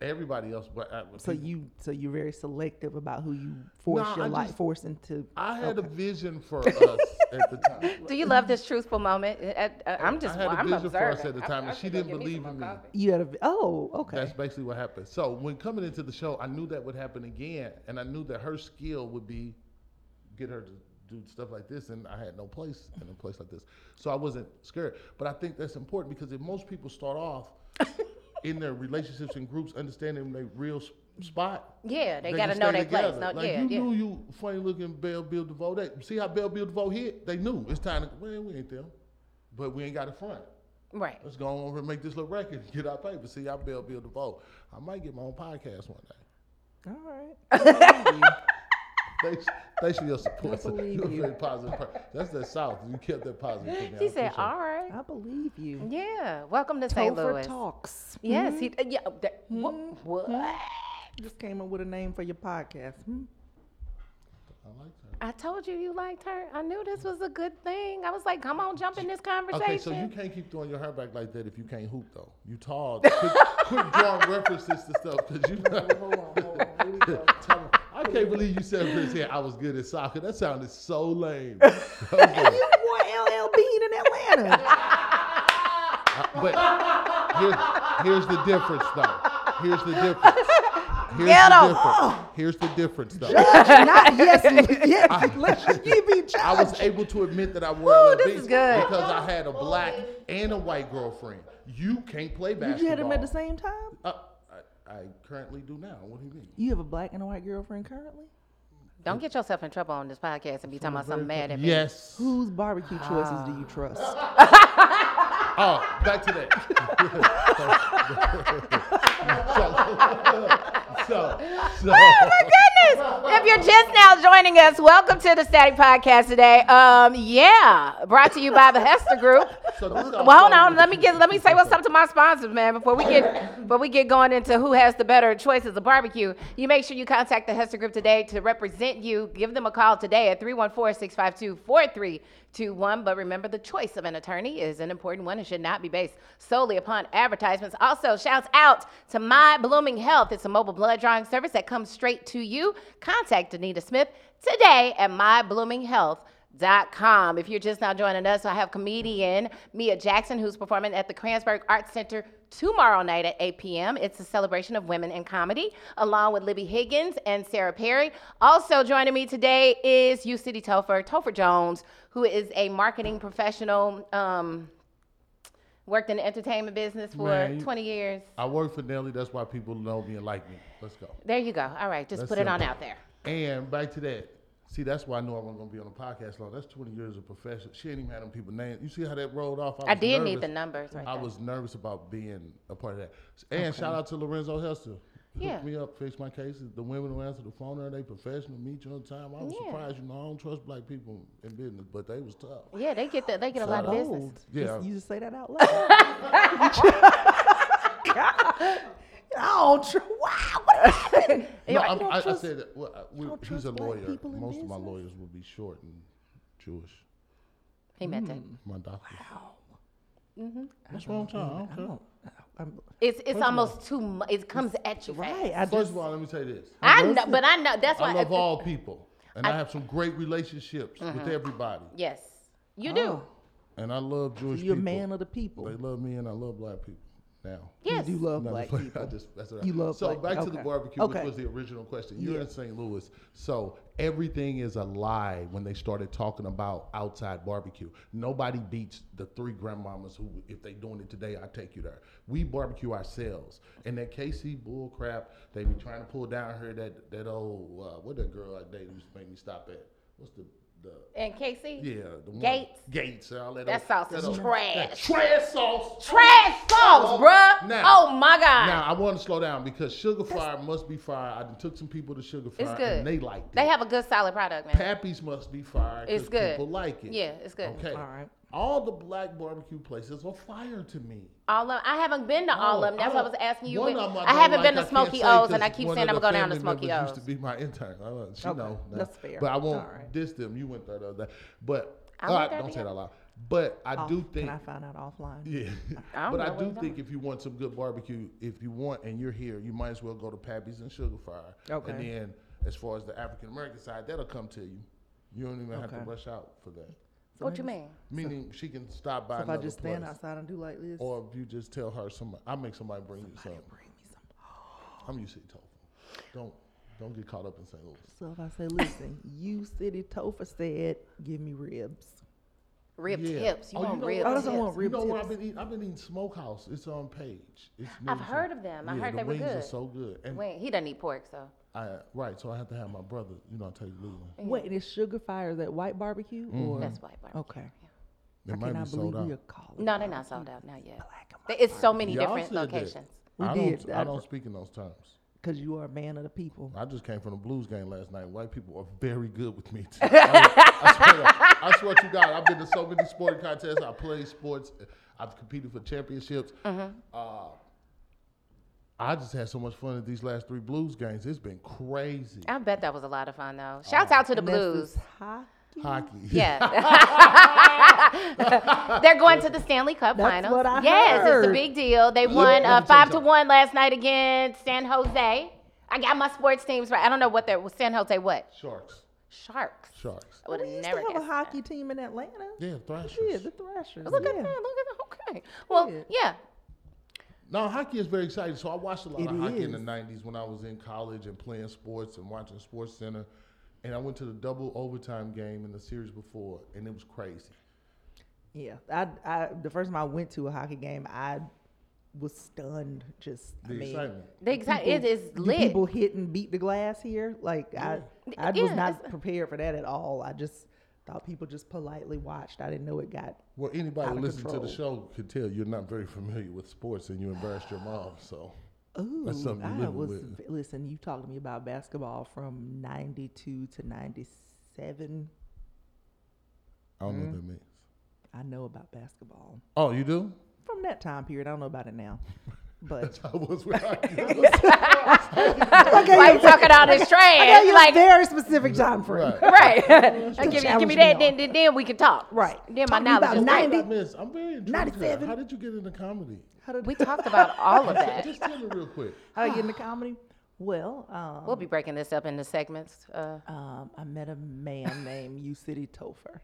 [SPEAKER 3] Everybody else, but uh, I,
[SPEAKER 2] So you so you're very selective about who you force
[SPEAKER 3] Nah,
[SPEAKER 2] your
[SPEAKER 3] I
[SPEAKER 2] life
[SPEAKER 3] just-
[SPEAKER 2] force into.
[SPEAKER 3] I had a vision for us at the time.
[SPEAKER 1] Do you love this truthful moment? Uh, uh, I'm just.
[SPEAKER 3] I had a
[SPEAKER 1] I'm
[SPEAKER 3] vision for us
[SPEAKER 1] observing.
[SPEAKER 3] at the
[SPEAKER 1] I-
[SPEAKER 3] time,
[SPEAKER 1] I
[SPEAKER 3] and she
[SPEAKER 1] should go
[SPEAKER 3] didn't
[SPEAKER 1] get me some
[SPEAKER 3] believe
[SPEAKER 1] more
[SPEAKER 3] in me.
[SPEAKER 1] coffee.
[SPEAKER 2] You had a oh okay.
[SPEAKER 3] That's basically what happened. So when coming into the show, I knew that would happen again, and I knew that her skill would be get her to do stuff like this, and I had no place in a place like this. So I wasn't scared. But I think that's important because if most people start off in their relationships and groups, understanding their real s- spot.
[SPEAKER 1] Yeah, they
[SPEAKER 3] can
[SPEAKER 1] gotta know
[SPEAKER 3] stay
[SPEAKER 1] their place.
[SPEAKER 3] together.
[SPEAKER 1] No,
[SPEAKER 3] like
[SPEAKER 1] yeah,
[SPEAKER 3] you
[SPEAKER 1] yeah.
[SPEAKER 3] knew you funny looking Belle Bill DeVoe. That see how Belle Bill DeVoe hit? They knew it's time to. Well, we ain't them, but we ain't got a front.
[SPEAKER 1] Right.
[SPEAKER 3] Let's go on over and make this little record and get our paper. See, I Bill Bill DeVoe. I might get my own podcast one day.
[SPEAKER 2] All right.
[SPEAKER 3] Thanks, thanks for your support.
[SPEAKER 2] I believe
[SPEAKER 3] You're a
[SPEAKER 2] you.
[SPEAKER 3] very positive person. That's the South. You kept that positive. for me. I
[SPEAKER 1] She said,
[SPEAKER 3] appreciate it.
[SPEAKER 1] "All right,
[SPEAKER 2] I believe you.
[SPEAKER 1] yeah, welcome to St.
[SPEAKER 2] Topher
[SPEAKER 1] Louis."
[SPEAKER 2] Talks. Hmm?
[SPEAKER 1] Yes, he.
[SPEAKER 3] Mm-hmm.
[SPEAKER 1] Yeah, that, wha- what?
[SPEAKER 2] Just came up with a name for your podcast. Hmm?
[SPEAKER 3] I like that.
[SPEAKER 1] I told you you liked her. I knew this was a good thing. I was like, "Come on, jump in this conversation."
[SPEAKER 3] Okay, so you can't keep throwing your hair back like that if you can't hoop though. You tall. Quit, quit drawing references to stuff because you.
[SPEAKER 2] Hold on, hold on. Here we go.
[SPEAKER 3] Tell me, I can't believe you said Prince here. I was good at soccer. That sounded so lame. I was like,
[SPEAKER 2] You wore LL Bean in Atlanta.
[SPEAKER 3] Uh, But here- here's the difference, though. Here's the difference. Here's
[SPEAKER 2] Get
[SPEAKER 3] the
[SPEAKER 2] 'em.
[SPEAKER 3] difference.
[SPEAKER 1] Oh.
[SPEAKER 3] Here's the difference, though.
[SPEAKER 2] Not yes, yes. let you be judged.
[SPEAKER 3] I was able to admit that I wore
[SPEAKER 1] Woo,
[SPEAKER 3] LL
[SPEAKER 1] this
[SPEAKER 3] Beans
[SPEAKER 1] is good.
[SPEAKER 3] because I had a black and a white girlfriend. You can't play basketball.
[SPEAKER 2] you had them at the same time.
[SPEAKER 3] Uh, I, I currently do now. What do you mean?
[SPEAKER 2] You have a black and a white girlfriend currently.
[SPEAKER 1] Don't get yourself in trouble on this podcast and be talking about something mad at me.
[SPEAKER 3] Yes.
[SPEAKER 2] Whose barbecue choices do
[SPEAKER 1] Ah,
[SPEAKER 2] you trust?
[SPEAKER 3] Oh, back to that. so, so, so,
[SPEAKER 1] Oh my goodness! If you're just now joining us, welcome to the Static Podcast today. Um, yeah, brought to you by the Hester Group.
[SPEAKER 3] so this is
[SPEAKER 1] Well, hold on. Let me get. Let me say what's up to my sponsors, man. Before we get, before we get going into who has the better choices of barbecue, you make sure you contact the Hester Group today to represent you. Give them a call today at 314-652-4321. But remember, the choice of an attorney is an important one and should not be based solely upon advertisements. Also, shouts out to My Blooming Health. It's a mobile blood drawing service that comes straight to you. Contact Anita Smith today at My Blooming Health com. If you're just now joining us, I have comedian Mia Jackson who's performing at the Kransberg Arts Center tomorrow night at 8 p.m. It's a celebration of women in comedy, along with Libby Higgins and Sarah Perry. Also joining me today is U City Topher, Topher Jones, who is a marketing professional. Um, worked in the entertainment business for
[SPEAKER 3] Man, you-
[SPEAKER 1] 20 years.
[SPEAKER 3] I work for Nelly. That's why people know me and like me. Let's go.
[SPEAKER 1] There you go. All right, just
[SPEAKER 3] That's
[SPEAKER 1] put it on
[SPEAKER 3] simple.
[SPEAKER 1] out there.
[SPEAKER 3] And back to that. See, that's why I knew I wasn't gonna be on the podcast long. That's 20 years of profession. She ain't even had them people names. You see how that rolled off?
[SPEAKER 1] I
[SPEAKER 3] was
[SPEAKER 1] did need the
[SPEAKER 3] nervous.
[SPEAKER 1] numbers right
[SPEAKER 3] I
[SPEAKER 1] there.
[SPEAKER 3] was nervous about being a part of that. And shout out to Lorenzo Hester.
[SPEAKER 1] Yeah.
[SPEAKER 3] Hooked me up, fixed my cases. The women who answer the phone are they professional, meet you on time. I was
[SPEAKER 1] Yeah.
[SPEAKER 3] surprised, you know, I don't trust black people in business, but they was tough.
[SPEAKER 1] Yeah, they get the, they get a lot of business.
[SPEAKER 2] Bold.
[SPEAKER 3] Yeah.
[SPEAKER 2] Just- you just say that out loud. I don't tr- wow. What happened?
[SPEAKER 3] No, I,
[SPEAKER 2] You don't
[SPEAKER 3] I, I
[SPEAKER 2] trust-
[SPEAKER 3] said that. Well, I- we,
[SPEAKER 2] don't
[SPEAKER 3] he's
[SPEAKER 2] trust
[SPEAKER 3] a
[SPEAKER 2] black
[SPEAKER 3] lawyer. Most
[SPEAKER 2] people in
[SPEAKER 3] of my
[SPEAKER 2] business?
[SPEAKER 3] lawyers will be short and Jewish.
[SPEAKER 1] He meant it.
[SPEAKER 3] My doctor. What's wrong, child? I don't
[SPEAKER 2] I
[SPEAKER 3] care.
[SPEAKER 2] don't- Oh, I'm-
[SPEAKER 1] It's it's almost too much. It comes at you. fast.
[SPEAKER 2] right. I
[SPEAKER 3] First
[SPEAKER 2] just
[SPEAKER 3] of all, let me say this.
[SPEAKER 1] I know, but I know that's why.
[SPEAKER 3] I love
[SPEAKER 1] I-
[SPEAKER 3] all people, and I, Mm-hmm. have some great relationships with everybody,
[SPEAKER 1] Yes, you do.
[SPEAKER 2] Oh.
[SPEAKER 3] and I love Jewish
[SPEAKER 2] you're a
[SPEAKER 3] people.
[SPEAKER 2] man of the people.
[SPEAKER 3] They love me, and I love black people now.
[SPEAKER 1] Yes.
[SPEAKER 2] You do love
[SPEAKER 3] No,
[SPEAKER 2] black
[SPEAKER 3] before-
[SPEAKER 2] people.
[SPEAKER 3] I just- that's what I-
[SPEAKER 2] You love
[SPEAKER 3] so
[SPEAKER 2] black-
[SPEAKER 3] back to the
[SPEAKER 2] okay.
[SPEAKER 3] barbecue,
[SPEAKER 2] Okay.
[SPEAKER 3] which was the original question. You're
[SPEAKER 2] Yeah.
[SPEAKER 3] in St. Louis, so everything is a lie when they started talking about outside barbecue. Nobody beats the three grandmamas who, if they doing it today, I take you there. We barbecue ourselves, and that KC bull crap they be trying to pull down here. That that old uh, what that girl I dated used to make me stop at. What's the the
[SPEAKER 1] And Casey.
[SPEAKER 3] yeah, the one-
[SPEAKER 1] Gates.
[SPEAKER 3] Gates, and all that.
[SPEAKER 1] That
[SPEAKER 3] old-
[SPEAKER 1] sauce is
[SPEAKER 3] old-
[SPEAKER 1] trash.
[SPEAKER 3] that trash sauce.
[SPEAKER 1] Trash
[SPEAKER 3] Oh,
[SPEAKER 1] sauce, bruh.
[SPEAKER 3] now.
[SPEAKER 1] oh my god.
[SPEAKER 3] Now I want to slow down because Sugar Fire must be fire. I done took some people to Sugar Fire,
[SPEAKER 1] good.
[SPEAKER 3] and they liked it.
[SPEAKER 1] They have a good solid product, man.
[SPEAKER 3] Pappy's must be fire. 'cause
[SPEAKER 1] It's good.
[SPEAKER 3] People like it.
[SPEAKER 1] Yeah, it's good.
[SPEAKER 3] Okay.
[SPEAKER 2] All right.
[SPEAKER 3] All the black barbecue places are fire to me.
[SPEAKER 1] all of I haven't been to all of them. Uh-uh, That's why I was asking you.
[SPEAKER 3] Oh, One
[SPEAKER 1] when-
[SPEAKER 3] of 'em
[SPEAKER 1] I,
[SPEAKER 3] don't
[SPEAKER 1] haven't
[SPEAKER 3] like,
[SPEAKER 1] been to
[SPEAKER 3] I can't
[SPEAKER 1] Smokey
[SPEAKER 3] say
[SPEAKER 1] O's, and I
[SPEAKER 3] 'cause
[SPEAKER 1] keep
[SPEAKER 3] one
[SPEAKER 1] saying
[SPEAKER 3] of
[SPEAKER 1] I'm
[SPEAKER 3] the
[SPEAKER 1] gonna go down to
[SPEAKER 3] family
[SPEAKER 1] Smokey
[SPEAKER 3] members
[SPEAKER 1] O's.
[SPEAKER 3] Used to be my intern. I don't- she
[SPEAKER 2] Okay,
[SPEAKER 3] know. now.
[SPEAKER 2] that's fair.
[SPEAKER 3] But I won't
[SPEAKER 2] All right.
[SPEAKER 3] diss them. You went there the other day. But
[SPEAKER 1] I
[SPEAKER 3] all
[SPEAKER 1] went
[SPEAKER 3] right,
[SPEAKER 1] there
[SPEAKER 3] don't
[SPEAKER 1] the
[SPEAKER 3] say
[SPEAKER 1] other-
[SPEAKER 3] that out loud. But I
[SPEAKER 2] off-
[SPEAKER 3] do think
[SPEAKER 2] Oh, Can I find out offline?
[SPEAKER 3] Yeah,
[SPEAKER 1] I don't
[SPEAKER 3] but
[SPEAKER 1] know
[SPEAKER 3] I
[SPEAKER 1] what
[SPEAKER 3] do
[SPEAKER 1] he's
[SPEAKER 3] think if you want some good barbecue, if you want and you're here, you might as well go to Pappy's and Sugar Fire.
[SPEAKER 2] Okay.
[SPEAKER 3] And then, as far as the African American side, that'll come to you. You don't even have to
[SPEAKER 2] Okay.
[SPEAKER 3] rush out for that.
[SPEAKER 1] What you mean?
[SPEAKER 3] Meaning she can stop by
[SPEAKER 2] So if I
[SPEAKER 3] another
[SPEAKER 2] just
[SPEAKER 3] place,
[SPEAKER 2] stand outside and do like this,
[SPEAKER 3] or if you just tell her somebody, I make somebody bring you something.
[SPEAKER 2] bring me some.
[SPEAKER 3] I'm UC Topher. Don't don't get caught up in St. Louis.
[SPEAKER 2] So if I say, listen, you city Topher said, give me ribs.
[SPEAKER 1] Rib
[SPEAKER 3] Yeah.
[SPEAKER 1] tips. You
[SPEAKER 3] Oh,
[SPEAKER 1] want
[SPEAKER 3] know
[SPEAKER 1] rib
[SPEAKER 3] what?
[SPEAKER 2] I
[SPEAKER 1] tips?
[SPEAKER 2] also want
[SPEAKER 3] You
[SPEAKER 2] rib
[SPEAKER 3] know what
[SPEAKER 2] tips.
[SPEAKER 3] I've been eating? I've been eating Smokehouse. It's on Page. It's
[SPEAKER 1] I've
[SPEAKER 3] new to-
[SPEAKER 1] heard of them. I
[SPEAKER 3] yeah,
[SPEAKER 1] heard
[SPEAKER 3] the
[SPEAKER 1] they were
[SPEAKER 3] wings are
[SPEAKER 1] good.
[SPEAKER 3] so good. And
[SPEAKER 1] Wait, he doesn't eat pork, so
[SPEAKER 3] I right, so I have to have my brother, you know, take Leland.
[SPEAKER 2] Wait, is Sugar Fire is that white barbecue
[SPEAKER 3] Mm-hmm.
[SPEAKER 2] or?
[SPEAKER 1] that's why. I-
[SPEAKER 2] Okay.
[SPEAKER 3] It
[SPEAKER 2] I cannot believe we are calling.
[SPEAKER 1] No, they're not sold out not yet.
[SPEAKER 2] black and
[SPEAKER 1] There- It's so many
[SPEAKER 3] Y'all
[SPEAKER 1] different
[SPEAKER 3] said that.
[SPEAKER 1] locations.
[SPEAKER 2] We
[SPEAKER 3] I
[SPEAKER 2] did.
[SPEAKER 3] don't. I
[SPEAKER 2] I-
[SPEAKER 3] don't speak in those terms.
[SPEAKER 2] Because you are a man of the people.
[SPEAKER 3] I just came from the blues game last night. White people are very good with me. I, I, swear, I swear to God, I've been to so many sporting contests. I play sports. I've competed for championships.
[SPEAKER 1] Mm-hmm.
[SPEAKER 3] Uh, I just had so much fun at these last three blues games. It's been crazy.
[SPEAKER 1] I bet that was a lot of fun though. Shouts out to the
[SPEAKER 2] Oh, And that's
[SPEAKER 1] Blues.
[SPEAKER 2] this hot-
[SPEAKER 3] Hockey.
[SPEAKER 1] Yeah. They're going to the Stanley Cup
[SPEAKER 2] That's
[SPEAKER 1] Finals.
[SPEAKER 2] what I
[SPEAKER 1] yes, it's a
[SPEAKER 2] heard.
[SPEAKER 1] big deal. They
[SPEAKER 3] Let-
[SPEAKER 1] won
[SPEAKER 3] let me
[SPEAKER 1] uh,
[SPEAKER 3] tell you
[SPEAKER 1] five to
[SPEAKER 3] something.
[SPEAKER 1] one last night against San Jose. I I got my sports teams right. I don't know what they're San Jose what
[SPEAKER 3] Sharks.
[SPEAKER 1] Sharks.
[SPEAKER 3] Sharks.
[SPEAKER 1] I would
[SPEAKER 2] We
[SPEAKER 1] have
[SPEAKER 2] used
[SPEAKER 1] never
[SPEAKER 2] to Oh, have a
[SPEAKER 1] guessed that.
[SPEAKER 2] hockey team in Atlanta.
[SPEAKER 3] Yeah,
[SPEAKER 2] We
[SPEAKER 3] Thrashers.
[SPEAKER 2] did, the Thrashers.
[SPEAKER 1] Ah, Look at
[SPEAKER 2] yeah.
[SPEAKER 1] that. Look at that. Okay. Well,
[SPEAKER 2] Yeah.
[SPEAKER 1] yeah.
[SPEAKER 3] No, hockey is very exciting. So I watched a lot
[SPEAKER 2] It
[SPEAKER 3] of hockey in the
[SPEAKER 2] is.
[SPEAKER 3] '90s when I was in college and playing sports and watching Sports Center. And I went to the double overtime game in the series before, and it was crazy.
[SPEAKER 2] Yeah, I, I the first time I went to a hockey game, I was stunned. Just
[SPEAKER 3] The
[SPEAKER 2] I mean,
[SPEAKER 3] excitement.
[SPEAKER 1] The exact it is
[SPEAKER 2] do
[SPEAKER 1] lit.
[SPEAKER 2] people hit and beat the glass here? Like
[SPEAKER 1] Yeah.
[SPEAKER 2] I, I was
[SPEAKER 1] Yeah,
[SPEAKER 2] not
[SPEAKER 1] it's-
[SPEAKER 2] prepared for that at all. I just thought people just politely watched. I didn't know it got.
[SPEAKER 3] Well, anybody
[SPEAKER 2] Out
[SPEAKER 3] who
[SPEAKER 2] of
[SPEAKER 3] listens to the show could tell you're not very familiar with sports, and you embarrassed your mom. So
[SPEAKER 2] Ooh,
[SPEAKER 3] That's something you
[SPEAKER 2] I
[SPEAKER 3] living
[SPEAKER 2] was.
[SPEAKER 3] with.
[SPEAKER 2] v- Listen, you talked to me about basketball from '92 to '97.
[SPEAKER 3] I don't know
[SPEAKER 2] Mm.
[SPEAKER 3] what that means.
[SPEAKER 2] I know about basketball
[SPEAKER 3] Oh, you do?
[SPEAKER 2] from that time period. I don't know about it now, but
[SPEAKER 3] I was with hockey.
[SPEAKER 1] Why you talking all this
[SPEAKER 2] I
[SPEAKER 1] trash?
[SPEAKER 2] gave you a
[SPEAKER 1] Like
[SPEAKER 2] very specific time frame.
[SPEAKER 3] right.
[SPEAKER 1] right. Like, give, me- give
[SPEAKER 2] challenge
[SPEAKER 1] me
[SPEAKER 2] me
[SPEAKER 1] that,
[SPEAKER 2] on.
[SPEAKER 1] then, then then we can talk.
[SPEAKER 2] Right.
[SPEAKER 1] Then my
[SPEAKER 2] Talking
[SPEAKER 1] knowledge
[SPEAKER 2] about
[SPEAKER 1] is great.
[SPEAKER 2] 90
[SPEAKER 3] I miss. I'm very intrigued. here.
[SPEAKER 2] 97.
[SPEAKER 3] How did you get into comedy?
[SPEAKER 2] How did,
[SPEAKER 1] We talked about all of that.
[SPEAKER 3] Just tell me real quick.
[SPEAKER 2] how did I get into comedy? Well, um,
[SPEAKER 1] We'll be breaking this up into segments. Uh,
[SPEAKER 2] um, I met a man named Ucity Topher,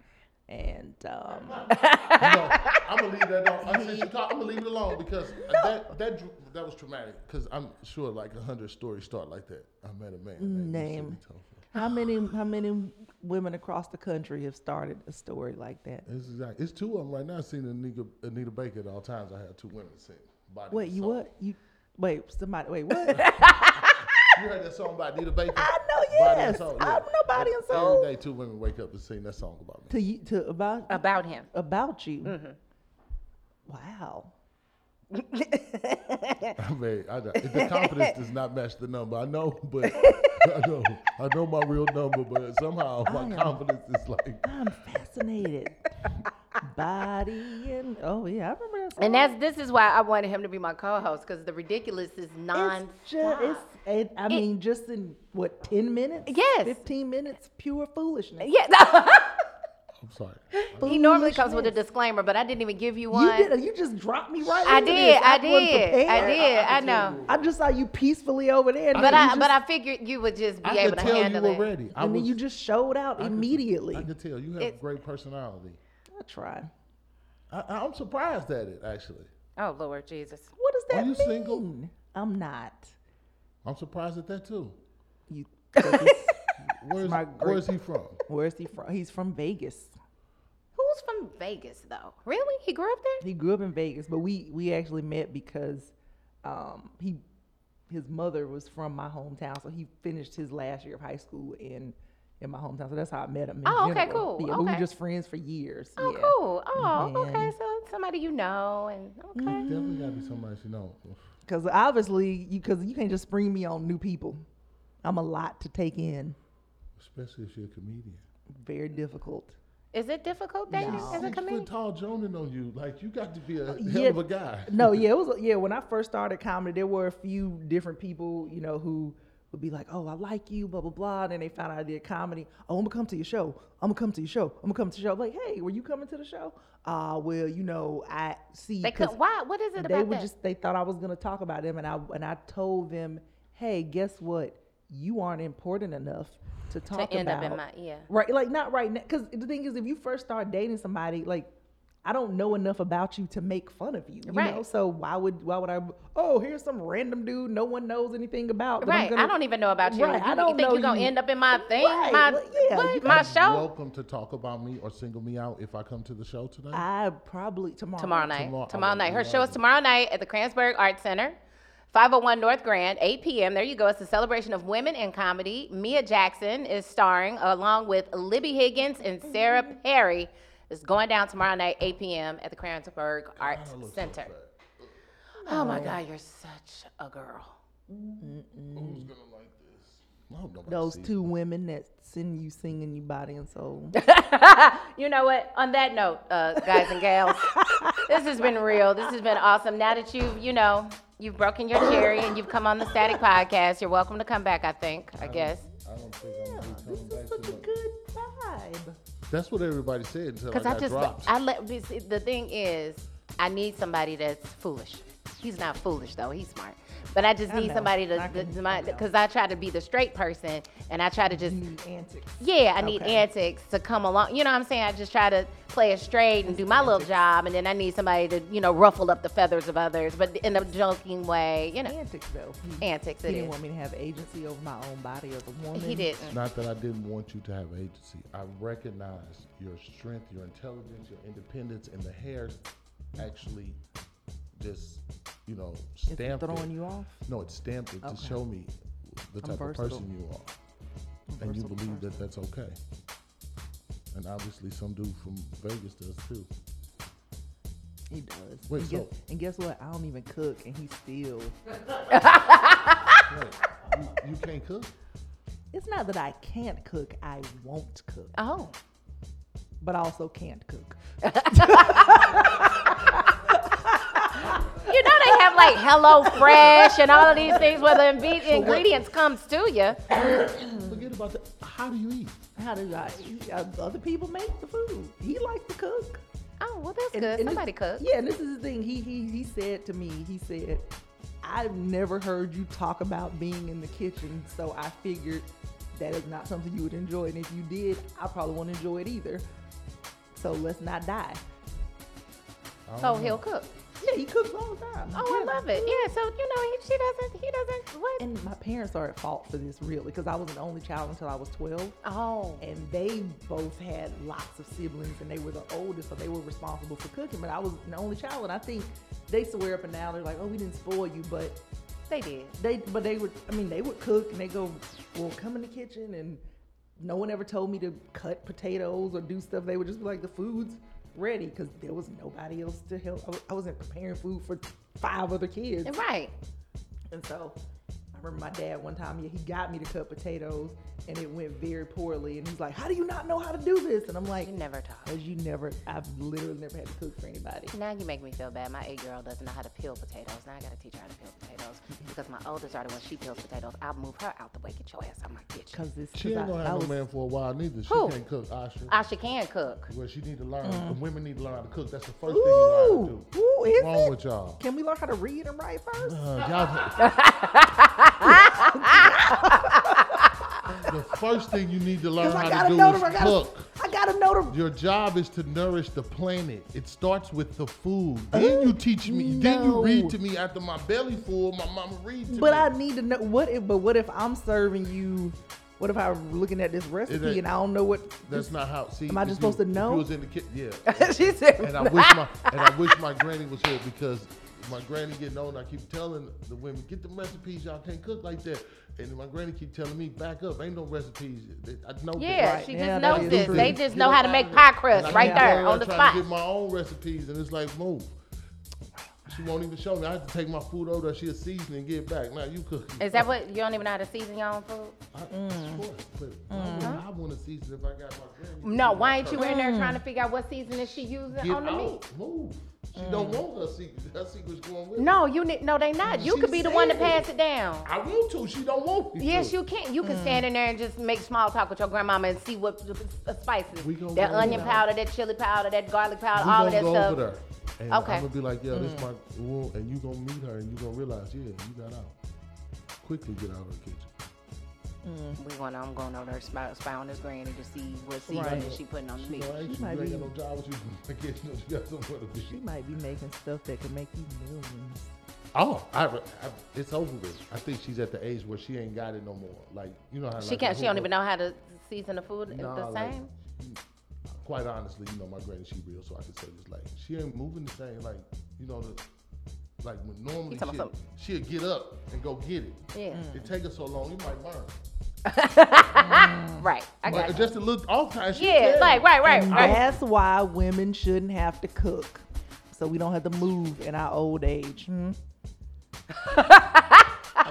[SPEAKER 2] and um,
[SPEAKER 3] No, I'm gonna leave that alone. I said you talk, I'm gonna leave it alone because that that dr- that was traumatic. Because I'm sure like a hundred stories start like that. I met a man. named
[SPEAKER 2] Name.
[SPEAKER 3] Sidney Telfer.
[SPEAKER 2] how many how many women across the country have started a story like that?
[SPEAKER 3] It's exact. It's two of them right now. I've seen Anita, Anita Baker at all times. I had two women sing. Body and
[SPEAKER 2] Wait, you
[SPEAKER 3] Soul.
[SPEAKER 2] what? You wait, somebody wait, what?
[SPEAKER 3] You heard that song by Anita Baker?
[SPEAKER 2] I know,
[SPEAKER 3] Body and
[SPEAKER 2] yes.
[SPEAKER 3] Soul,
[SPEAKER 2] I know Body and Soul.
[SPEAKER 3] Every day, two women wake up and sing that song about me.
[SPEAKER 2] to you to about
[SPEAKER 1] about him.
[SPEAKER 2] about you. Wow.
[SPEAKER 3] I'm very, I, don't- the confidence does not match the number. I know, but I know, I know my real number, but somehow my
[SPEAKER 2] am-
[SPEAKER 3] confidence is like.
[SPEAKER 2] I'm fascinated. Body and oh yeah, I remember that. Song.
[SPEAKER 1] And that's this is why I wanted him to be my co-host because the ridiculous is non.
[SPEAKER 2] It's just, it's, it, I mean, just in what, 10 minutes?
[SPEAKER 1] Yes.
[SPEAKER 2] 15 minutes, pure foolishness.
[SPEAKER 1] Yeah.
[SPEAKER 3] I'm sorry.
[SPEAKER 1] he normally comes with a disclaimer, but I didn't even give you
[SPEAKER 2] You,
[SPEAKER 1] one.
[SPEAKER 2] did, you just dropped me right
[SPEAKER 1] I
[SPEAKER 2] into
[SPEAKER 1] did.
[SPEAKER 2] this.
[SPEAKER 1] I
[SPEAKER 2] wasn't
[SPEAKER 1] did. I
[SPEAKER 2] prepared.
[SPEAKER 1] did. I know.
[SPEAKER 2] I just saw you peacefully over there. and
[SPEAKER 1] But
[SPEAKER 2] then
[SPEAKER 1] I but
[SPEAKER 2] you just-
[SPEAKER 1] I figured you would just be
[SPEAKER 3] I
[SPEAKER 1] able
[SPEAKER 3] could
[SPEAKER 1] to
[SPEAKER 3] tell you
[SPEAKER 1] handle
[SPEAKER 3] were
[SPEAKER 1] it.
[SPEAKER 3] ready. I
[SPEAKER 2] and
[SPEAKER 3] was,
[SPEAKER 2] then you just showed out
[SPEAKER 3] I could-
[SPEAKER 2] immediately.
[SPEAKER 3] I could tell you have
[SPEAKER 1] It's-
[SPEAKER 3] great personality.
[SPEAKER 2] I tried.
[SPEAKER 3] I, I'm surprised at it actually.
[SPEAKER 1] Oh Lord Jesus.
[SPEAKER 2] What does that
[SPEAKER 3] you
[SPEAKER 2] mean?
[SPEAKER 3] single?
[SPEAKER 2] I'm not.
[SPEAKER 3] I'm surprised at that too.
[SPEAKER 2] You. focus.
[SPEAKER 3] Where's
[SPEAKER 2] my great-
[SPEAKER 3] Where's he from?
[SPEAKER 2] Where's he from? He's from Vegas.
[SPEAKER 1] Who's from Vegas though? Really? He grew up there?
[SPEAKER 2] He grew up in Vegas, but we we actually met because um, he his mother was from my hometown, so he finished his last year of high school in in my hometown. So that's how I met him. in
[SPEAKER 1] Oh, okay,
[SPEAKER 2] general.
[SPEAKER 1] cool,
[SPEAKER 2] Yeah, but we were
[SPEAKER 1] okay.
[SPEAKER 2] just friends for years.
[SPEAKER 1] Oh,
[SPEAKER 2] yeah.
[SPEAKER 1] cool. Oh, okay.
[SPEAKER 2] And-
[SPEAKER 1] So somebody you know and
[SPEAKER 2] Mm.
[SPEAKER 1] okay.
[SPEAKER 3] Definitely gotta be somebody you know.
[SPEAKER 2] Because obviously, you because you can't just spring me on new people. I'm a lot to take in.
[SPEAKER 3] Especially if you're a comedian.
[SPEAKER 2] Very difficult.
[SPEAKER 1] Is it difficult dating
[SPEAKER 2] No.
[SPEAKER 1] as a
[SPEAKER 3] Six
[SPEAKER 1] comedian?
[SPEAKER 3] foot tall joning on you, like you got to be a hell
[SPEAKER 2] Oh, yeah.
[SPEAKER 3] of a guy.
[SPEAKER 2] No, yeah, it was yeah. When I first started comedy, there were a few different people, you know, who would be like, "Oh, I like you," blah blah blah. And then they found out I did comedy. Oh, I'm gonna come to your show. I'm gonna come to your show. I'm gonna come to your show. I'm like, hey, were you coming to the show? Uh, well, you know, I see.
[SPEAKER 1] They
[SPEAKER 2] 'cause
[SPEAKER 1] could why what is it
[SPEAKER 2] they
[SPEAKER 1] about
[SPEAKER 2] would
[SPEAKER 1] that?
[SPEAKER 2] just they thought I was gonna talk about them, and I and I told them, hey, guess what? You aren't important enough to
[SPEAKER 1] to
[SPEAKER 2] talk
[SPEAKER 1] end
[SPEAKER 2] about.
[SPEAKER 1] up in my yeah.
[SPEAKER 2] Right, like not right now. Because the thing is, if you first start dating somebody, like I don't know enough about you to make fun of you. You
[SPEAKER 1] Right.
[SPEAKER 2] know, so why would why would I? Oh, here's some random dude no one knows anything about. that I'm
[SPEAKER 1] Right. I
[SPEAKER 2] gonna-
[SPEAKER 1] don't e-, even know about you.
[SPEAKER 2] Right,
[SPEAKER 1] you
[SPEAKER 2] I
[SPEAKER 1] you
[SPEAKER 2] don't
[SPEAKER 1] think
[SPEAKER 2] know
[SPEAKER 1] you're gonna
[SPEAKER 2] you.
[SPEAKER 1] end up in my thing?
[SPEAKER 2] Right,
[SPEAKER 1] My
[SPEAKER 2] well, yeah,
[SPEAKER 1] what?
[SPEAKER 2] you
[SPEAKER 1] my
[SPEAKER 2] gotta-
[SPEAKER 1] show?
[SPEAKER 3] Welcome to talk about me or single me out if I come to the show today.
[SPEAKER 1] Uh,
[SPEAKER 2] I probably tomorrow.
[SPEAKER 1] Tomorrow night.
[SPEAKER 3] Tomorrow-
[SPEAKER 1] Tomorrow,
[SPEAKER 3] I
[SPEAKER 1] night. Her
[SPEAKER 3] love
[SPEAKER 1] show is
[SPEAKER 3] it.
[SPEAKER 1] tomorrow night at the Kransberg Art Center, 501 North Grand, 8 p.m. There you go. It's a celebration of women in comedy. Mia Jackson is starring along with Libby Higgins and Sarah
[SPEAKER 2] Mm-hmm.
[SPEAKER 1] Perry. It's going down tomorrow night, 8 p.m. at the Kransberg Art
[SPEAKER 3] I look so
[SPEAKER 1] Center.
[SPEAKER 3] fat.
[SPEAKER 1] Oh my God, you're such a girl.
[SPEAKER 3] Who's gonna like this? I hope nobody
[SPEAKER 2] Those
[SPEAKER 3] sees
[SPEAKER 2] two women that send you singing you body and soul.
[SPEAKER 1] You know what? On that note, uh, guys and gals, this has been real. This has been awesome. Now that you've, you know, you've broken your cherry and you've come on the Static Podcast, you're welcome to come back. I think. I guess.
[SPEAKER 3] I don't think I'm gonna be
[SPEAKER 2] this
[SPEAKER 3] coming
[SPEAKER 2] is
[SPEAKER 3] back
[SPEAKER 2] such
[SPEAKER 3] to
[SPEAKER 2] a
[SPEAKER 3] my-
[SPEAKER 2] good vibe.
[SPEAKER 3] That's what everybody said until I
[SPEAKER 1] Because
[SPEAKER 3] got
[SPEAKER 1] I just,
[SPEAKER 3] dropped.
[SPEAKER 1] I let. you see, The thing is, I need somebody that's foolish. He's not foolish though. He's smart. But I just
[SPEAKER 2] I
[SPEAKER 1] need
[SPEAKER 2] know.
[SPEAKER 1] somebody
[SPEAKER 2] I
[SPEAKER 1] to,
[SPEAKER 2] can- I know.
[SPEAKER 1] because I try to be the straight person, and I try to just
[SPEAKER 2] Need antics.
[SPEAKER 1] yeah, I need
[SPEAKER 2] Okay.
[SPEAKER 1] antics to come along. You know what I'm saying? I just try to play it straight and do my little job, and then I need somebody to, you know, ruffle up the feathers of others, but in a joking way, you know,
[SPEAKER 2] Antics though. He,
[SPEAKER 1] antics
[SPEAKER 2] he
[SPEAKER 1] it
[SPEAKER 2] didn't
[SPEAKER 1] is.
[SPEAKER 2] want me to have agency over my own body as a woman.
[SPEAKER 1] He didn't.
[SPEAKER 3] Not that I didn't want you to have agency. I recognized your strength, your intelligence, your independence, and the hairs actually just, you know,
[SPEAKER 2] It's
[SPEAKER 3] stamped
[SPEAKER 2] throwing
[SPEAKER 3] it.
[SPEAKER 2] you off.
[SPEAKER 3] No, it stamped it to
[SPEAKER 2] Okay.
[SPEAKER 3] show me
[SPEAKER 2] I'm
[SPEAKER 3] the type of
[SPEAKER 2] versatile.
[SPEAKER 3] person you are. and you
[SPEAKER 2] versatile
[SPEAKER 3] believe that that's okay. And obviously, some dude from Vegas does too.
[SPEAKER 2] He does.
[SPEAKER 3] Wait,
[SPEAKER 2] and,
[SPEAKER 3] so-
[SPEAKER 2] guess, and guess what? I don't even cook, and he still.
[SPEAKER 3] Wait, you, you can't cook?
[SPEAKER 2] It's not that I can't cook. I won't cook,
[SPEAKER 1] Oh,
[SPEAKER 2] but I also can't cook.
[SPEAKER 1] you know they have like Hello Fresh and all of these things where the inve- ingredients comes to you.
[SPEAKER 2] Hmm.
[SPEAKER 3] Forget about that. How do you eat?
[SPEAKER 2] How do I? eat? Uh, Other people make the food. He likes to cook.
[SPEAKER 1] Oh, well that's
[SPEAKER 2] And-
[SPEAKER 1] good.
[SPEAKER 2] and this-
[SPEAKER 1] Somebody cooked.
[SPEAKER 2] Yeah, and this is the thing. He he he said to me. He said, "I've never heard you talk about being in the kitchen, so I figured that is not something you would enjoy. And if you did, I probably won't enjoy it either. So let's not die."
[SPEAKER 3] I don't
[SPEAKER 1] So
[SPEAKER 3] know.
[SPEAKER 1] he'll cook.
[SPEAKER 2] Yeah, he cooks all the time.
[SPEAKER 1] Oh,
[SPEAKER 2] Yeah.
[SPEAKER 1] I love it. Yeah. So you know, he, she doesn't. He doesn't. What?
[SPEAKER 2] And my parents are at fault for this, really, because I was an only child until I was twelve.
[SPEAKER 1] oh.
[SPEAKER 2] and they both had lots of siblings and they were the oldest so they were responsible for cooking but i was the only child and i think they swear up and down they're like oh we didn't spoil you but
[SPEAKER 1] They did.
[SPEAKER 2] they but they would i mean they would cook and they go well come in the kitchen and no one ever told me to cut potatoes or do stuff they would just be like the food's ready because there was nobody else to help I wa- i wasn't preparing food for five other kids
[SPEAKER 1] Right.
[SPEAKER 2] and so I remember my dad one time, yeah, he got me to cut potatoes and it went very poorly. And he's like, How do you not know how to do this? And I'm like,
[SPEAKER 1] You never talk.
[SPEAKER 2] Because you never, I've literally never had to cook for anybody.
[SPEAKER 1] Now you make me feel bad. My eight-year-old doesn't know how to peel potatoes. Now I gotta teach her how to peel potatoes because my oldest daughter, when she peels potatoes, I'll move her out the way. Get your ass out my kitchen.
[SPEAKER 2] Because this,
[SPEAKER 3] She ain't gonna
[SPEAKER 2] I
[SPEAKER 3] have
[SPEAKER 2] was,
[SPEAKER 3] no man for a while neither. She
[SPEAKER 1] Who?
[SPEAKER 3] can't cook, Asha.
[SPEAKER 1] Asha Ah, can cook.
[SPEAKER 3] well, she need to learn. The women need to learn how to cook. That's the first thing you learn how to
[SPEAKER 2] Mm. ooh,
[SPEAKER 3] do.
[SPEAKER 2] ooh, is
[SPEAKER 3] wrong
[SPEAKER 2] it?
[SPEAKER 3] with y'all?
[SPEAKER 2] Can we learn how to read and write first?
[SPEAKER 3] Uh, y'all the first thing you need to learn
[SPEAKER 2] Because I
[SPEAKER 3] how to
[SPEAKER 2] gotta
[SPEAKER 3] do
[SPEAKER 2] know
[SPEAKER 3] is
[SPEAKER 2] the, I gotta,
[SPEAKER 3] cook.
[SPEAKER 2] I gotta know the.
[SPEAKER 3] Your job is to nourish the planet. It starts with the food. Then you teach me. Then you
[SPEAKER 2] no.
[SPEAKER 3] read to me after my belly full. My mama read to
[SPEAKER 2] But
[SPEAKER 3] me.
[SPEAKER 2] I need to know what if. But what if I'm serving you? What if I'm looking at this recipe and I don't know what?
[SPEAKER 3] That's not how. See,
[SPEAKER 2] Am I
[SPEAKER 3] if
[SPEAKER 2] just
[SPEAKER 3] you-
[SPEAKER 2] supposed to
[SPEAKER 3] if
[SPEAKER 2] know?
[SPEAKER 3] You was in the kitchen. Yeah.
[SPEAKER 2] she said.
[SPEAKER 3] and I wish my and I wish my granny was here because my granny getting old. And I keep telling the women, get them recipes. Y'all can't cook like that. And my granny keep telling me, back up. Ain't no recipes. I know. that."
[SPEAKER 1] Yeah,
[SPEAKER 2] Right.
[SPEAKER 1] she
[SPEAKER 2] Yeah,
[SPEAKER 1] just
[SPEAKER 2] that
[SPEAKER 1] knows
[SPEAKER 2] is
[SPEAKER 1] this.
[SPEAKER 2] true.
[SPEAKER 1] They just
[SPEAKER 3] Get
[SPEAKER 1] know
[SPEAKER 3] up
[SPEAKER 1] how to
[SPEAKER 3] out
[SPEAKER 1] make
[SPEAKER 3] of
[SPEAKER 1] pie
[SPEAKER 3] there.
[SPEAKER 1] crust
[SPEAKER 3] And I
[SPEAKER 1] right
[SPEAKER 3] keep
[SPEAKER 1] there
[SPEAKER 3] going
[SPEAKER 1] on
[SPEAKER 3] out
[SPEAKER 1] the
[SPEAKER 3] trying
[SPEAKER 1] spot.
[SPEAKER 3] To get my own recipes, and it's like move. She won't even show me. I have to take my food over. there. She'll season and get back. Now you cook.
[SPEAKER 1] Is that what you don't even know how to season your own food?
[SPEAKER 3] I,
[SPEAKER 1] mm.
[SPEAKER 3] Of course, but why would I want to season if I got my granny.
[SPEAKER 1] Mm-hmm. No.
[SPEAKER 3] cooking
[SPEAKER 1] Why
[SPEAKER 3] my
[SPEAKER 1] ain't you
[SPEAKER 3] turkey?
[SPEAKER 1] in there trying to figure out what seasoning she using
[SPEAKER 3] Get
[SPEAKER 1] on the meat? Mm.
[SPEAKER 3] out, move. She don't want her secret. Her secret's going with. her.
[SPEAKER 1] No, you need. No, they not. You
[SPEAKER 3] She
[SPEAKER 1] could be the one to
[SPEAKER 3] said it.
[SPEAKER 1] pass it down.
[SPEAKER 3] I want to. She don't want me.
[SPEAKER 1] Yes,
[SPEAKER 3] to.
[SPEAKER 1] you can. You can stand in there and just make small talk with your grandmama and see what the- the spices.
[SPEAKER 3] We gonna
[SPEAKER 1] That
[SPEAKER 3] go
[SPEAKER 1] onion
[SPEAKER 3] over there.
[SPEAKER 1] powder, that chili powder, that garlic
[SPEAKER 3] We
[SPEAKER 1] powder, all
[SPEAKER 3] gonna
[SPEAKER 1] of that
[SPEAKER 3] go
[SPEAKER 1] stuff.
[SPEAKER 3] over there. And
[SPEAKER 1] Okay. Mm.
[SPEAKER 3] I'm gonna be like, yeah, this my woman, and you gonna meet her, and you gonna realize, yeah, you got out. Quickly get out of the kitchen.
[SPEAKER 1] We going. I'm going over there spy, spy on this granny to see what seasoning
[SPEAKER 2] Right.
[SPEAKER 1] she putting on the
[SPEAKER 3] She
[SPEAKER 1] meat.
[SPEAKER 3] gonna ask you,
[SPEAKER 2] might
[SPEAKER 3] you ain't
[SPEAKER 2] be-
[SPEAKER 3] got no job with you from the kitchen. You got somewhere to
[SPEAKER 2] She
[SPEAKER 3] be.
[SPEAKER 2] might be making stuff that could make you millions.
[SPEAKER 3] Oh, I, re- I, it's over with. I think she's at the age where she ain't got it no more. Like you know how
[SPEAKER 1] She
[SPEAKER 3] like,
[SPEAKER 1] can't. She
[SPEAKER 3] who-
[SPEAKER 1] don't even know how to season the food
[SPEAKER 3] Nah,
[SPEAKER 1] the
[SPEAKER 3] like,
[SPEAKER 1] same.
[SPEAKER 3] you- quite honestly, you know, my granny, she real, so I can say this. Like, she ain't moving the same. Like, you know, the, like when normally
[SPEAKER 1] You talking about
[SPEAKER 3] she, she'll get up and go get it.
[SPEAKER 1] Yeah.
[SPEAKER 3] It take her so long, you might burn.
[SPEAKER 1] Right. I got.
[SPEAKER 3] But just to look off time, she
[SPEAKER 1] Yeah.
[SPEAKER 3] can.
[SPEAKER 1] Like right. Right. Right.
[SPEAKER 2] That's why women shouldn't have to cook,
[SPEAKER 1] Mm-hmm.
[SPEAKER 2] so we don't have to move in our old age. Hmm?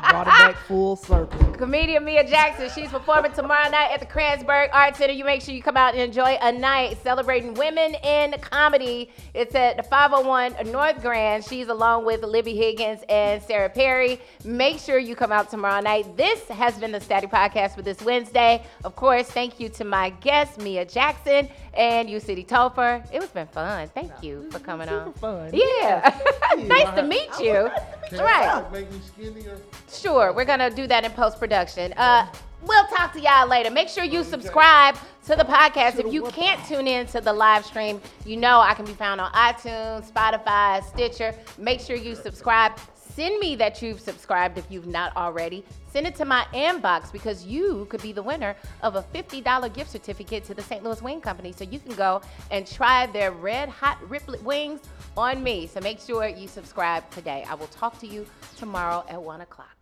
[SPEAKER 3] I
[SPEAKER 2] Brought it back full circle.
[SPEAKER 1] Comedian Mia Jackson. She's performing tomorrow night at the Kransberg Art Center. You make sure you come out and enjoy a night celebrating women in comedy. It's at the 501 North Grand. She's along with Libby Higgins and Sarah Perry. Make sure you come out tomorrow night. This has been the Static Podcast for this Wednesday. Of course, thank you to my guest, Mia Jackson and you, City Topher. It was been fun. Thank you for coming
[SPEAKER 2] super
[SPEAKER 1] on.
[SPEAKER 2] fun.
[SPEAKER 1] Yeah. nice to meet you. Oh,
[SPEAKER 3] Can
[SPEAKER 1] Right.
[SPEAKER 3] you make me skinnier?
[SPEAKER 1] Sure, we're gonna do that in post production. Uh, we'll talk to y'all later. Make sure you subscribe to the podcast. If you can't tune in to the live stream, you know I can be found on iTunes, Spotify, Stitcher. Make sure you subscribe. Send me that you've subscribed if you've not already. Send it to my inbox because you could be the winner of a $50 gift certificate to the St. Louis Wing Company. So you can go and try their red hot riplet wings on me. So make sure you subscribe today. I will talk to you tomorrow at 1 o'clock.